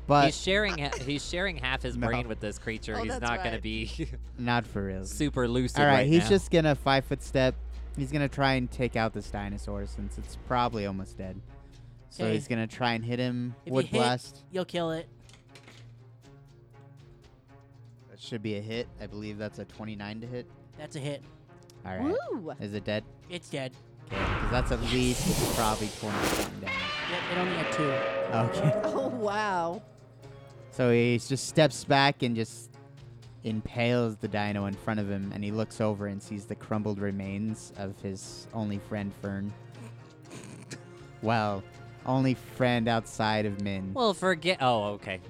Speaker 1: but
Speaker 6: he's sharing. Ha- he's sharing half his
Speaker 1: No.
Speaker 6: brain with this creature.
Speaker 5: Oh,
Speaker 6: he's
Speaker 5: that's
Speaker 6: not gonna
Speaker 5: right.
Speaker 6: be
Speaker 1: not for real.
Speaker 6: super lucid.
Speaker 1: All right, he's
Speaker 6: now.
Speaker 1: just gonna five foot step. He's gonna try and take out this dinosaur since it's probably almost dead. So
Speaker 4: Okay.
Speaker 1: he's gonna try and hit him.
Speaker 4: If you
Speaker 1: Wood
Speaker 4: hit-
Speaker 1: blast.
Speaker 4: You'll kill it.
Speaker 1: That should be a hit. I believe that's a 29 to hit.
Speaker 4: That's a hit.
Speaker 1: All right.
Speaker 5: Woo.
Speaker 1: Is it dead?
Speaker 4: It's dead.
Speaker 1: Okay, because that's at least probably 20 something damage.
Speaker 4: Yep, it only had two.
Speaker 1: Okay.
Speaker 5: Oh wow.
Speaker 1: So he just steps back and just impales the dino in front of him, and he looks over and sees the crumbled remains of his only friend, Fern. Well, only friend outside of Min.
Speaker 6: Well, forget. Oh, okay.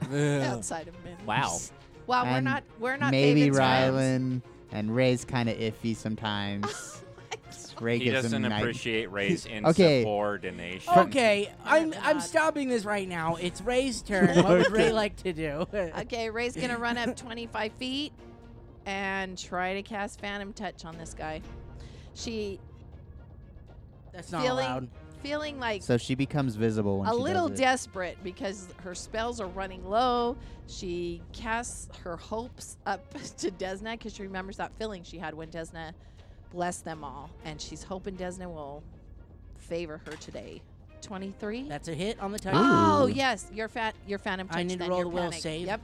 Speaker 5: Outside of men.
Speaker 6: wow.
Speaker 5: Wow. We're
Speaker 1: And
Speaker 5: not. We're not.
Speaker 1: Maybe
Speaker 5: Faven's friends.
Speaker 1: Rylan and Ray's kind of iffy sometimes. Ray
Speaker 3: he
Speaker 1: gives
Speaker 3: doesn't
Speaker 1: him night-
Speaker 3: appreciate Ray's
Speaker 1: Okay.
Speaker 3: insubordination.
Speaker 4: Okay, I'm
Speaker 5: they're
Speaker 4: I'm
Speaker 5: not.
Speaker 4: stopping this right now. It's Ray's turn. What would Ray like to do?
Speaker 5: Okay. Ray's gonna run up 25 feet and try to cast Phantom Touch on this guy. She
Speaker 4: That's not
Speaker 5: feeling
Speaker 4: allowed.
Speaker 5: feeling like
Speaker 1: So she becomes visible when
Speaker 5: a
Speaker 1: she
Speaker 5: little
Speaker 1: does it.
Speaker 5: desperate because her spells are running low. She casts her hopes up to Desna because she remembers that feeling she had when Desna blessed them all, and she's hoping Desna will favor her today. Twenty-three.
Speaker 4: That's a hit on the touch.
Speaker 5: Oh
Speaker 1: Ooh.
Speaker 5: yes, your fat, your phantom touch.
Speaker 4: I need to
Speaker 5: then,
Speaker 4: roll
Speaker 5: your
Speaker 4: the will
Speaker 5: panic.
Speaker 4: save.
Speaker 5: Yep.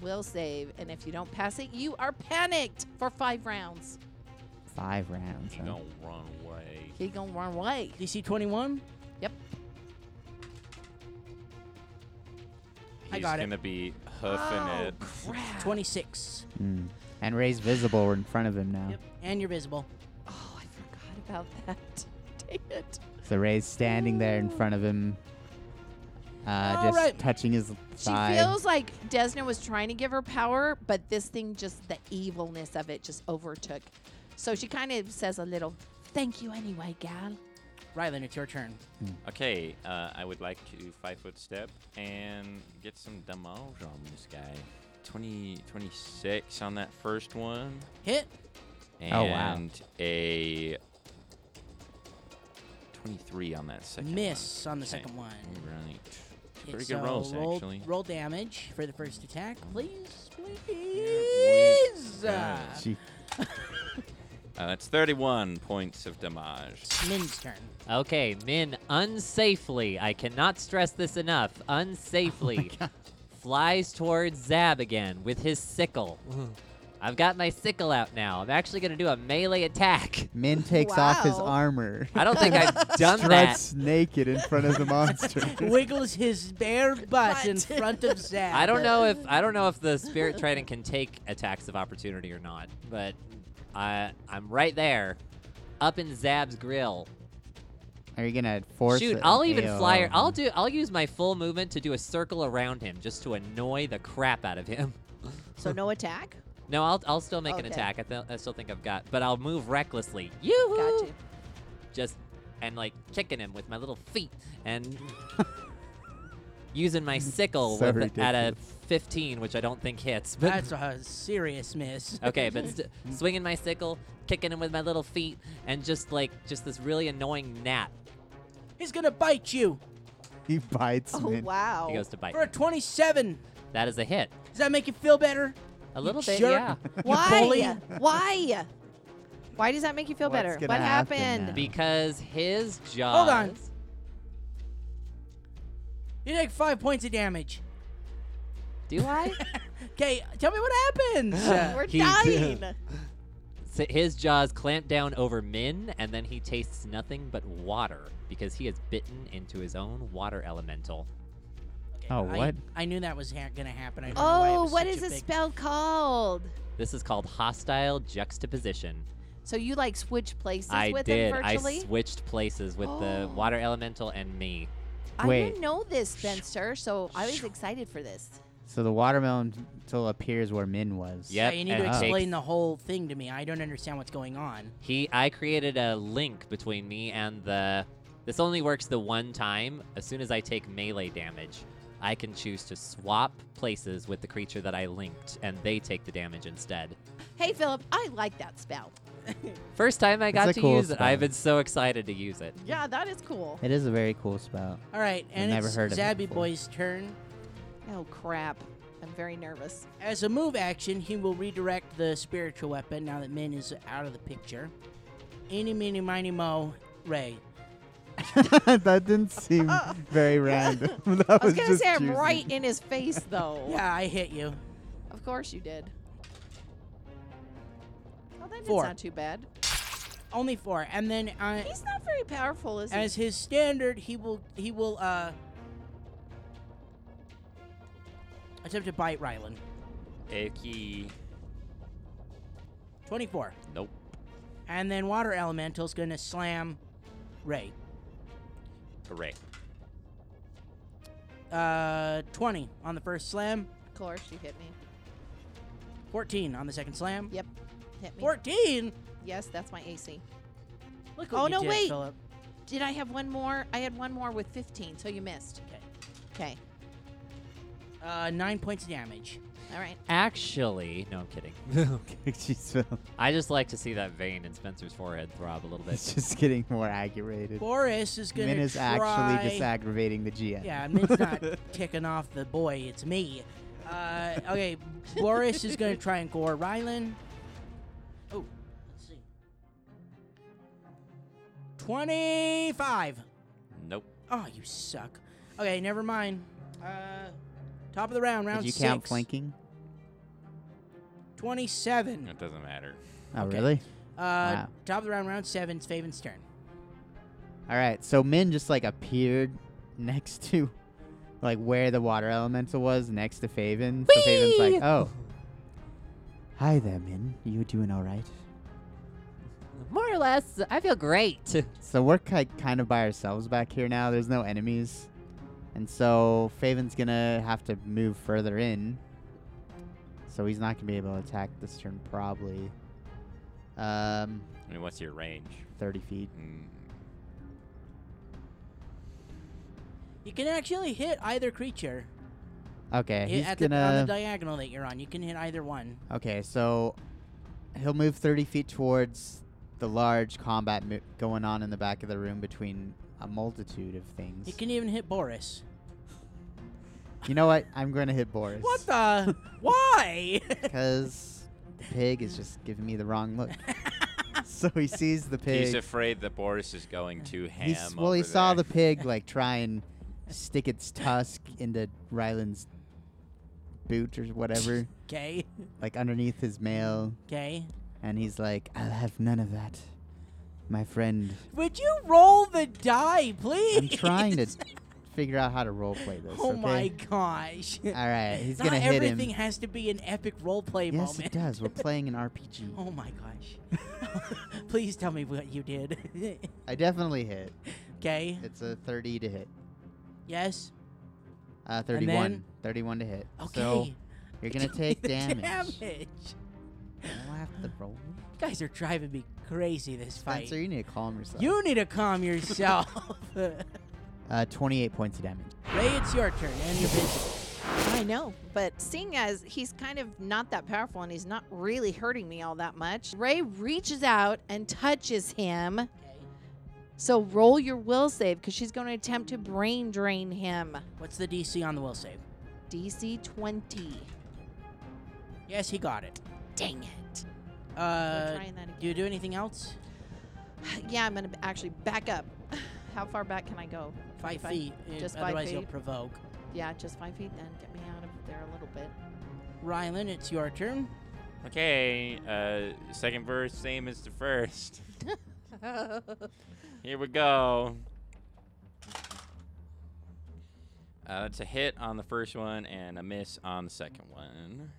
Speaker 5: Will save, and if you don't pass it, you are panicked for five rounds.
Speaker 1: Five rounds. huh?
Speaker 3: Don't run away.
Speaker 5: He gonna run away.
Speaker 4: DC 21.
Speaker 5: Yep.
Speaker 4: I
Speaker 3: He's
Speaker 4: got it.
Speaker 3: gonna be hoofing
Speaker 5: Oh,
Speaker 3: it.
Speaker 5: crap.
Speaker 4: 26.
Speaker 1: Mm. And Ray's visible. We're in front of him now.
Speaker 4: Yep. And you're visible.
Speaker 5: Oh, I forgot about that. Dang it.
Speaker 1: So Ray's standing there in front of him, uh, just
Speaker 4: Alright.
Speaker 1: touching his
Speaker 5: She
Speaker 1: thigh.
Speaker 5: feels like Desna was trying to give her power, but this thing just the evilness of it just overtook. So she kind of says a little, "Thank you anyway, gal."
Speaker 4: Rylan, it's your turn.
Speaker 3: Okay, uh, I would like to five foot step and get some damage on this guy. 20, 26 on that first one,
Speaker 4: Hit.
Speaker 3: and
Speaker 1: Oh, wow.
Speaker 3: a twenty-three on that second.
Speaker 4: miss on the
Speaker 3: Okay.
Speaker 4: second one.
Speaker 3: One. All right,
Speaker 4: Okay,
Speaker 3: pretty
Speaker 4: so
Speaker 3: good rolls
Speaker 4: roll,
Speaker 3: actually.
Speaker 4: Roll damage for the first attack, please,
Speaker 3: we-
Speaker 4: please.
Speaker 3: yeah.
Speaker 1: She-
Speaker 3: Uh, that's thirty-one points of damage.
Speaker 4: Min's turn.
Speaker 6: Okay, Min unsafely, I cannot stress this enough,
Speaker 1: Oh
Speaker 6: unsafely flies towards Zab again with his sickle.
Speaker 1: Mm.
Speaker 6: I've got my sickle out now. I'm actually going to do a melee attack.
Speaker 1: Min takes off his
Speaker 5: Wow.
Speaker 1: armor.
Speaker 6: I don't think I've done that.
Speaker 1: Struts naked in front of the monster.
Speaker 4: Wiggles his bare butt in front of Zab.
Speaker 6: I don't know if I don't know if the spirit trident can take attacks of opportunity or not, but I I'm right there up in Zab's grill.
Speaker 1: Are you gonna force?
Speaker 6: Shoot,
Speaker 1: it?
Speaker 6: I'll even
Speaker 1: AOO,
Speaker 6: flyer.
Speaker 1: huh?
Speaker 6: I'll do. I'll use my full movement to do a circle around him, just to annoy the crap out of him.
Speaker 5: So no attack.
Speaker 6: No, I'll, I'll still make an
Speaker 5: Okay.
Speaker 6: attack. I, th- I still think I've got, but I'll move recklessly. You
Speaker 5: Gotcha.
Speaker 6: just and like kicking him with my little feet and using my sickle
Speaker 1: So
Speaker 6: with, at a
Speaker 1: ridiculous.
Speaker 6: 15, which I don't think hits. But
Speaker 4: That's a serious miss.
Speaker 6: Okay, but st- swinging my sickle, kicking him with my little feet, and just like just this really annoying gnat.
Speaker 4: He's gonna bite you
Speaker 1: He bites
Speaker 5: Oh
Speaker 1: Min.
Speaker 5: wow.
Speaker 6: He goes to bite.
Speaker 4: for a
Speaker 6: me.
Speaker 4: 27.
Speaker 6: That is a hit.
Speaker 4: Does that make you feel better?
Speaker 6: A little
Speaker 4: you
Speaker 6: bit,
Speaker 4: jerk.
Speaker 6: yeah.
Speaker 4: bully.
Speaker 5: Why? Why? Why does that make you feel
Speaker 1: What's
Speaker 5: better?
Speaker 1: gonna
Speaker 5: What
Speaker 1: happen
Speaker 5: happened?
Speaker 1: now?
Speaker 6: Because his jaw.
Speaker 4: Hold on. You take five points of damage.
Speaker 6: Do I?
Speaker 4: Okay, tell me what happens. Uh,
Speaker 5: We're
Speaker 6: He-
Speaker 5: dying.
Speaker 6: So his jaws clamp down over Min, and then he tastes nothing but water because he is bitten into his own water elemental.
Speaker 4: Okay,
Speaker 1: Oh,
Speaker 4: I-
Speaker 1: what?
Speaker 4: I, knew that was ha- gonna happen. I don't know why it
Speaker 5: oh,
Speaker 4: was
Speaker 5: what
Speaker 4: such
Speaker 5: is
Speaker 4: a
Speaker 5: this
Speaker 4: big-
Speaker 5: spell called?
Speaker 6: This is called hostile juxtaposition.
Speaker 5: So you like switch places
Speaker 6: I
Speaker 5: with
Speaker 6: did.
Speaker 5: him
Speaker 6: I
Speaker 5: virtually?
Speaker 6: switched places with the
Speaker 5: Oh.
Speaker 6: water elemental and me.
Speaker 5: I
Speaker 1: Wait.
Speaker 5: didn't know this, Spencer. So I was excited for this.
Speaker 1: So the watermelon till appears where Min was.
Speaker 6: Yep.
Speaker 4: Yeah, you need
Speaker 6: and
Speaker 4: to
Speaker 1: it
Speaker 4: explain
Speaker 6: takes-
Speaker 4: the whole thing to me. I don't understand what's going on.
Speaker 6: He, I created a link between me and the. This only works the one time. As soon as I take melee damage, I can choose to swap places with the creature that I linked, and they take the damage instead.
Speaker 5: Hey, Philip, I like that spell.
Speaker 6: First time I got
Speaker 1: a
Speaker 6: to
Speaker 1: cool
Speaker 6: use it,
Speaker 1: spell.
Speaker 6: I've been so excited to use it.
Speaker 5: Yeah, that is cool.
Speaker 1: It is a very cool spell.
Speaker 4: All right, and
Speaker 1: never
Speaker 4: it's
Speaker 1: heard of it
Speaker 4: Zabby
Speaker 1: before.
Speaker 4: Boy's turn.
Speaker 5: Oh crap! I'm very nervous.
Speaker 4: As a move action, he will redirect the spiritual weapon now that Min is out of the picture. Eeny, meeny, miny, mo, Ray.
Speaker 1: that didn't seem very random. That
Speaker 5: I was gonna
Speaker 1: just
Speaker 5: say I'm
Speaker 1: choosing.
Speaker 5: right in his face though.
Speaker 4: Yeah, I hit you.
Speaker 5: Of course you did. Well,
Speaker 4: Four.
Speaker 5: that Four. not too bad.
Speaker 4: Only four. And then uh,
Speaker 5: He's not very powerful, is
Speaker 4: as his standard, he will he will uh attempt to bite Rylan.
Speaker 3: Icky.
Speaker 4: Twenty-four.
Speaker 3: Nope.
Speaker 4: And then Water Elemental's gonna slam Ray.
Speaker 3: Hooray.
Speaker 4: Uh, twenty on the first slam.
Speaker 5: he? Of course you hit me.
Speaker 4: Fourteen on the second slam.
Speaker 5: Yep. Hit me.
Speaker 4: Fourteen.
Speaker 5: Yes, that's my AC.
Speaker 4: Look what
Speaker 5: Oh,
Speaker 4: you
Speaker 5: no,
Speaker 4: did,
Speaker 5: wait.
Speaker 4: Philip.
Speaker 5: Did I have one more? I had one more with 15, so you missed.
Speaker 4: Okay.
Speaker 5: Okay.
Speaker 4: Uh, nine points of damage.
Speaker 5: All right.
Speaker 6: Actually, no, I'm kidding.
Speaker 1: okay, she's,
Speaker 6: I just like to see that vein in Spencer's forehead throb a little bit.
Speaker 1: it's just getting more aggravated.
Speaker 4: Boris is gonna
Speaker 1: Min is
Speaker 4: try.
Speaker 1: actually just aggravating the GM.
Speaker 4: yeah, Min's not ticking off the boy. It's me. Uh, okay, Boris is gonna try and gore Rylan. Oh, let's see. Twenty-five.
Speaker 3: Nope.
Speaker 4: Oh, you suck. Okay, never mind. Uh, top of the round, round
Speaker 1: Did you
Speaker 4: six.
Speaker 1: count flanking?
Speaker 4: Twenty-seven.
Speaker 3: It doesn't matter.
Speaker 1: Oh,
Speaker 4: Okay.
Speaker 1: really?
Speaker 4: Uh,
Speaker 1: Wow.
Speaker 4: top of the round, round seven. It's Faven's turn.
Speaker 1: All right. So Min just like appeared next to like where the water elemental was next to Faven. So Faven's like, oh. Hi there, Min. You doing all right?
Speaker 6: More or less, I feel great.
Speaker 1: So we're ki- kind of by ourselves back here now. There's no enemies. And so Faven's going to have to move further in. So he's not going to be able to attack this turn, probably. Um,
Speaker 3: I mean, what's your range?
Speaker 1: 30 feet.
Speaker 3: Mm.
Speaker 4: You can actually hit either creature
Speaker 1: Okay,
Speaker 4: i-
Speaker 1: he's
Speaker 4: at the, on the
Speaker 1: gonna.
Speaker 4: diagonal that you're on. You can hit either one.
Speaker 1: okay, so he'll move 30 feet towards the large combat mo- going on in the back of the room between a multitude of things.
Speaker 4: You can even hit Boris.
Speaker 1: you know what? I'm going to hit Boris.
Speaker 4: What the? Why?
Speaker 1: Because the pig is just giving me the wrong look. so he sees the pig.
Speaker 3: He's afraid that Boris is going to ham.
Speaker 1: He s- well, he
Speaker 3: over
Speaker 1: saw
Speaker 3: there.
Speaker 1: the pig like try and stick its tusk into Ryland's boot or whatever,
Speaker 4: Okay.
Speaker 1: like underneath his mail,
Speaker 4: Okay.
Speaker 1: and he's like, "I'll have none of that, my friend."
Speaker 4: Would you roll the die, please?
Speaker 1: I'm trying to figure out how to roleplay this.
Speaker 4: Oh
Speaker 1: okay?
Speaker 4: my gosh.
Speaker 1: All right, he's
Speaker 4: Not
Speaker 1: gonna hit
Speaker 4: everything
Speaker 1: him.
Speaker 4: has to be an epic roleplay
Speaker 1: Yes,
Speaker 4: moment.
Speaker 1: it does. We're playing an RPG.
Speaker 4: Oh my gosh. please tell me what you did.
Speaker 1: I definitely hit.
Speaker 4: okay.
Speaker 1: It's a 30 to hit.
Speaker 4: Yes.
Speaker 1: Uh,
Speaker 4: then-
Speaker 1: 31. 31 to hit.
Speaker 4: Okay.
Speaker 1: So you're gonna take
Speaker 4: The
Speaker 1: damage.
Speaker 4: damage.
Speaker 1: I'll have to roll.
Speaker 4: You guys are driving me crazy this fight.
Speaker 1: Spencer, you need to calm yourself.
Speaker 4: You need to calm yourself. Ray,
Speaker 1: Uh, 28 points of damage.
Speaker 4: it's your turn and you're busy.
Speaker 5: I know, but seeing as he's kind of not that powerful and he's not really hurting me all that much, Ray reaches out and touches him. So roll your will save because she's going to attempt to brain drain him.
Speaker 4: What's the DC on the will save?
Speaker 5: DC 20.
Speaker 4: Yes, he got it.
Speaker 5: Dang it. We're
Speaker 4: Uh,
Speaker 5: trying that
Speaker 4: do you do anything else?
Speaker 5: again. Yeah, I'm going to actually back up. How far back can I go?
Speaker 4: Five
Speaker 5: 25?
Speaker 4: feet. uh,
Speaker 5: Just five
Speaker 4: Otherwise, you'll
Speaker 5: feet?
Speaker 4: provoke.
Speaker 5: Yeah, just five feet then. Get me out of there a little bit.
Speaker 4: Rylan, it's your turn.
Speaker 3: Okay, uh, second verse, same as the first. Here we go. Uh, that's a hit on the first one and a miss on the second one.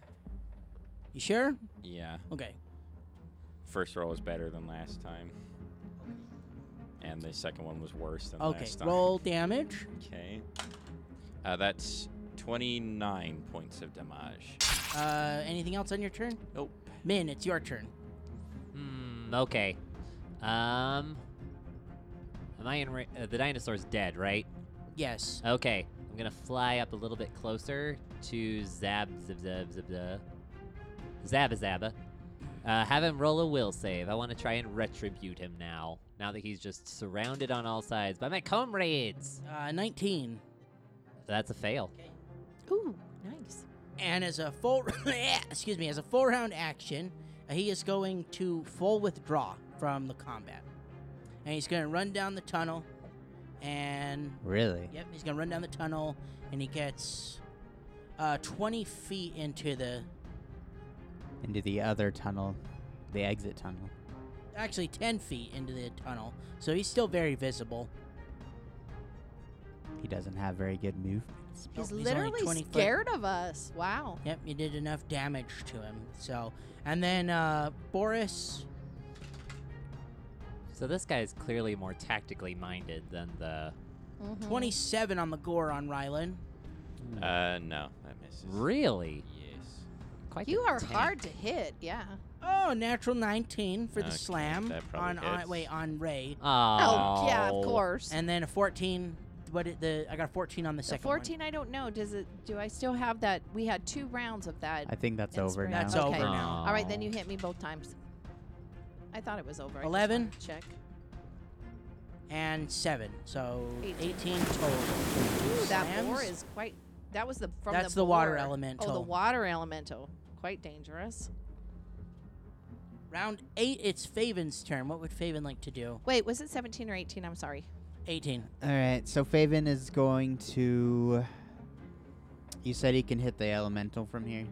Speaker 4: You sure?
Speaker 3: Yeah,
Speaker 4: Okay.
Speaker 3: first roll was better than last time. And the second one was worse than
Speaker 4: Okay.
Speaker 3: last time.
Speaker 4: Roll damage.
Speaker 3: Okay. Uh, that's 29 points of damage.
Speaker 4: Uh, anything else on your turn?
Speaker 3: Nope.
Speaker 4: Min, it's your turn.
Speaker 6: Hmm, okay. Um. Am I in. Ra- uh, the dinosaur's dead, right?
Speaker 4: Yes.
Speaker 6: Okay. I'm gonna fly up a little bit closer to Zab Zab Zab Zab Zab. Zabba Zabba. Uh, have him roll a will save. I want to try and retribute him now. Now that he's just surrounded on all sides by my comrades.
Speaker 4: Uh, 19.
Speaker 6: That's a fail.
Speaker 5: Ooh, nice.
Speaker 4: And as a full, excuse me, as a full round action, uh, he is going to full withdraw from the combat, and he's going to run down the tunnel, and
Speaker 1: Really?
Speaker 4: yep, he's going to run down the tunnel, and he gets uh, 20 feet into the,
Speaker 1: Into the other tunnel, the exit tunnel.
Speaker 4: actually 10 feet into the tunnel, so he's still very visible.
Speaker 1: He doesn't have very good movements.
Speaker 5: He's
Speaker 4: Nope, he's only
Speaker 5: literally
Speaker 4: 20 foot.
Speaker 5: scared of us. Wow.
Speaker 4: Yep, you did enough damage to him. So, and then uh, Boris,
Speaker 6: So this guy is clearly more tactically minded than the.
Speaker 4: Mm-hmm.
Speaker 5: Mhm.
Speaker 4: 27 on the gore on Rylan.
Speaker 3: Uh, no, that misses.
Speaker 6: Really?
Speaker 3: Yes.
Speaker 6: Quite
Speaker 5: You
Speaker 6: the
Speaker 5: are
Speaker 6: tank.
Speaker 5: hard to hit, yeah.
Speaker 4: Oh, natural 19 for the
Speaker 3: Okay,
Speaker 4: slam
Speaker 3: that probably
Speaker 4: on, on uh,
Speaker 3: hits.
Speaker 4: wait on Ray,
Speaker 5: Oh, yeah,
Speaker 6: Aw.
Speaker 5: of course.
Speaker 4: and then a 14. What did the I got a 14 on the
Speaker 5: The
Speaker 4: second one.
Speaker 5: 14, I don't know. Does it? Do I still have that? We had two rounds of that.
Speaker 1: I think that's
Speaker 5: In
Speaker 1: over
Speaker 5: spring.
Speaker 1: now.
Speaker 4: That's
Speaker 5: Okay.
Speaker 4: over now.
Speaker 5: All right, then
Speaker 6: Aw.
Speaker 5: you hit me both times. I thought it was over. I just
Speaker 4: 11?
Speaker 5: wanted to Check.
Speaker 4: And seven, so 18,
Speaker 5: 18.
Speaker 4: total.
Speaker 5: Ooh, that
Speaker 4: Slams.
Speaker 5: boar is quite. That was the from
Speaker 4: That's
Speaker 5: the,
Speaker 4: the water
Speaker 5: boar.
Speaker 4: elemental.
Speaker 5: Oh, the water elemental. Quite dangerous.
Speaker 4: round eight. It's Faven's turn. What would Faven like to do?
Speaker 5: Wait, was it 17 or 18? I'm sorry.
Speaker 4: 18.
Speaker 1: All right, so Faven is going to. You said he can hit the elemental from here.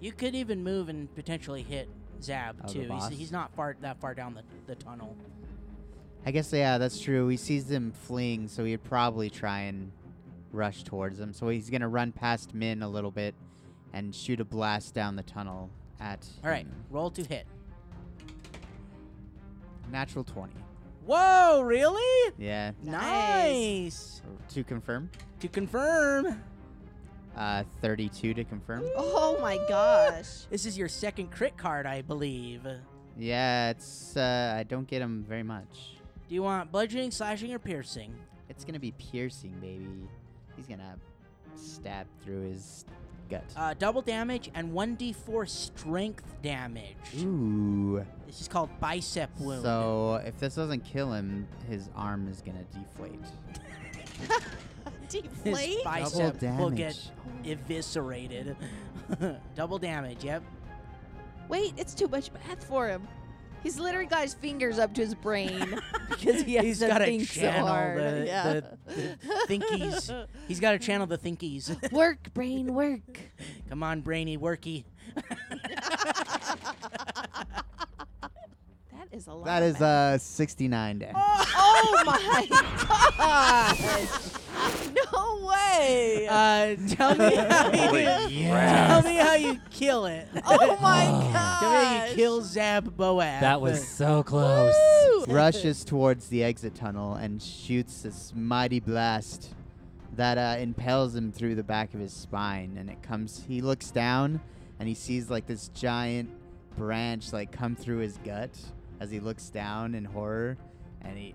Speaker 4: You could even move and potentially hit Zab
Speaker 1: Oh, the
Speaker 4: too. He's,
Speaker 1: boss?
Speaker 4: he's not far that far down the, the tunnel.
Speaker 1: I guess yeah, that's true. He sees them fleeing, so he'd probably try and rush towards him. So he's gonna run past Min a little bit and shoot a blast down the tunnel at
Speaker 4: All right,
Speaker 1: him.
Speaker 4: roll to hit.
Speaker 1: natural twenty.
Speaker 4: Whoa, really?
Speaker 1: Yeah.
Speaker 4: Nice.
Speaker 1: To confirm,
Speaker 4: To confirm,
Speaker 1: uh, thirty-two to confirm.
Speaker 5: Oh my gosh.
Speaker 4: this is your second crit card, I believe. Do
Speaker 1: Yeah, it's uh, I don't get him very much.
Speaker 4: you want bludgeoning, slashing, or piercing?
Speaker 1: It's gonna be piercing, baby. He's gonna stab through his gut.
Speaker 4: Uh, double damage and 1d4 strength damage.
Speaker 1: Ooh.
Speaker 4: This is called bicep wound.
Speaker 1: So if this doesn't kill him, his arm is gonna deflate.
Speaker 4: his
Speaker 5: Deflate?
Speaker 4: bicep
Speaker 1: Double
Speaker 4: will get
Speaker 1: damage.
Speaker 4: eviscerated. Double damage, yep.
Speaker 5: Wait, it's too much math for him. He's literally got his fingers up to his brain because he has
Speaker 4: He's
Speaker 5: to
Speaker 4: gotta
Speaker 5: think so
Speaker 4: channel
Speaker 5: hard.
Speaker 4: the-
Speaker 5: yeah.
Speaker 4: the- Thinkies. He's got to channel the thinkies.
Speaker 5: work, brain, work.
Speaker 4: Come on, brainy worky.
Speaker 5: That is a lot.
Speaker 1: That
Speaker 5: of
Speaker 1: is
Speaker 5: math.
Speaker 1: uh 69 damage.
Speaker 4: Ah,
Speaker 5: Oh my gosh! No way!
Speaker 4: Uh, tell me how
Speaker 3: Holy
Speaker 4: you, tell
Speaker 3: crap.
Speaker 4: me how you kill it.
Speaker 5: oh my
Speaker 4: tell me how
Speaker 5: gosh!
Speaker 4: you kill Zab Boab.
Speaker 6: That was so close.
Speaker 3: Uh,
Speaker 1: Rushes towards the exit tunnel and shoots this mighty blast that uh, impels him through the back of his spine. And it comes, he looks down and he sees like this giant branch like come through his gut as he looks down in horror. And he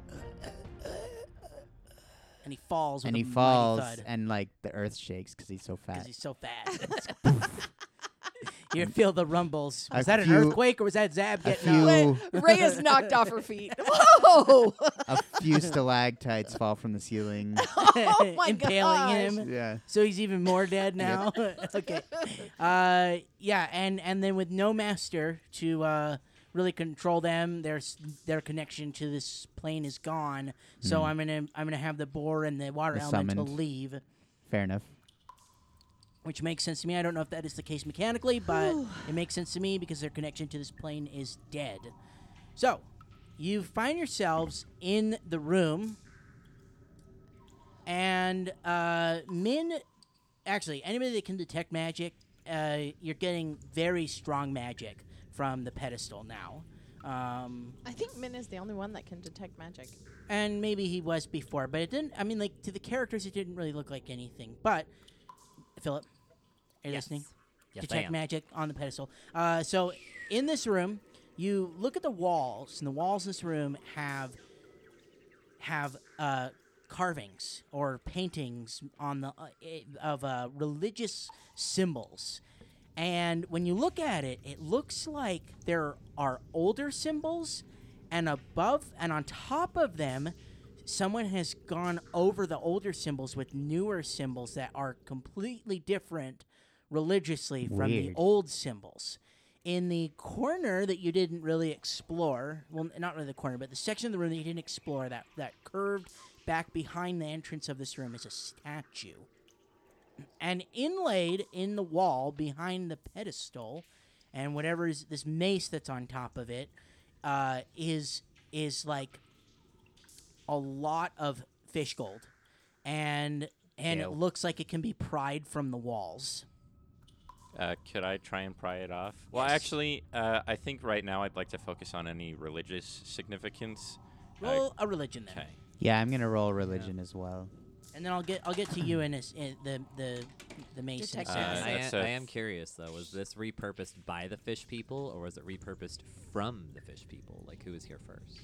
Speaker 4: and he falls. With
Speaker 1: and
Speaker 4: a
Speaker 1: he
Speaker 4: mighty
Speaker 1: falls
Speaker 4: thud.
Speaker 1: and like the earth shakes because he's so fat.
Speaker 4: because he's so fat. you feel the rumbles.
Speaker 1: A
Speaker 4: Was that an
Speaker 1: few-
Speaker 4: earthquake or was that Zab
Speaker 1: a
Speaker 4: getting up?
Speaker 1: few,
Speaker 5: Ray is knocked off her feet. Whoa!
Speaker 1: a few stalactites fall from the ceiling.
Speaker 5: Oh my
Speaker 4: impaling him.
Speaker 1: Yeah.
Speaker 4: So he's even more dead now. okay. Uh, yeah, and and then with no master to uh, really control them, their s- their connection to this plane is gone. So I'm gonna I'm gonna have the boar and the water
Speaker 1: Hmm. The
Speaker 4: elemental
Speaker 1: summoned.
Speaker 4: leave,
Speaker 1: Fair enough.
Speaker 4: which makes sense to me. I don't know if that is the case mechanically, but it makes sense to me because their connection to this plane is dead. So you find yourselves in the room and uh, Min, actually, anybody that can detect magic, uh, you're getting very strong magic from the pedestal now. Um,
Speaker 5: I think Min is the only one that can detect magic.
Speaker 4: and maybe he was before, but it didn't. I mean, like to the characters, it didn't really look like anything. But Philip, are you listening?
Speaker 6: Yes, I
Speaker 4: detect
Speaker 6: am.
Speaker 4: magic on the pedestal. Uh, so in this room, you look at the walls, and the walls in this room have have uh, carvings or paintings on the uh, i- of uh, religious symbols. And when you look at it, it looks like there are older symbols, and above and on top of them, someone has gone over the older symbols with newer symbols that are completely different religiously from the
Speaker 1: Weird.
Speaker 4: old symbols. In the corner that you didn't really explore, well, not really the corner, but the section of the room that you didn't explore, that, that curved back behind the entrance of this room is a statue. And inlaid in the wall behind the pedestal, and whatever is this mace that's on top of it, uh, is is like a lot of fish gold, and and it
Speaker 6: Ew.
Speaker 4: looks like it can be pried from the walls.
Speaker 3: Uh, could I try and pry it off? Well,
Speaker 4: Yes.
Speaker 3: actually, uh, I think right now I'd like to focus on any religious significance. Uh,
Speaker 4: Roll a religion there,
Speaker 3: okay.
Speaker 1: Yeah, I'm gonna roll religion as well.
Speaker 4: and then I'll get I'll get to you in, this, in the the the mace. in a
Speaker 5: Detect
Speaker 6: Uh,
Speaker 4: second.
Speaker 3: magic.
Speaker 6: I, am,
Speaker 3: that's a-
Speaker 6: I am curious though. Was this repurposed by the fish people, or was it repurposed from the fish people? Like, who was here first?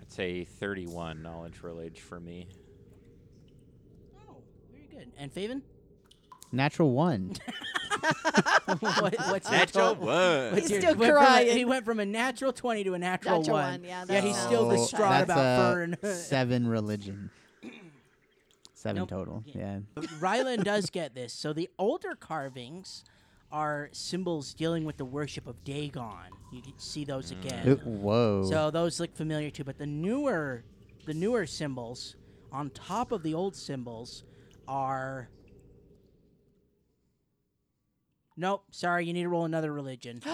Speaker 3: I'd say 31 knowledge village for me.
Speaker 4: Oh, very good. And Faven,
Speaker 1: Natural one.
Speaker 4: what, what's your
Speaker 3: Natural
Speaker 4: total?
Speaker 3: one.
Speaker 4: What's
Speaker 5: He's
Speaker 4: your-
Speaker 5: still
Speaker 4: went from a-
Speaker 5: crying.
Speaker 4: he went from a natural twenty to a natural,
Speaker 5: Natural
Speaker 4: one.
Speaker 5: one, yeah,
Speaker 4: yeah,
Speaker 5: that
Speaker 4: he's still
Speaker 5: sounds-
Speaker 4: distraught
Speaker 1: that's
Speaker 4: about
Speaker 1: a
Speaker 4: Fern.
Speaker 1: seven religion. Seven
Speaker 4: Nope.
Speaker 1: total. Yeah.
Speaker 4: Rylan does get this. So the older carvings are symbols dealing with the worship of Dagon. You can see those again.
Speaker 1: Ooh, whoa.
Speaker 4: So those look familiar too, but the newer the newer symbols on top of the old symbols are Nope. Sorry, you need to roll another religion.
Speaker 5: oh
Speaker 6: Oh.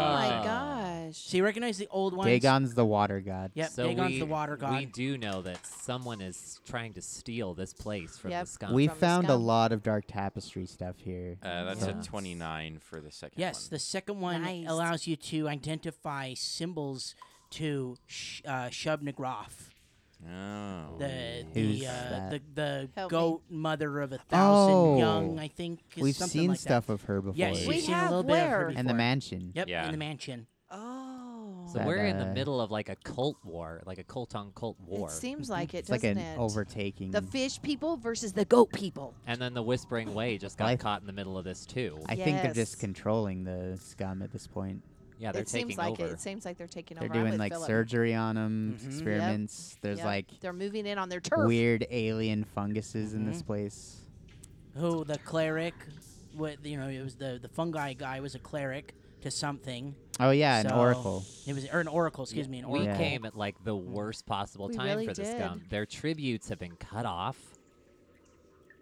Speaker 5: my gosh.
Speaker 4: So you recognize the old ones.
Speaker 1: Dagon's the water god.
Speaker 4: Yep.
Speaker 6: So
Speaker 4: Dagon's
Speaker 6: we,
Speaker 4: the water god.
Speaker 6: We do know that someone is trying to steal this place from
Speaker 5: Yep.
Speaker 6: the scum.
Speaker 1: We
Speaker 5: From the
Speaker 1: found a
Speaker 5: scum.
Speaker 1: lot of dark tapestry stuff here.
Speaker 3: Uh, that's
Speaker 6: Yeah.
Speaker 3: a 29 for the second
Speaker 4: Yes, the
Speaker 3: one.
Speaker 4: second one
Speaker 5: Nice.
Speaker 4: allows you to identify symbols to sh- uh, Shub Nagroth,
Speaker 3: Oh.
Speaker 4: the
Speaker 1: Who's
Speaker 4: the, uh,
Speaker 1: that?
Speaker 4: the the
Speaker 5: Help me.
Speaker 4: goat mother of a thousand
Speaker 1: Oh.
Speaker 4: young, I think. is
Speaker 1: We've
Speaker 4: something
Speaker 1: seen
Speaker 4: like
Speaker 1: stuff
Speaker 4: That.
Speaker 1: of her before.
Speaker 4: Yes,
Speaker 5: We
Speaker 4: we've seen a
Speaker 5: have
Speaker 4: little bit of her
Speaker 5: where?
Speaker 1: and the
Speaker 4: before.
Speaker 1: mansion.
Speaker 4: Yep,
Speaker 3: Yeah.
Speaker 4: in the mansion.
Speaker 5: Oh.
Speaker 6: so
Speaker 1: That,
Speaker 6: we're in the
Speaker 1: uh,
Speaker 6: middle of like a cult war, like a cult on cult war.
Speaker 5: It seems like it,
Speaker 1: It's like an
Speaker 5: doesn't it?
Speaker 1: overtaking.
Speaker 5: the fish people versus the goat people.
Speaker 6: and then the Whispering Way just got
Speaker 1: Life-
Speaker 6: caught in the middle of this too.
Speaker 1: I think they're just
Speaker 5: Yes.
Speaker 1: controlling the scum at this point.
Speaker 6: yeah, they're
Speaker 5: it
Speaker 6: taking
Speaker 5: seems like
Speaker 6: over.
Speaker 5: it. It seems like they're taking
Speaker 1: They're
Speaker 5: over. I'm
Speaker 1: doing
Speaker 5: with
Speaker 1: like
Speaker 5: Philip.
Speaker 1: surgery on them,
Speaker 4: Mhm. Yep.
Speaker 1: experiments. There's
Speaker 5: Yep.
Speaker 1: like
Speaker 5: they're moving in on their turf.
Speaker 1: weird alien funguses in
Speaker 4: Mm-hmm.
Speaker 1: this place.
Speaker 4: Who the cleric? What you know? It was the the fungi guy was a cleric to something.
Speaker 1: Oh yeah, an
Speaker 4: So-
Speaker 1: oracle.
Speaker 4: It was or an oracle. Excuse me, an
Speaker 6: we
Speaker 1: Yeah.
Speaker 4: oracle.
Speaker 6: came at like
Speaker 1: Mm.
Speaker 6: the worst possible
Speaker 5: We
Speaker 6: time
Speaker 5: really
Speaker 6: for the
Speaker 5: did.
Speaker 6: scum. Their tributes have been cut off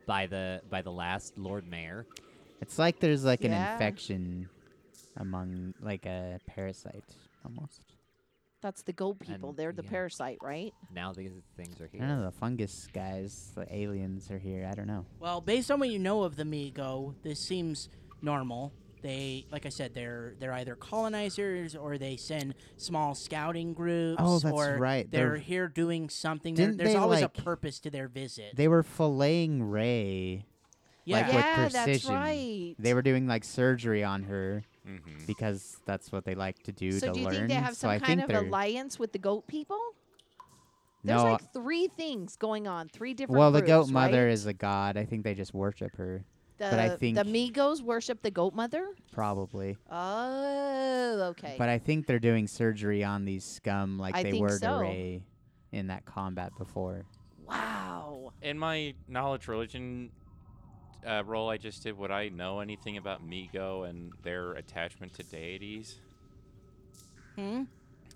Speaker 6: by the by the last Lord Mayor.
Speaker 1: It's like there's like an
Speaker 5: Yeah.
Speaker 1: infection among like a parasite almost.
Speaker 5: That's the goat people.
Speaker 6: And-
Speaker 5: they're the
Speaker 6: yeah.
Speaker 5: parasite, right?
Speaker 6: Now these things are
Speaker 1: I
Speaker 6: here.
Speaker 1: don't know, the fungus guys, the aliens are here. I don't know.
Speaker 4: Well, based on what you know of the Migo, this seems normal. They, like I said, they're they're either colonizers or they send small scouting groups.
Speaker 1: Oh, that's
Speaker 4: or
Speaker 1: right.
Speaker 4: They're,
Speaker 1: They're-
Speaker 4: here doing something. There-
Speaker 1: Didn't
Speaker 4: there's
Speaker 1: they,
Speaker 4: always
Speaker 1: like-
Speaker 4: a purpose to their visit.
Speaker 1: They were filleting Ray.
Speaker 4: yeah,
Speaker 1: like, with
Speaker 5: yeah, that's
Speaker 1: precision.
Speaker 5: right.
Speaker 1: They were doing like surgery on her
Speaker 3: Mhm.
Speaker 1: because that's what they like to do
Speaker 5: so
Speaker 1: to
Speaker 5: do you
Speaker 1: learn.
Speaker 5: think they have
Speaker 1: so
Speaker 5: some
Speaker 1: I
Speaker 5: kind
Speaker 1: think
Speaker 5: of
Speaker 1: they're
Speaker 5: alliance with the goat people? There's
Speaker 1: No, uh
Speaker 5: like three things going on, three different.
Speaker 1: well, the
Speaker 5: groups,
Speaker 1: goat mother
Speaker 5: right?
Speaker 1: is a god. I think they just worship her,
Speaker 5: The,
Speaker 1: but I think-
Speaker 5: the Migos worship the goat mother.
Speaker 1: probably.
Speaker 5: Oh, okay.
Speaker 1: But I think they're doing surgery on these scum like
Speaker 5: I
Speaker 1: they
Speaker 5: think
Speaker 1: were
Speaker 5: so.
Speaker 1: to Ray in that combat before.
Speaker 5: wow.
Speaker 3: In my knowledge religion uh, role I just did, would I know anything about Migo and their attachment to deities?
Speaker 4: Hmm?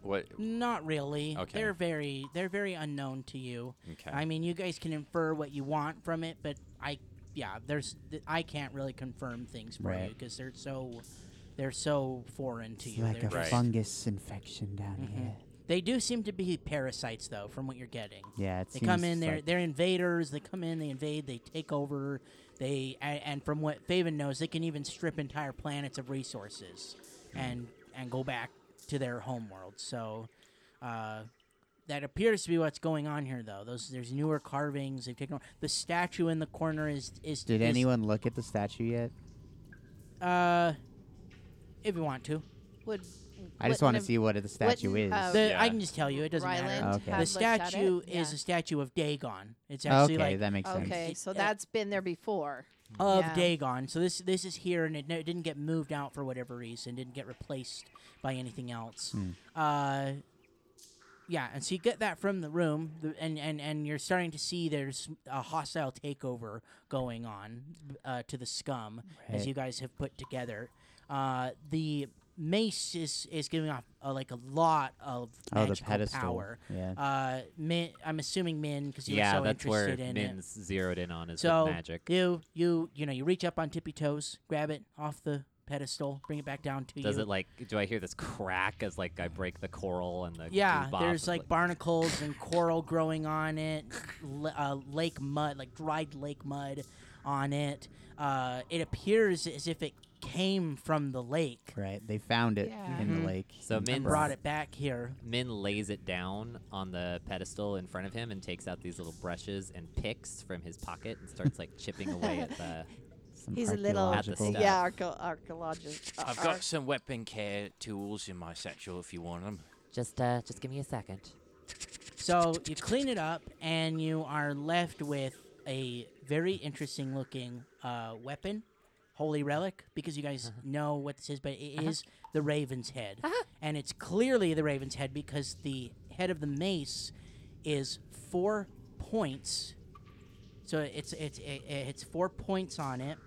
Speaker 3: What?
Speaker 4: Not really.
Speaker 3: Okay.
Speaker 4: They're very they're very unknown to you.
Speaker 3: Okay.
Speaker 4: I mean, you guys can infer what you want from it, but I, yeah, there's th- I can't really confirm things for you
Speaker 1: Right.
Speaker 4: because they're so they're so foreign to
Speaker 1: It's
Speaker 4: you.
Speaker 1: like
Speaker 4: They're
Speaker 1: a
Speaker 3: Right.
Speaker 4: just-
Speaker 1: fungus infection down
Speaker 5: Mm-hmm.
Speaker 1: here.
Speaker 4: They do seem to be parasites, though, from what you're getting.
Speaker 1: Yeah, it
Speaker 4: They
Speaker 1: seems
Speaker 4: come in, they're,
Speaker 1: like-
Speaker 4: they're invaders. They come in, they invade, they take over. They and, and from what Faven knows, they can even strip entire planets of resources,
Speaker 1: Hmm.
Speaker 4: and and go back to their home world. So, uh, that appears to be what's going on here, though. Those there's newer carvings. They've taken over. the statue in the corner is is
Speaker 1: Did
Speaker 4: is,
Speaker 1: anyone look at the statue yet?
Speaker 4: Uh, if you want to,
Speaker 5: Would
Speaker 1: I just
Speaker 5: wouldn't
Speaker 1: want to
Speaker 5: have-
Speaker 1: see what the statue
Speaker 5: wouldn't,
Speaker 1: is.
Speaker 5: uh,
Speaker 4: the, I
Speaker 3: Yeah.
Speaker 4: can just tell Oh, you, it doesn't matter.
Speaker 5: Ryland
Speaker 1: Okay.
Speaker 5: have
Speaker 4: The
Speaker 5: looked at it?
Speaker 4: statue is
Speaker 5: Yeah.
Speaker 4: a statue of Dagon. It's actually
Speaker 1: okay,
Speaker 4: like
Speaker 1: that makes sense.
Speaker 5: Okay,
Speaker 4: It-
Speaker 5: so
Speaker 4: uh,
Speaker 5: that's been there before.
Speaker 4: of
Speaker 5: Yeah.
Speaker 4: Dagon. So this this is here, and it, no- it didn't get moved out for whatever reason. Didn't get replaced by anything else.
Speaker 1: Hmm.
Speaker 4: Uh, yeah, and so you get that from the room, the, and and and you're starting to see there's a hostile takeover going on uh, to the scum as
Speaker 1: Right.
Speaker 4: you guys have put together. Uh, the mace is is giving off uh, like a lot of
Speaker 1: Oh, the
Speaker 4: magical
Speaker 1: pedestal.
Speaker 4: power.
Speaker 1: Yeah.
Speaker 4: Uh, Min, I'm assuming Min because you
Speaker 6: yeah,
Speaker 4: were so
Speaker 6: that's where
Speaker 4: interested in it.
Speaker 6: Min's zeroed in on is with
Speaker 4: So
Speaker 6: magic.
Speaker 4: you you you know you reach up on tippy toes, grab it off the pedestal, bring it back down to
Speaker 6: Does
Speaker 4: you.
Speaker 6: it like? Do I hear this crack as like I break the coral and the
Speaker 4: yeah,
Speaker 6: goop off
Speaker 4: there's
Speaker 6: of,
Speaker 4: like barnacles and coral growing on it, l- uh, lake mud, like dried lake mud on it. Uh, it appears as if it came from the lake
Speaker 1: Right, they found it
Speaker 5: Yeah.
Speaker 1: in
Speaker 4: Mhm.
Speaker 1: the lake.
Speaker 6: So
Speaker 1: and
Speaker 6: Min's-
Speaker 4: and brought it back here.
Speaker 6: Min lays it down on the pedestal in front of him and takes out these little brushes and picks from his pocket and starts like chipping away at the.
Speaker 1: some
Speaker 5: He's a little
Speaker 1: archaeological-
Speaker 6: stuff.
Speaker 5: yeah archeo- archaeologist. uh,
Speaker 3: I've
Speaker 5: ar-
Speaker 3: got some weapon care tools in my satchel if you want them.
Speaker 6: Just uh, just give me a second.
Speaker 4: So you clean it up, and you are left with a very interesting looking uh, weapon, holy relic, because you guys know what this is, but it is the raven's head. And it's clearly the raven's head because the head of the mace is four points. So it's it's it, it's four points on it,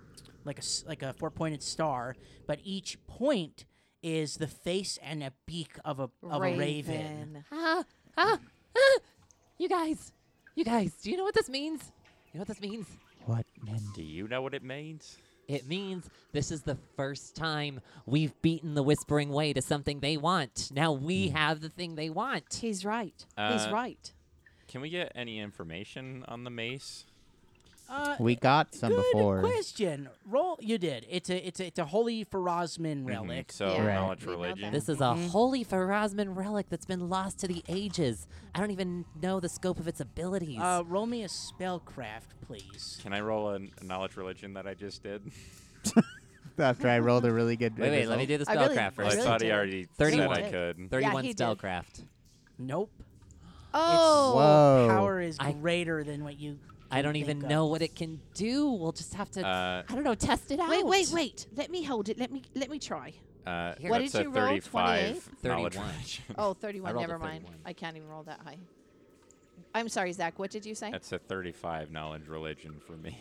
Speaker 4: like a s- like a four pointed star, but each point is the face and a beak of a of a raven.
Speaker 6: Ah, ah, You guys, you guys, do you know what this means? You know what this means?
Speaker 1: What, Min?
Speaker 3: Do you know what it means?
Speaker 6: It means this is the first time we've beaten the Whispering Way to something they want. Now we have the thing they want.
Speaker 7: He's right. He's
Speaker 3: Uh,
Speaker 7: right.
Speaker 3: Can we get any information on the mace?
Speaker 4: Uh,
Speaker 1: We got some
Speaker 4: good
Speaker 1: before.
Speaker 4: question. Roll. You did. It's a it's a it's a holy
Speaker 3: Mm-hmm.
Speaker 4: Farazman relic.
Speaker 3: So
Speaker 5: Yeah.
Speaker 1: Right.
Speaker 3: knowledge
Speaker 5: We know
Speaker 3: religion.
Speaker 5: that.
Speaker 6: This is a holy Farazman relic that's been lost to the ages. I don't even know the scope of its abilities.
Speaker 4: Uh, roll me a spellcraft, please.
Speaker 3: Can I roll a n- a knowledge religion that I just did?
Speaker 1: After I rolled a really good.
Speaker 6: wait, wait, let me do the
Speaker 5: I really- I
Speaker 6: spellcraft
Speaker 3: Well, I
Speaker 6: first.
Speaker 5: really
Speaker 3: thought he
Speaker 5: did.
Speaker 3: already said
Speaker 6: 31.
Speaker 3: I could.
Speaker 6: 31
Speaker 5: he did.
Speaker 6: spellcraft.
Speaker 4: Nope.
Speaker 5: Oh,
Speaker 1: Whoa.
Speaker 4: Power is
Speaker 6: I-
Speaker 4: greater than what you.
Speaker 6: I don't even
Speaker 4: think of.
Speaker 6: know what it can do. We'll just have to,
Speaker 3: Uh,
Speaker 6: I don't know, test it out.
Speaker 7: Wait, wait, wait. Let me hold it. Let me let me try.
Speaker 3: Uh,
Speaker 6: Here.
Speaker 5: What
Speaker 3: that's
Speaker 5: did
Speaker 3: a
Speaker 5: you roll?
Speaker 3: 35 knowledge
Speaker 6: 31.
Speaker 3: religion.
Speaker 5: oh,
Speaker 6: I
Speaker 5: 31.
Speaker 6: rolled a
Speaker 5: Never mind.
Speaker 6: 31.
Speaker 5: I can't even roll that high. I'm sorry, Zach. What did you say?
Speaker 3: That's a 35 knowledge religion for me.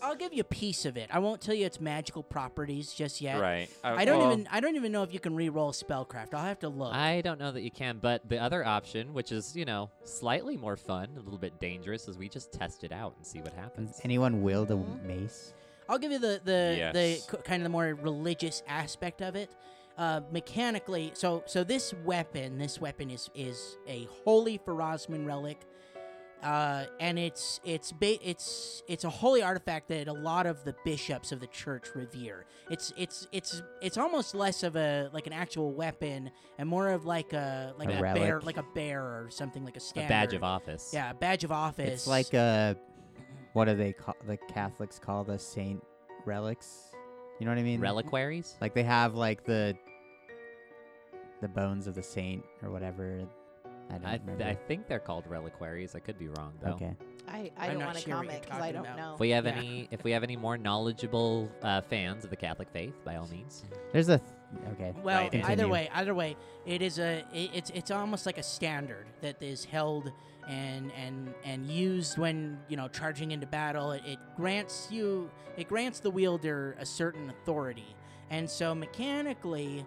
Speaker 4: I'll give you a piece of it. I won't tell you its magical properties just yet.
Speaker 3: Right. Uh,
Speaker 4: I don't
Speaker 3: well,
Speaker 4: even I don't even know if you can re-roll spellcraft. I'll have to look.
Speaker 6: I don't know that you can, but the other option, which is, you know, slightly more fun, a little bit dangerous, is we just test it out and see what
Speaker 1: Can
Speaker 6: happens.
Speaker 1: anyone wield a
Speaker 6: Mm-hmm.
Speaker 1: mace?
Speaker 4: I'll give you the the,
Speaker 3: Yes.
Speaker 4: the k- kind of the more religious aspect of it. Uh, mechanically, so so this weapon, this weapon is is a holy Farazman relic, uh, and it's it's ba- it's it's a holy artifact that a lot of the bishops of the church revere. It's it's it's it's almost less of a like an actual weapon and more of like a like
Speaker 1: A
Speaker 4: a, bear
Speaker 1: relic.
Speaker 4: like a bear or something like a
Speaker 6: A
Speaker 4: standard.
Speaker 6: badge of office.
Speaker 4: Yeah, a badge of office.
Speaker 1: It's like a. What do they call the Catholics call the saint relics? You know what I mean?
Speaker 6: Reliquaries?
Speaker 1: Like they have like the the bones of the saint or whatever. I don't
Speaker 6: I, th-
Speaker 4: Mm-hmm.
Speaker 1: remember.
Speaker 6: I think they're called reliquaries. I could be wrong though.
Speaker 1: okay.
Speaker 5: I, I
Speaker 4: I'm
Speaker 5: don't
Speaker 4: not
Speaker 5: want to
Speaker 4: sure what you're
Speaker 5: comment because I
Speaker 4: talking
Speaker 5: don't
Speaker 4: about.
Speaker 5: know.
Speaker 6: If we have
Speaker 4: Yeah.
Speaker 6: any, if we have any more knowledgeable uh, fans of the Catholic faith, by all means.
Speaker 1: There's a. Th- okay.
Speaker 4: Well,
Speaker 6: Right,
Speaker 4: either
Speaker 1: continue.
Speaker 4: way, either way, it is a i- it's it's almost like a standard that is held and and and used when you know charging into battle. It, it grants you it grants the wielder a certain authority, and so mechanically,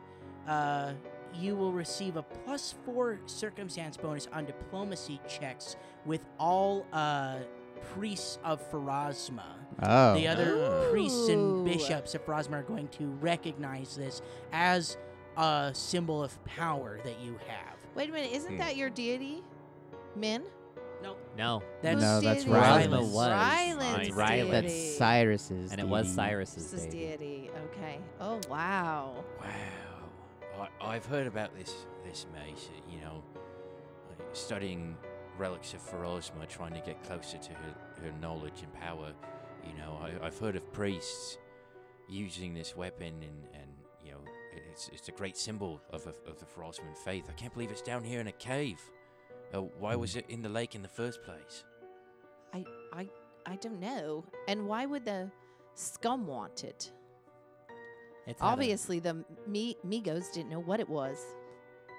Speaker 4: uh, you will receive a plus four circumstance bonus on diplomacy checks with all uh, priests of Farazma.
Speaker 1: Oh.
Speaker 4: The other
Speaker 3: Oh.
Speaker 4: priests and
Speaker 5: Ooh.
Speaker 4: bishops of Frosmer are going to recognize this as a symbol of power that you have.
Speaker 5: Wait a minute. Isn't
Speaker 3: Hmm.
Speaker 5: that your deity? Min?
Speaker 6: No,
Speaker 4: That's
Speaker 1: No,
Speaker 5: Whose
Speaker 1: that's
Speaker 5: deity
Speaker 1: Rylan.
Speaker 5: is
Speaker 1: Rylan
Speaker 5: it?
Speaker 6: was.
Speaker 5: Rylan's
Speaker 3: It's Rylan.
Speaker 5: deity.
Speaker 1: That's Cyrus's.
Speaker 6: and it was
Speaker 1: DD.
Speaker 6: Cyrus's
Speaker 5: This is
Speaker 6: deity.
Speaker 5: deity. Okay. Oh, wow.
Speaker 3: Wow. I, I've heard about this this mace. uh, You know, like studying relics of Ferozma, trying to get closer to her, her knowledge and power. You know, I, I've heard of priests using this weapon, and, and you know, it- it's it's a great symbol of of, of the Ferozman faith. I can't believe it's down here in a cave. Uh, why was
Speaker 4: Hmm.
Speaker 3: it in the lake in the first place?
Speaker 5: I don't know. And why would the scum want it?
Speaker 6: It's had a-
Speaker 5: Obviously, the Mi- Migos didn't know what it was.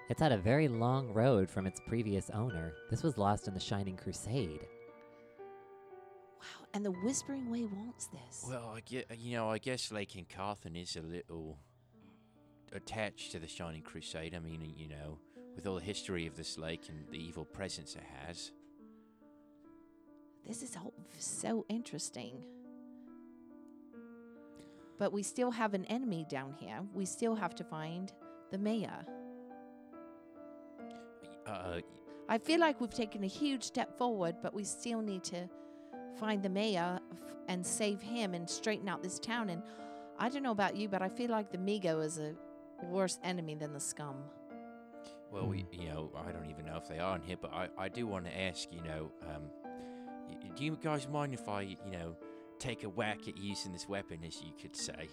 Speaker 6: it's had a very long road from its previous owner. This was lost in the Shining Crusade.
Speaker 5: Wow. And the Whispering Way wants this.
Speaker 8: Well, I get, you know, I guess Lake Incarthan is a little attached to the Shining Crusade. I mean, you know, with all the history of this lake and the evil presence it has.
Speaker 5: this is all so interesting. But we still have an enemy down here. We still have to find the mayor.
Speaker 8: Uh,
Speaker 5: I feel like we've taken a huge step forward, but we still need to find the mayor f- and save him and straighten out this town. And I don't know about you, but I feel like the Migo is a worse enemy than the scum.
Speaker 8: well, we,
Speaker 6: Hmm.
Speaker 8: you know, I don't even know if they are in here, but I, I do want to ask, you know, um, y- y- do you guys mind if I, you know, take a whack at using this weapon, as you could say?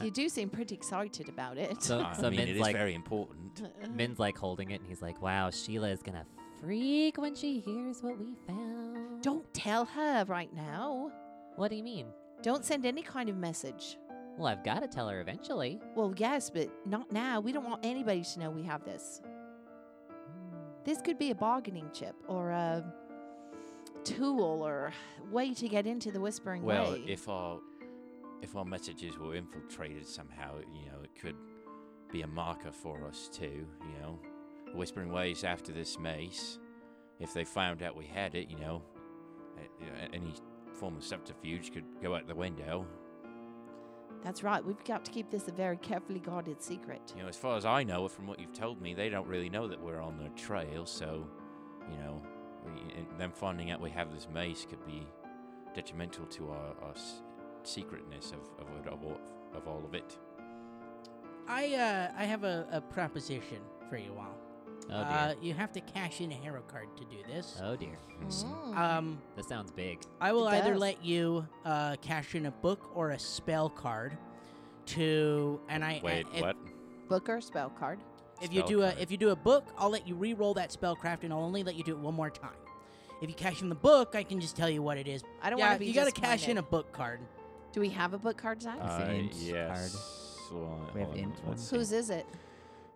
Speaker 5: You do seem pretty excited about it.
Speaker 6: So,
Speaker 8: I
Speaker 6: so
Speaker 8: mean, it
Speaker 6: Min's
Speaker 8: is
Speaker 6: like,
Speaker 8: very important.
Speaker 5: Uh-huh.
Speaker 6: Min's like holding it, and he's like, "Wow, Sheila is gonna freak when she hears what we found."
Speaker 5: Don't tell her right now.
Speaker 6: What do you mean?
Speaker 5: Don't send any kind of message.
Speaker 6: Well, I've got to tell her eventually.
Speaker 5: Well, yes, but not now. We don't want anybody to know we have this. This could be a bargaining chip or a tool or way to get into the Whispering
Speaker 8: Well,
Speaker 5: Way.
Speaker 8: if our if our messages were infiltrated somehow, you know, it could be a marker for us too. You know, Whispering Ways after this mace. If they found out we had it, you know, a- you know, a- any form of subterfuge could go out the window.
Speaker 5: That's right. We've got to keep this a very carefully guarded secret.
Speaker 8: You know, as far as I know, from what you've told me, they don't really know that we're on their trail, so, you know, we- and them finding out we have this mace could be detrimental to our, our s- secretness of, of, it- of, all, of all of it.
Speaker 4: I uh, I have a, a proposition for you all.
Speaker 6: Oh dear.
Speaker 4: uh, you have to cash in a hero card to do this.
Speaker 6: oh dear.
Speaker 4: Um,
Speaker 6: This sounds big.
Speaker 4: I will
Speaker 5: It
Speaker 4: either
Speaker 5: does.
Speaker 4: let you uh, cash in a book or a spell card to, and I
Speaker 8: Wait,
Speaker 4: if,
Speaker 8: what?
Speaker 5: Book or spell card.
Speaker 4: If you
Speaker 8: Spell
Speaker 4: do a
Speaker 8: card.
Speaker 4: if you do a book, I'll let you re-roll that spellcraft, and I'll only let you do it one more time. If you cash in the book, I can just tell you what it is.
Speaker 5: I don't
Speaker 4: yeah,
Speaker 5: want to be.
Speaker 4: you gotta cash in a
Speaker 5: disappointed.
Speaker 4: book card.
Speaker 5: Do we have a book card, Zach?
Speaker 8: Uh,
Speaker 1: It's an int
Speaker 8: yes. Well,
Speaker 1: We have
Speaker 8: hold
Speaker 1: Um,
Speaker 8: on,
Speaker 1: int
Speaker 8: let's
Speaker 1: one.
Speaker 8: see.
Speaker 5: Whose is it?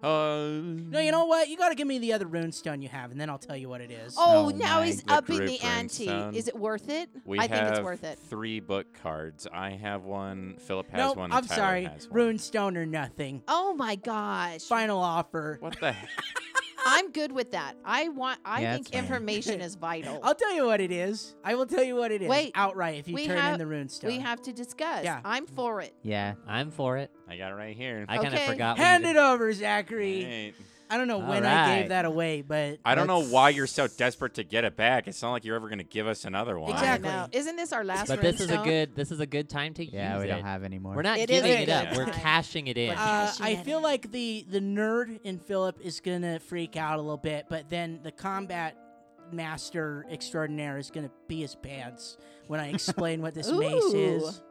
Speaker 8: Uh,
Speaker 4: No, you know what? You gotta give me the other runestone you have, and then I'll tell you what it is.
Speaker 5: Oh,
Speaker 8: Oh
Speaker 5: now
Speaker 8: my
Speaker 5: he's
Speaker 8: good
Speaker 5: upping
Speaker 8: group
Speaker 5: the
Speaker 8: ring
Speaker 5: ante.
Speaker 8: sound.
Speaker 5: Is it worth it?
Speaker 8: We
Speaker 5: I think it's
Speaker 8: have
Speaker 5: worth it.
Speaker 8: Three book cards. I have one. Philip has
Speaker 4: no,
Speaker 8: one. and
Speaker 4: I'm
Speaker 8: Tyler
Speaker 4: sorry,
Speaker 8: Has one.
Speaker 4: runestone or nothing.
Speaker 5: Oh my gosh.
Speaker 4: Final offer.
Speaker 8: What the? heck?
Speaker 5: I'm good with that. I want. I
Speaker 1: Yeah,
Speaker 5: think
Speaker 1: that's fine.
Speaker 5: information is vital.
Speaker 4: I'll tell you what it is. I will tell you what it is.
Speaker 5: Wait,
Speaker 4: outright if you
Speaker 5: we
Speaker 4: turn
Speaker 5: have-
Speaker 4: in the runestone.
Speaker 5: we have to discuss.
Speaker 4: Yeah.
Speaker 5: I'm for it.
Speaker 1: Yeah.
Speaker 6: I'm for it.
Speaker 8: I got it right here.
Speaker 6: I kind of
Speaker 5: Okay.
Speaker 6: forgot. we
Speaker 4: Hand
Speaker 6: even-
Speaker 4: it over, Zachary.
Speaker 8: Alright.
Speaker 4: I don't know
Speaker 6: All
Speaker 4: when I
Speaker 6: right.
Speaker 4: gave that away, but uh,
Speaker 8: I don't know why you're so desperate to get it back. It's not like you're ever going to give us another one.
Speaker 5: I
Speaker 4: Exactly.
Speaker 5: know. Isn't this our last?
Speaker 6: But this is a
Speaker 5: runestone?
Speaker 6: good. This is a good time to
Speaker 1: Yeah,
Speaker 6: use
Speaker 1: we
Speaker 6: it.
Speaker 1: don't have any more.
Speaker 6: We're not
Speaker 5: It is
Speaker 6: giving
Speaker 5: a
Speaker 6: it up.
Speaker 5: good
Speaker 6: We're
Speaker 5: time.
Speaker 6: cashing it in.
Speaker 4: Uh,
Speaker 5: Cashing
Speaker 4: I
Speaker 5: it
Speaker 4: feel
Speaker 5: in.
Speaker 4: like the the nerd in Philip is gonna freak out a little bit, but then the combat master extraordinaire is gonna be his pants when I explain what this mace is.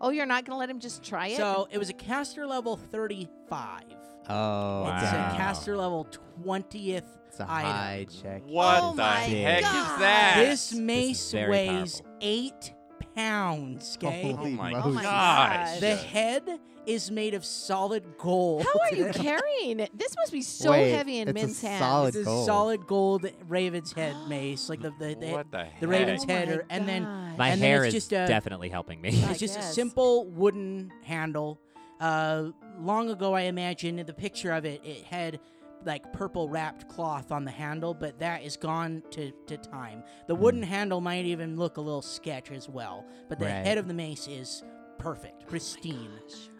Speaker 5: Oh, you're not gonna let him just try it.
Speaker 4: So it was a caster level thirty five.
Speaker 1: oh,
Speaker 4: It's a
Speaker 1: wow.
Speaker 4: caster level twentieth.
Speaker 1: It's a
Speaker 4: item.
Speaker 1: high check.
Speaker 8: What
Speaker 5: Oh
Speaker 8: the
Speaker 5: my
Speaker 8: heck is
Speaker 5: God.
Speaker 8: that?
Speaker 4: This mace
Speaker 6: very
Speaker 4: weighs
Speaker 6: powerful.
Speaker 4: eight pounds. Okay.
Speaker 8: oh
Speaker 1: Holy
Speaker 8: my
Speaker 1: moly. Oh my
Speaker 8: gosh.
Speaker 5: gosh.
Speaker 4: The head is made of solid gold.
Speaker 5: How are you carrying it? This must be so
Speaker 1: Wait,
Speaker 5: heavy in
Speaker 1: it's a
Speaker 5: men's hands.
Speaker 1: solid-
Speaker 4: It's a
Speaker 1: gold.
Speaker 4: solid gold raven's head mace, like the the, the
Speaker 8: what the heck?
Speaker 4: the Raven's
Speaker 5: Oh
Speaker 4: head
Speaker 5: my
Speaker 4: or- and then
Speaker 5: gosh.
Speaker 6: My
Speaker 4: and then
Speaker 6: hair
Speaker 4: it's
Speaker 6: is
Speaker 4: just a-
Speaker 6: definitely helping me.
Speaker 5: I
Speaker 4: It's just a
Speaker 5: guess.
Speaker 4: simple wooden handle. Uh, long ago, I imagine in the picture of it, it had like purple wrapped cloth on the handle, but that is gone to, to time. The
Speaker 5: Hmm.
Speaker 4: wooden handle might even look a little sketch as well, but the
Speaker 1: Right.
Speaker 4: head of the mace is perfect, pristine.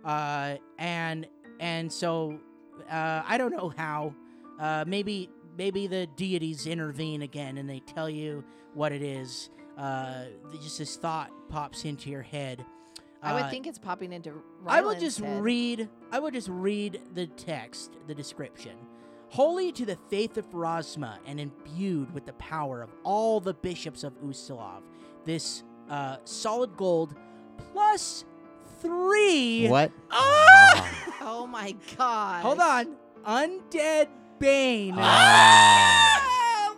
Speaker 4: uh, and and so uh, I don't know how. Uh, maybe maybe the deities intervene again and they tell you what it is. Uh, th- just this thought pops into your head.
Speaker 5: I
Speaker 4: Uh,
Speaker 5: would think it's popping into.
Speaker 4: I will
Speaker 5: Ryland's
Speaker 4: just
Speaker 5: head.
Speaker 4: read. I will just read the text, the description. Holy to the faith of Rosma and imbued with the power of all the bishops of Usilov, this uh, solid gold plus three.
Speaker 1: What?
Speaker 4: Ah!
Speaker 5: Oh my god.
Speaker 4: Hold on. Undead Bane.
Speaker 1: Ah.
Speaker 5: Ah!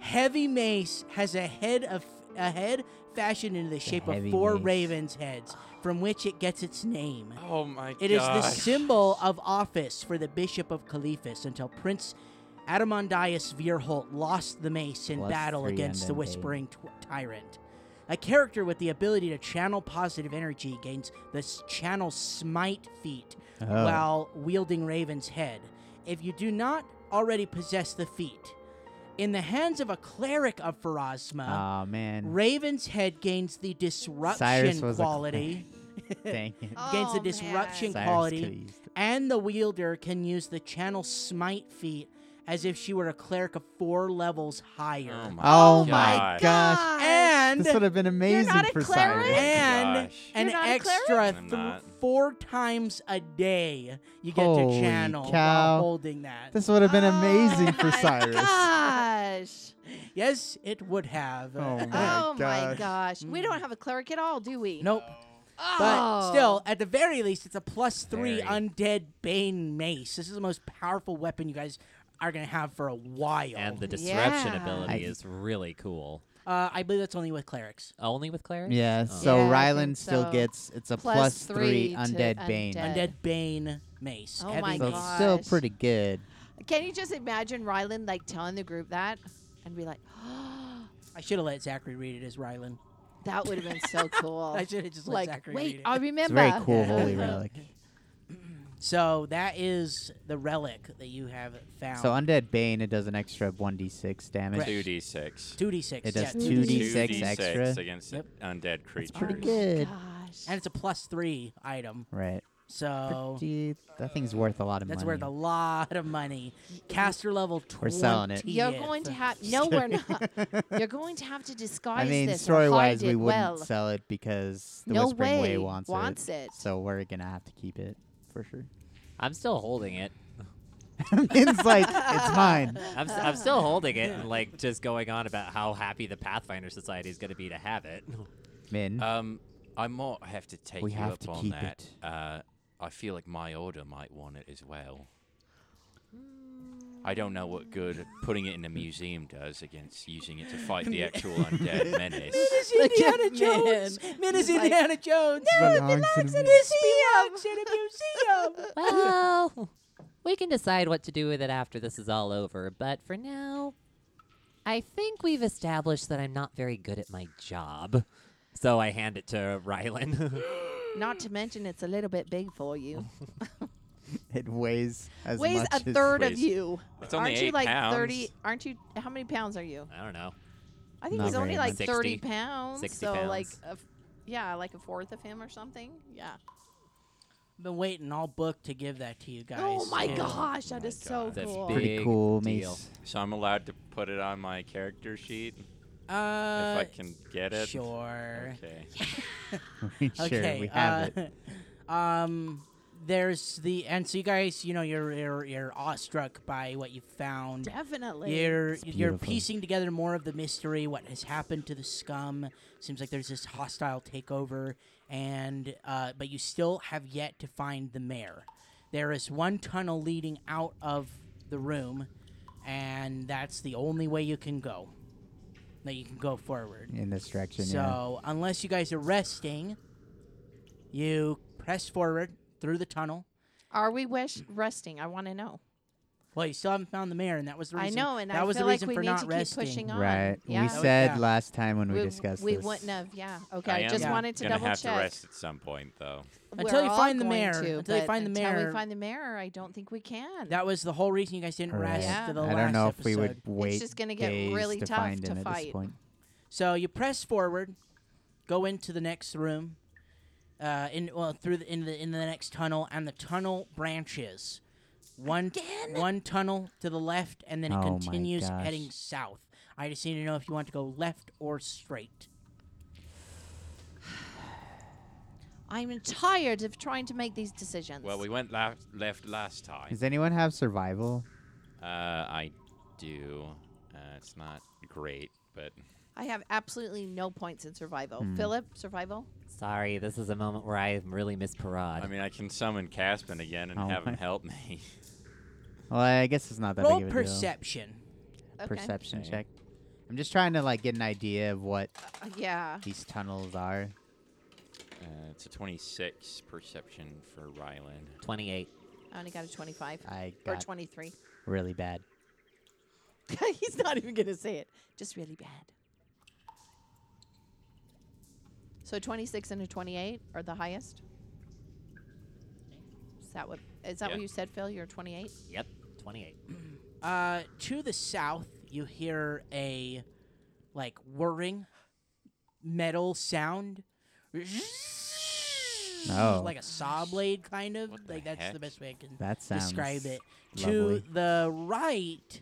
Speaker 4: Heavy mace has a head of a head fashioned into the shape of
Speaker 1: heavy
Speaker 4: four
Speaker 1: mace.
Speaker 4: ravens' heads, from which it gets its name.
Speaker 8: Oh my
Speaker 4: It is the symbol of office for the Bishop of Caliphus until Prince Adamondius Vierholt lost the mace in
Speaker 1: Plus
Speaker 4: battle
Speaker 1: three
Speaker 4: against the
Speaker 1: undead
Speaker 4: Whispering tw- Tyrant. A character with the ability to channel positive energy gains the s- Channel Smite feat
Speaker 1: Oh.
Speaker 4: while wielding Raven's head. If you do not already possess the feat, in the hands of a cleric of
Speaker 5: Uh-huh.
Speaker 4: Pharasma,
Speaker 1: Oh, man.
Speaker 4: Raven's head gains the disruption
Speaker 1: was a
Speaker 4: quality.
Speaker 1: Dang it.
Speaker 4: gains the
Speaker 5: Oh,
Speaker 4: disruption
Speaker 1: Cyrus
Speaker 4: quality
Speaker 1: could've used it.
Speaker 4: and the wielder can use the channel smite feat as if she were a cleric of four levels higher.
Speaker 8: Oh my
Speaker 1: Oh,
Speaker 8: God.
Speaker 1: my gosh.
Speaker 4: and
Speaker 1: This would have been amazing
Speaker 5: not a
Speaker 1: for
Speaker 5: cleric?
Speaker 1: Cyrus.
Speaker 4: and
Speaker 8: Gosh.
Speaker 4: an
Speaker 5: You're not a cleric?
Speaker 4: extra
Speaker 8: I'm
Speaker 4: th-
Speaker 8: not.
Speaker 4: four times a day you get to
Speaker 1: Holy
Speaker 4: channel while
Speaker 1: cow.
Speaker 4: holding that.
Speaker 1: This would have been amazing
Speaker 5: Oh
Speaker 1: for
Speaker 5: my
Speaker 1: Cyrus.
Speaker 5: Gosh.
Speaker 4: yes, it would have. Uh,
Speaker 1: Oh my
Speaker 5: Oh my
Speaker 1: gosh. Hmm.
Speaker 5: gosh. We don't have a cleric at all, do we?
Speaker 4: Nope. But
Speaker 5: Oh.
Speaker 4: still, at the very least, it's a plus three
Speaker 6: Very.
Speaker 4: undead bane mace. This is the most powerful weapon you guys are gonna have for a while.
Speaker 6: and the disruption
Speaker 5: Yeah.
Speaker 6: ability
Speaker 1: I-
Speaker 6: is really cool.
Speaker 4: uh, I believe that's only with clerics.
Speaker 6: Only with clerics.
Speaker 1: Yeah,
Speaker 6: Oh.
Speaker 1: so
Speaker 5: Yeah, I
Speaker 1: Ryland
Speaker 5: think
Speaker 1: still
Speaker 5: so.
Speaker 1: gets it's a
Speaker 5: Plus
Speaker 1: plus three
Speaker 5: three to
Speaker 1: undead bane.
Speaker 5: undead.
Speaker 4: Undead Bane Mace.
Speaker 5: Oh
Speaker 4: heavy
Speaker 5: my
Speaker 1: So
Speaker 4: mace.
Speaker 1: it's still
Speaker 5: Gosh.
Speaker 1: pretty good.
Speaker 5: Can you just imagine Ryland like telling the group that and be like,
Speaker 4: I should have let Zachary read it as Rylan.
Speaker 5: that would have been so cool.
Speaker 4: I should have just let
Speaker 5: like,
Speaker 4: Zachary read
Speaker 5: wait,
Speaker 4: it.
Speaker 5: I
Speaker 1: It's a
Speaker 5: remember. Oh
Speaker 1: very cool holy relic.
Speaker 4: So that is the relic that you have found.
Speaker 1: So undead bane it does an extra one d six damage.
Speaker 4: Correct.
Speaker 8: 2d6.
Speaker 4: 2d6
Speaker 1: It does
Speaker 4: yeah,
Speaker 1: two d
Speaker 8: 2d6
Speaker 1: six extra.
Speaker 8: against
Speaker 4: Yep.
Speaker 8: undead creatures.
Speaker 1: Pretty good.
Speaker 5: Gosh. gosh.
Speaker 4: and it's a plus three item.
Speaker 1: Right.
Speaker 4: So
Speaker 5: Oh.
Speaker 1: Pretty- that thing's worth a lot of
Speaker 4: that's
Speaker 1: money.
Speaker 4: worth a lot of money. Caster level twenty.
Speaker 1: We're selling it.
Speaker 5: You're going to have no, we're not. You're going to have to disguise
Speaker 1: I mean,
Speaker 5: this
Speaker 1: story
Speaker 5: or
Speaker 1: wise,
Speaker 5: hide
Speaker 1: we
Speaker 5: it
Speaker 1: wouldn't
Speaker 5: well.
Speaker 1: sell it because the
Speaker 5: no
Speaker 1: Whispering Way,
Speaker 5: way
Speaker 1: wants,
Speaker 5: wants it.
Speaker 1: So we're gonna have to keep it for sure.
Speaker 6: I'm still holding it.
Speaker 1: Min's like, it's mine.
Speaker 6: I'm, s- I'm still holding it and like just going on about how happy the Pathfinder Society is going to be to have it.
Speaker 1: Min,
Speaker 4: Uh,
Speaker 8: Um, I might have to take
Speaker 1: We
Speaker 8: you
Speaker 1: have
Speaker 8: up
Speaker 1: to
Speaker 8: on
Speaker 1: keep
Speaker 8: that.
Speaker 1: it.
Speaker 8: Uh, I feel like my order might want it as well. I don't know what good putting it in a museum does against using it to fight the actual undead menace.
Speaker 4: It's Indiana Jones. Min is Indiana Jones. Belongs in a museum.
Speaker 6: Well, we can decide what to do with it after this is all over, but for now, I think we've established that I'm not very good at my job. So I hand it to Rylan.
Speaker 5: Not to mention, it's a little bit big for you.
Speaker 1: it weighs as
Speaker 5: Weighs
Speaker 1: much
Speaker 5: a
Speaker 1: as-
Speaker 5: third of
Speaker 8: weighs-
Speaker 5: you.
Speaker 8: It's only
Speaker 5: aren't
Speaker 8: eight
Speaker 5: you like
Speaker 8: pounds.
Speaker 5: thirty? Aren't you? How many pounds are you?
Speaker 6: I don't know.
Speaker 5: I think
Speaker 1: Not
Speaker 5: he's only
Speaker 1: very
Speaker 5: like
Speaker 6: much.
Speaker 5: thirty
Speaker 6: 60
Speaker 5: pounds.
Speaker 6: 60
Speaker 5: so like,
Speaker 6: pounds.
Speaker 5: a f- yeah, like a fourth of him or something. Yeah.
Speaker 4: Been waiting all book to give that to you guys.
Speaker 5: oh my
Speaker 4: too.
Speaker 5: gosh, that is so
Speaker 6: That's
Speaker 5: cool.
Speaker 6: big.
Speaker 1: Pretty cool,
Speaker 6: deal.
Speaker 1: Mace.
Speaker 3: So I'm allowed to put it on my character sheet
Speaker 4: Uh,
Speaker 3: if I can get it.
Speaker 4: Sure.
Speaker 3: Okay.
Speaker 1: We sure,
Speaker 4: Okay,
Speaker 1: we have
Speaker 4: uh,
Speaker 1: it.
Speaker 4: um, there's the and so you guys, you know, you're you're, you're awestruck by what you found.
Speaker 5: Definitely.
Speaker 4: You're you're
Speaker 1: beautiful.
Speaker 4: piecing together more of the mystery. What has happened to the scum? Seems like there's this hostile takeover, and uh, but you still have yet to find the mayor. There is one tunnel leading out of the room, and that's the only way you can go. That you can go forward.
Speaker 1: In this direction, yeah.
Speaker 4: So unless you guys are resting, you press forward through the tunnel.
Speaker 5: Are we wish- resting? I want to know.
Speaker 4: Well, you still haven't found the mayor, and that was the
Speaker 5: I
Speaker 4: reason.
Speaker 5: know, and
Speaker 4: that
Speaker 5: I
Speaker 4: was
Speaker 5: feel
Speaker 4: the
Speaker 5: like
Speaker 4: reason
Speaker 5: we
Speaker 4: for
Speaker 5: need
Speaker 4: not
Speaker 5: to keep
Speaker 4: resting.
Speaker 5: pushing on.
Speaker 1: Right.
Speaker 5: Yeah.
Speaker 1: We
Speaker 4: was-
Speaker 1: said
Speaker 4: Oh, yeah.
Speaker 1: last time when we,
Speaker 5: we,
Speaker 1: discussed
Speaker 5: we
Speaker 1: this.
Speaker 5: wouldn't have. Yeah. Okay.
Speaker 3: I
Speaker 5: I just
Speaker 4: am
Speaker 5: wanted to
Speaker 3: gonna
Speaker 5: double
Speaker 3: have
Speaker 5: check.
Speaker 3: to rest at some point, though.
Speaker 4: Until
Speaker 5: We're
Speaker 4: you
Speaker 5: all
Speaker 4: find the
Speaker 5: going
Speaker 4: mayor-
Speaker 5: to,
Speaker 4: until you
Speaker 5: but
Speaker 4: find the
Speaker 5: Until
Speaker 4: mayor-
Speaker 5: we find the mayor, I don't think we can.
Speaker 4: That was the whole reason you guys didn't
Speaker 1: Correct.
Speaker 4: rest
Speaker 5: Yeah.
Speaker 4: to the
Speaker 1: I
Speaker 4: last
Speaker 1: don't know if
Speaker 4: episode.
Speaker 1: we would wait
Speaker 5: just gonna get
Speaker 1: days
Speaker 5: really
Speaker 1: to
Speaker 5: tough
Speaker 1: find
Speaker 5: to
Speaker 1: him at
Speaker 5: fight.
Speaker 1: this point.
Speaker 4: So you press forward, go into the next room, uh, in well through the in the in the next tunnel, and the tunnel branches. One one tunnel to the left, and then it
Speaker 1: Oh my
Speaker 4: continues
Speaker 1: gosh.
Speaker 4: heading south. I just need to know if you want to go left or straight.
Speaker 5: I'm tired of trying to make these decisions.
Speaker 3: Well, we went left, left last time.
Speaker 1: Does anyone have survival?
Speaker 3: Uh, I do. Uh, it's not great, but
Speaker 5: I have absolutely no points in survival. Philip, survival?
Speaker 6: Sorry, this is a moment where I really miss Parade.
Speaker 3: I mean, I can summon Caspin again and
Speaker 1: Oh
Speaker 3: have
Speaker 1: my-
Speaker 3: him help me.
Speaker 1: Well, I guess it's not that
Speaker 4: Roll
Speaker 1: big of a
Speaker 4: perception.
Speaker 1: deal.
Speaker 5: Okay.
Speaker 1: Perception check. I'm just trying to like get an idea of what
Speaker 5: Uh, yeah.
Speaker 1: these tunnels are.
Speaker 3: Uh, it's a 26 perception for Rylan.
Speaker 6: 28.
Speaker 5: I only got a 25
Speaker 1: I
Speaker 5: or
Speaker 1: got
Speaker 5: 23.
Speaker 1: really bad.
Speaker 5: He's not even going to say it. Just really bad. So 26 and a 28 are the highest? Is that what is that
Speaker 3: Yeah.
Speaker 5: what you said, Phil? You're 28?
Speaker 6: Yep, 28.
Speaker 4: Uh, to the south, you hear a like whirring metal sound.
Speaker 1: Oh.
Speaker 4: Like a saw blade, kind of.
Speaker 3: What the
Speaker 4: like that's the
Speaker 3: heck?
Speaker 4: best way I can
Speaker 1: That sounds
Speaker 4: describe it.
Speaker 1: lovely.
Speaker 4: To the right,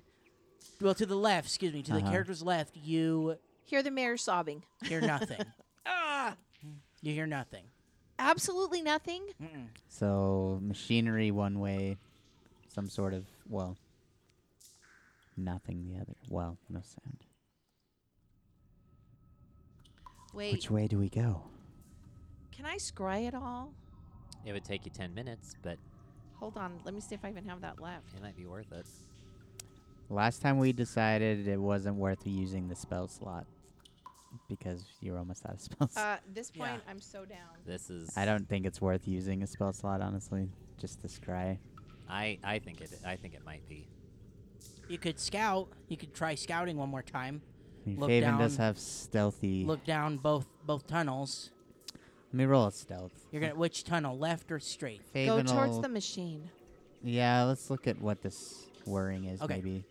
Speaker 4: well, to the left, excuse me, to the
Speaker 1: Uh-huh.
Speaker 4: character's left, you
Speaker 5: Hear the mayor sobbing.
Speaker 4: hear nothing. You hear nothing.
Speaker 5: Absolutely nothing.
Speaker 1: So machinery one way, some sort of well, nothing the other. Well, no sound.
Speaker 5: Wait,
Speaker 1: Which way do we go?
Speaker 5: can I scry it all?
Speaker 6: It would take you 10 minutes, but
Speaker 5: Hold on, let me see if I even have that left.
Speaker 6: it might be worth it.
Speaker 1: Last time we decided it wasn't worth using the spell slot because you're almost out of spells.
Speaker 5: Uh, this
Speaker 4: Yeah.
Speaker 5: point, I'm so down.
Speaker 6: This is.
Speaker 1: I don't think it's worth using a spell slot, honestly. Just to scry.
Speaker 6: I, I think it. I think it might be.
Speaker 4: You could scout. You could try scouting one more time.
Speaker 1: I mean,
Speaker 4: Look
Speaker 1: Faven does
Speaker 4: down.
Speaker 1: have stealthy.
Speaker 4: Look down both both tunnels.
Speaker 1: Let me roll a stealth.
Speaker 4: You're gonna which tunnel, left or straight?
Speaker 5: Go
Speaker 1: Faven
Speaker 5: towards
Speaker 1: will-
Speaker 5: the machine.
Speaker 1: Yeah, let's look at what this whirring is,
Speaker 4: Okay.
Speaker 1: maybe.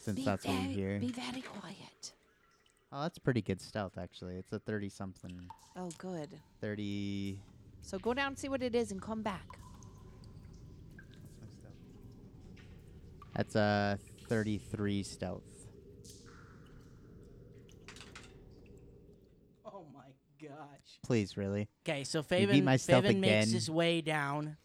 Speaker 1: Since that's what we hear.
Speaker 5: be very quiet.
Speaker 1: Oh, that's pretty good stealth, actually. It's a 30 something.
Speaker 5: Oh, good.
Speaker 1: 30.
Speaker 5: So go down and see what it is and come back.
Speaker 1: That's a 33 stealth.
Speaker 4: Oh my gosh.
Speaker 1: Please, really?
Speaker 4: Okay, so
Speaker 1: You
Speaker 4: Faven,
Speaker 1: beat my stealth
Speaker 4: Faven makes
Speaker 1: again.
Speaker 4: his way down.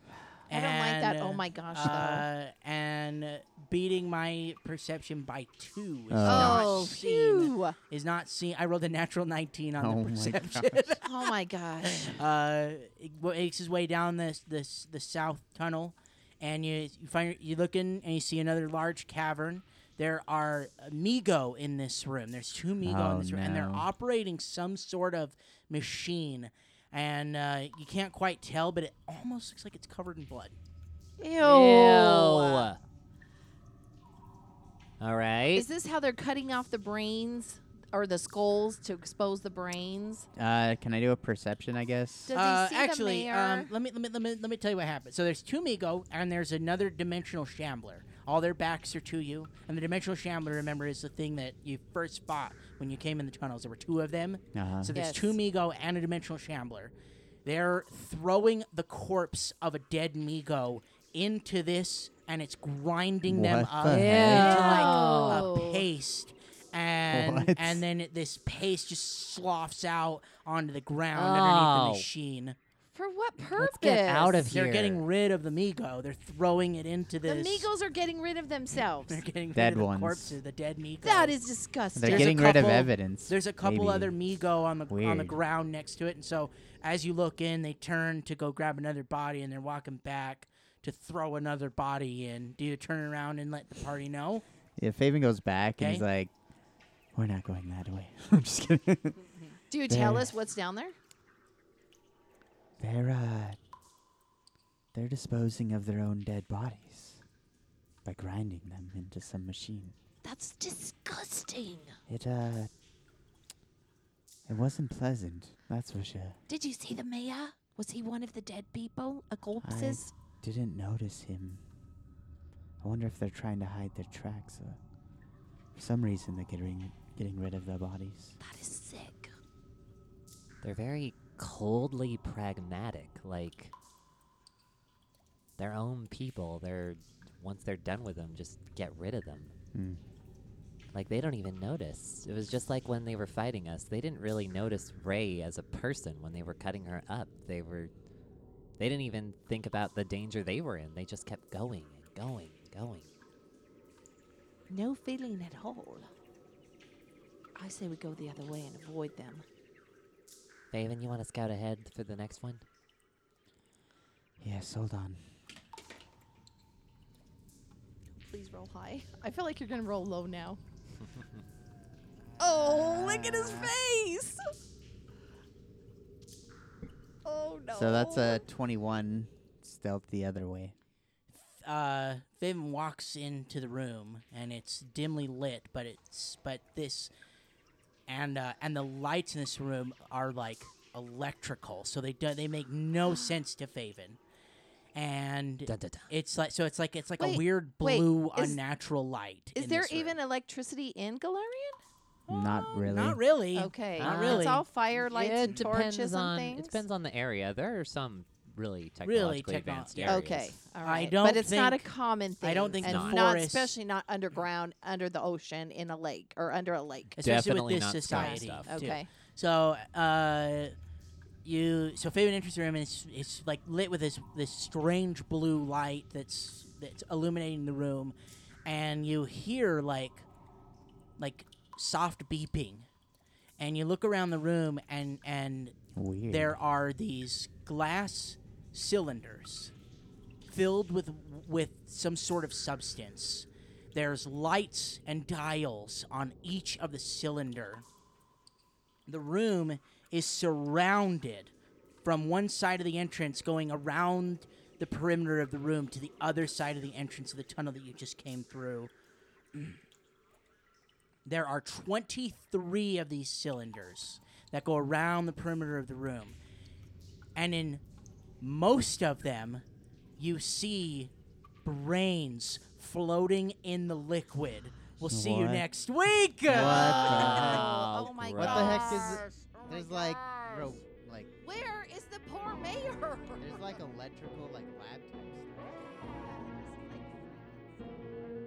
Speaker 5: I don't like that.
Speaker 4: and,
Speaker 5: Oh my gosh, though.
Speaker 4: Uh, and beating my perception by two is
Speaker 1: Oh.
Speaker 4: not
Speaker 5: Oh,
Speaker 4: seen.
Speaker 5: phew.
Speaker 4: Is not seen. I rolled a natural 19 on
Speaker 1: Oh my
Speaker 4: the perception.
Speaker 5: Oh my gosh.
Speaker 4: uh, it wa- makes his way down this this the south tunnel, and you you find you look in and you see another large cavern. There are Migo in this room. There's two Migo
Speaker 1: Oh,
Speaker 4: in this room, and they're
Speaker 1: no.
Speaker 4: operating some sort of machine, and uh, you can't quite tell, but it almost looks like it's covered in blood.
Speaker 5: Ew.
Speaker 6: All right.
Speaker 5: Is this how they're cutting off the brains or the skulls to expose the brains?
Speaker 1: Uh, can I do a perception, I guess?
Speaker 5: Does
Speaker 4: Uh,
Speaker 5: he see
Speaker 4: actually,
Speaker 5: the mayor?
Speaker 4: um, let me let me let me let me tell you what happened. So there's two Migo, and there's another dimensional shambler. All their backs are to you, and the dimensional shambler, remember, is the thing that you first fought when you came in the tunnels. There were two of them.
Speaker 1: Uh-huh.
Speaker 4: So there's
Speaker 5: Yes.
Speaker 4: two Migo and a dimensional shambler. They're throwing the corpse of a dead Migo into this, and it's grinding them
Speaker 1: What
Speaker 4: up
Speaker 1: the
Speaker 4: into Oh.
Speaker 5: heck?
Speaker 4: like a paste. And
Speaker 1: What?
Speaker 4: and then it, this paste just sloughs out onto the ground underneath
Speaker 6: Oh.
Speaker 4: the machine.
Speaker 5: For what purpose?
Speaker 6: Let's get out of here.
Speaker 4: They're getting rid of the Migo. They're throwing it into
Speaker 5: The
Speaker 4: this.
Speaker 5: Migos are getting rid of themselves.
Speaker 4: They're getting
Speaker 1: Dead
Speaker 4: rid of
Speaker 1: ones.
Speaker 4: the corpses, the dead Migo.
Speaker 5: That is disgusting.
Speaker 1: They're
Speaker 4: There's a
Speaker 1: getting rid of
Speaker 4: couple-
Speaker 1: evidence.
Speaker 4: There's a couple
Speaker 1: maybe.
Speaker 4: other Migo on the on the
Speaker 1: Weird.
Speaker 4: ground next to it, and so as you look in, they turn to go grab another body, and they're walking back to throw another body in. Do you turn around and let the party know?
Speaker 1: Yeah, Faven goes back and he's like, we're not going that way. I'm just kidding.
Speaker 5: Do you tell
Speaker 1: They're-
Speaker 5: us what's down there?
Speaker 1: they're, uh, they're disposing of their own dead bodies by grinding them into some machine.
Speaker 7: That's disgusting.
Speaker 1: It, uh, it wasn't pleasant, that's for sure.
Speaker 7: Did you see the mayor? Was he one of the dead people? A
Speaker 1: I
Speaker 7: corpses?
Speaker 1: didn't notice him. I wonder if they're trying to hide their tracks. Or for some reason, they're getting getting rid of their bodies.
Speaker 7: That is sick.
Speaker 6: They're very coldly pragmatic, like their own people. They're once they're done with them, just get rid of them.
Speaker 1: Hmm.
Speaker 6: Like they don't even notice. It was just like when they were fighting us. They didn't really notice Ray as a person when they were cutting her up. They were they didn't even think about the danger they were in. They just kept going and going and going.
Speaker 7: No feeling at all. I say we go the other way and avoid them.
Speaker 6: Faven, you want to scout ahead for the next one?
Speaker 1: Yes, hold on.
Speaker 5: Please roll high. I feel like you're going to roll low now. oh, look at his face. Oh, no.
Speaker 1: So that's a 21 stealth the other way.
Speaker 4: uh, Vivin walks into the room and it's dimly lit, but it's but this and uh, and the lights in this room are like electrical, so they do, they make no sense to Faven, and
Speaker 6: Dun, dun, dun.
Speaker 4: it's like so it's like it's like
Speaker 5: Wait,
Speaker 4: a weird
Speaker 5: wait,
Speaker 4: blue
Speaker 5: is-
Speaker 4: unnatural light.
Speaker 5: Is
Speaker 4: in
Speaker 5: there
Speaker 4: this room.
Speaker 5: even electricity in Galarian?
Speaker 1: Not really.
Speaker 4: Not really.
Speaker 5: Okay.
Speaker 4: Not
Speaker 6: Uh,
Speaker 4: really.
Speaker 5: It's all fire, lights,
Speaker 6: Yeah,
Speaker 5: and torches and
Speaker 6: on,
Speaker 5: things?
Speaker 6: It depends on the area. There are some really technologically
Speaker 4: Really techno-
Speaker 6: advanced
Speaker 4: yeah.
Speaker 6: areas.
Speaker 5: Okay. All
Speaker 4: I
Speaker 5: right.
Speaker 4: don't
Speaker 5: but it's not a
Speaker 4: think-
Speaker 5: common thing.
Speaker 4: I don't think
Speaker 5: and
Speaker 6: not.
Speaker 4: forests-
Speaker 5: especially not underground, under the ocean, in a lake or under a lake.
Speaker 4: especially
Speaker 6: Definitely
Speaker 4: with this
Speaker 6: not sky
Speaker 4: society.
Speaker 6: stuff.
Speaker 4: too.
Speaker 5: Okay.
Speaker 4: So, uh, you so Fabian enters the room and it's it's like lit with this this strange blue light that's that's illuminating the room, and you hear like like soft beeping, and you look around the room and and
Speaker 1: Weird.
Speaker 4: there are these glass cylinders filled with with some sort of substance. There's lights and dials on each of the cylinder. The room is surrounded from one side of the entrance going around the perimeter of the room to the other side of the entrance of the tunnel that you just came through. There are 23 of these cylinders that go around the perimeter of the room. And in most of them, you see brains floating in the liquid We'll see you
Speaker 1: What?
Speaker 4: next week.
Speaker 1: What the
Speaker 5: Oh, oh my
Speaker 1: What the heck is
Speaker 5: gosh. Oh my
Speaker 1: There's like,
Speaker 5: gosh.
Speaker 1: ro- like
Speaker 5: Where is the poor mayor?
Speaker 1: there's like electrical like lab type stuff.
Speaker 5: Yeah, it's like-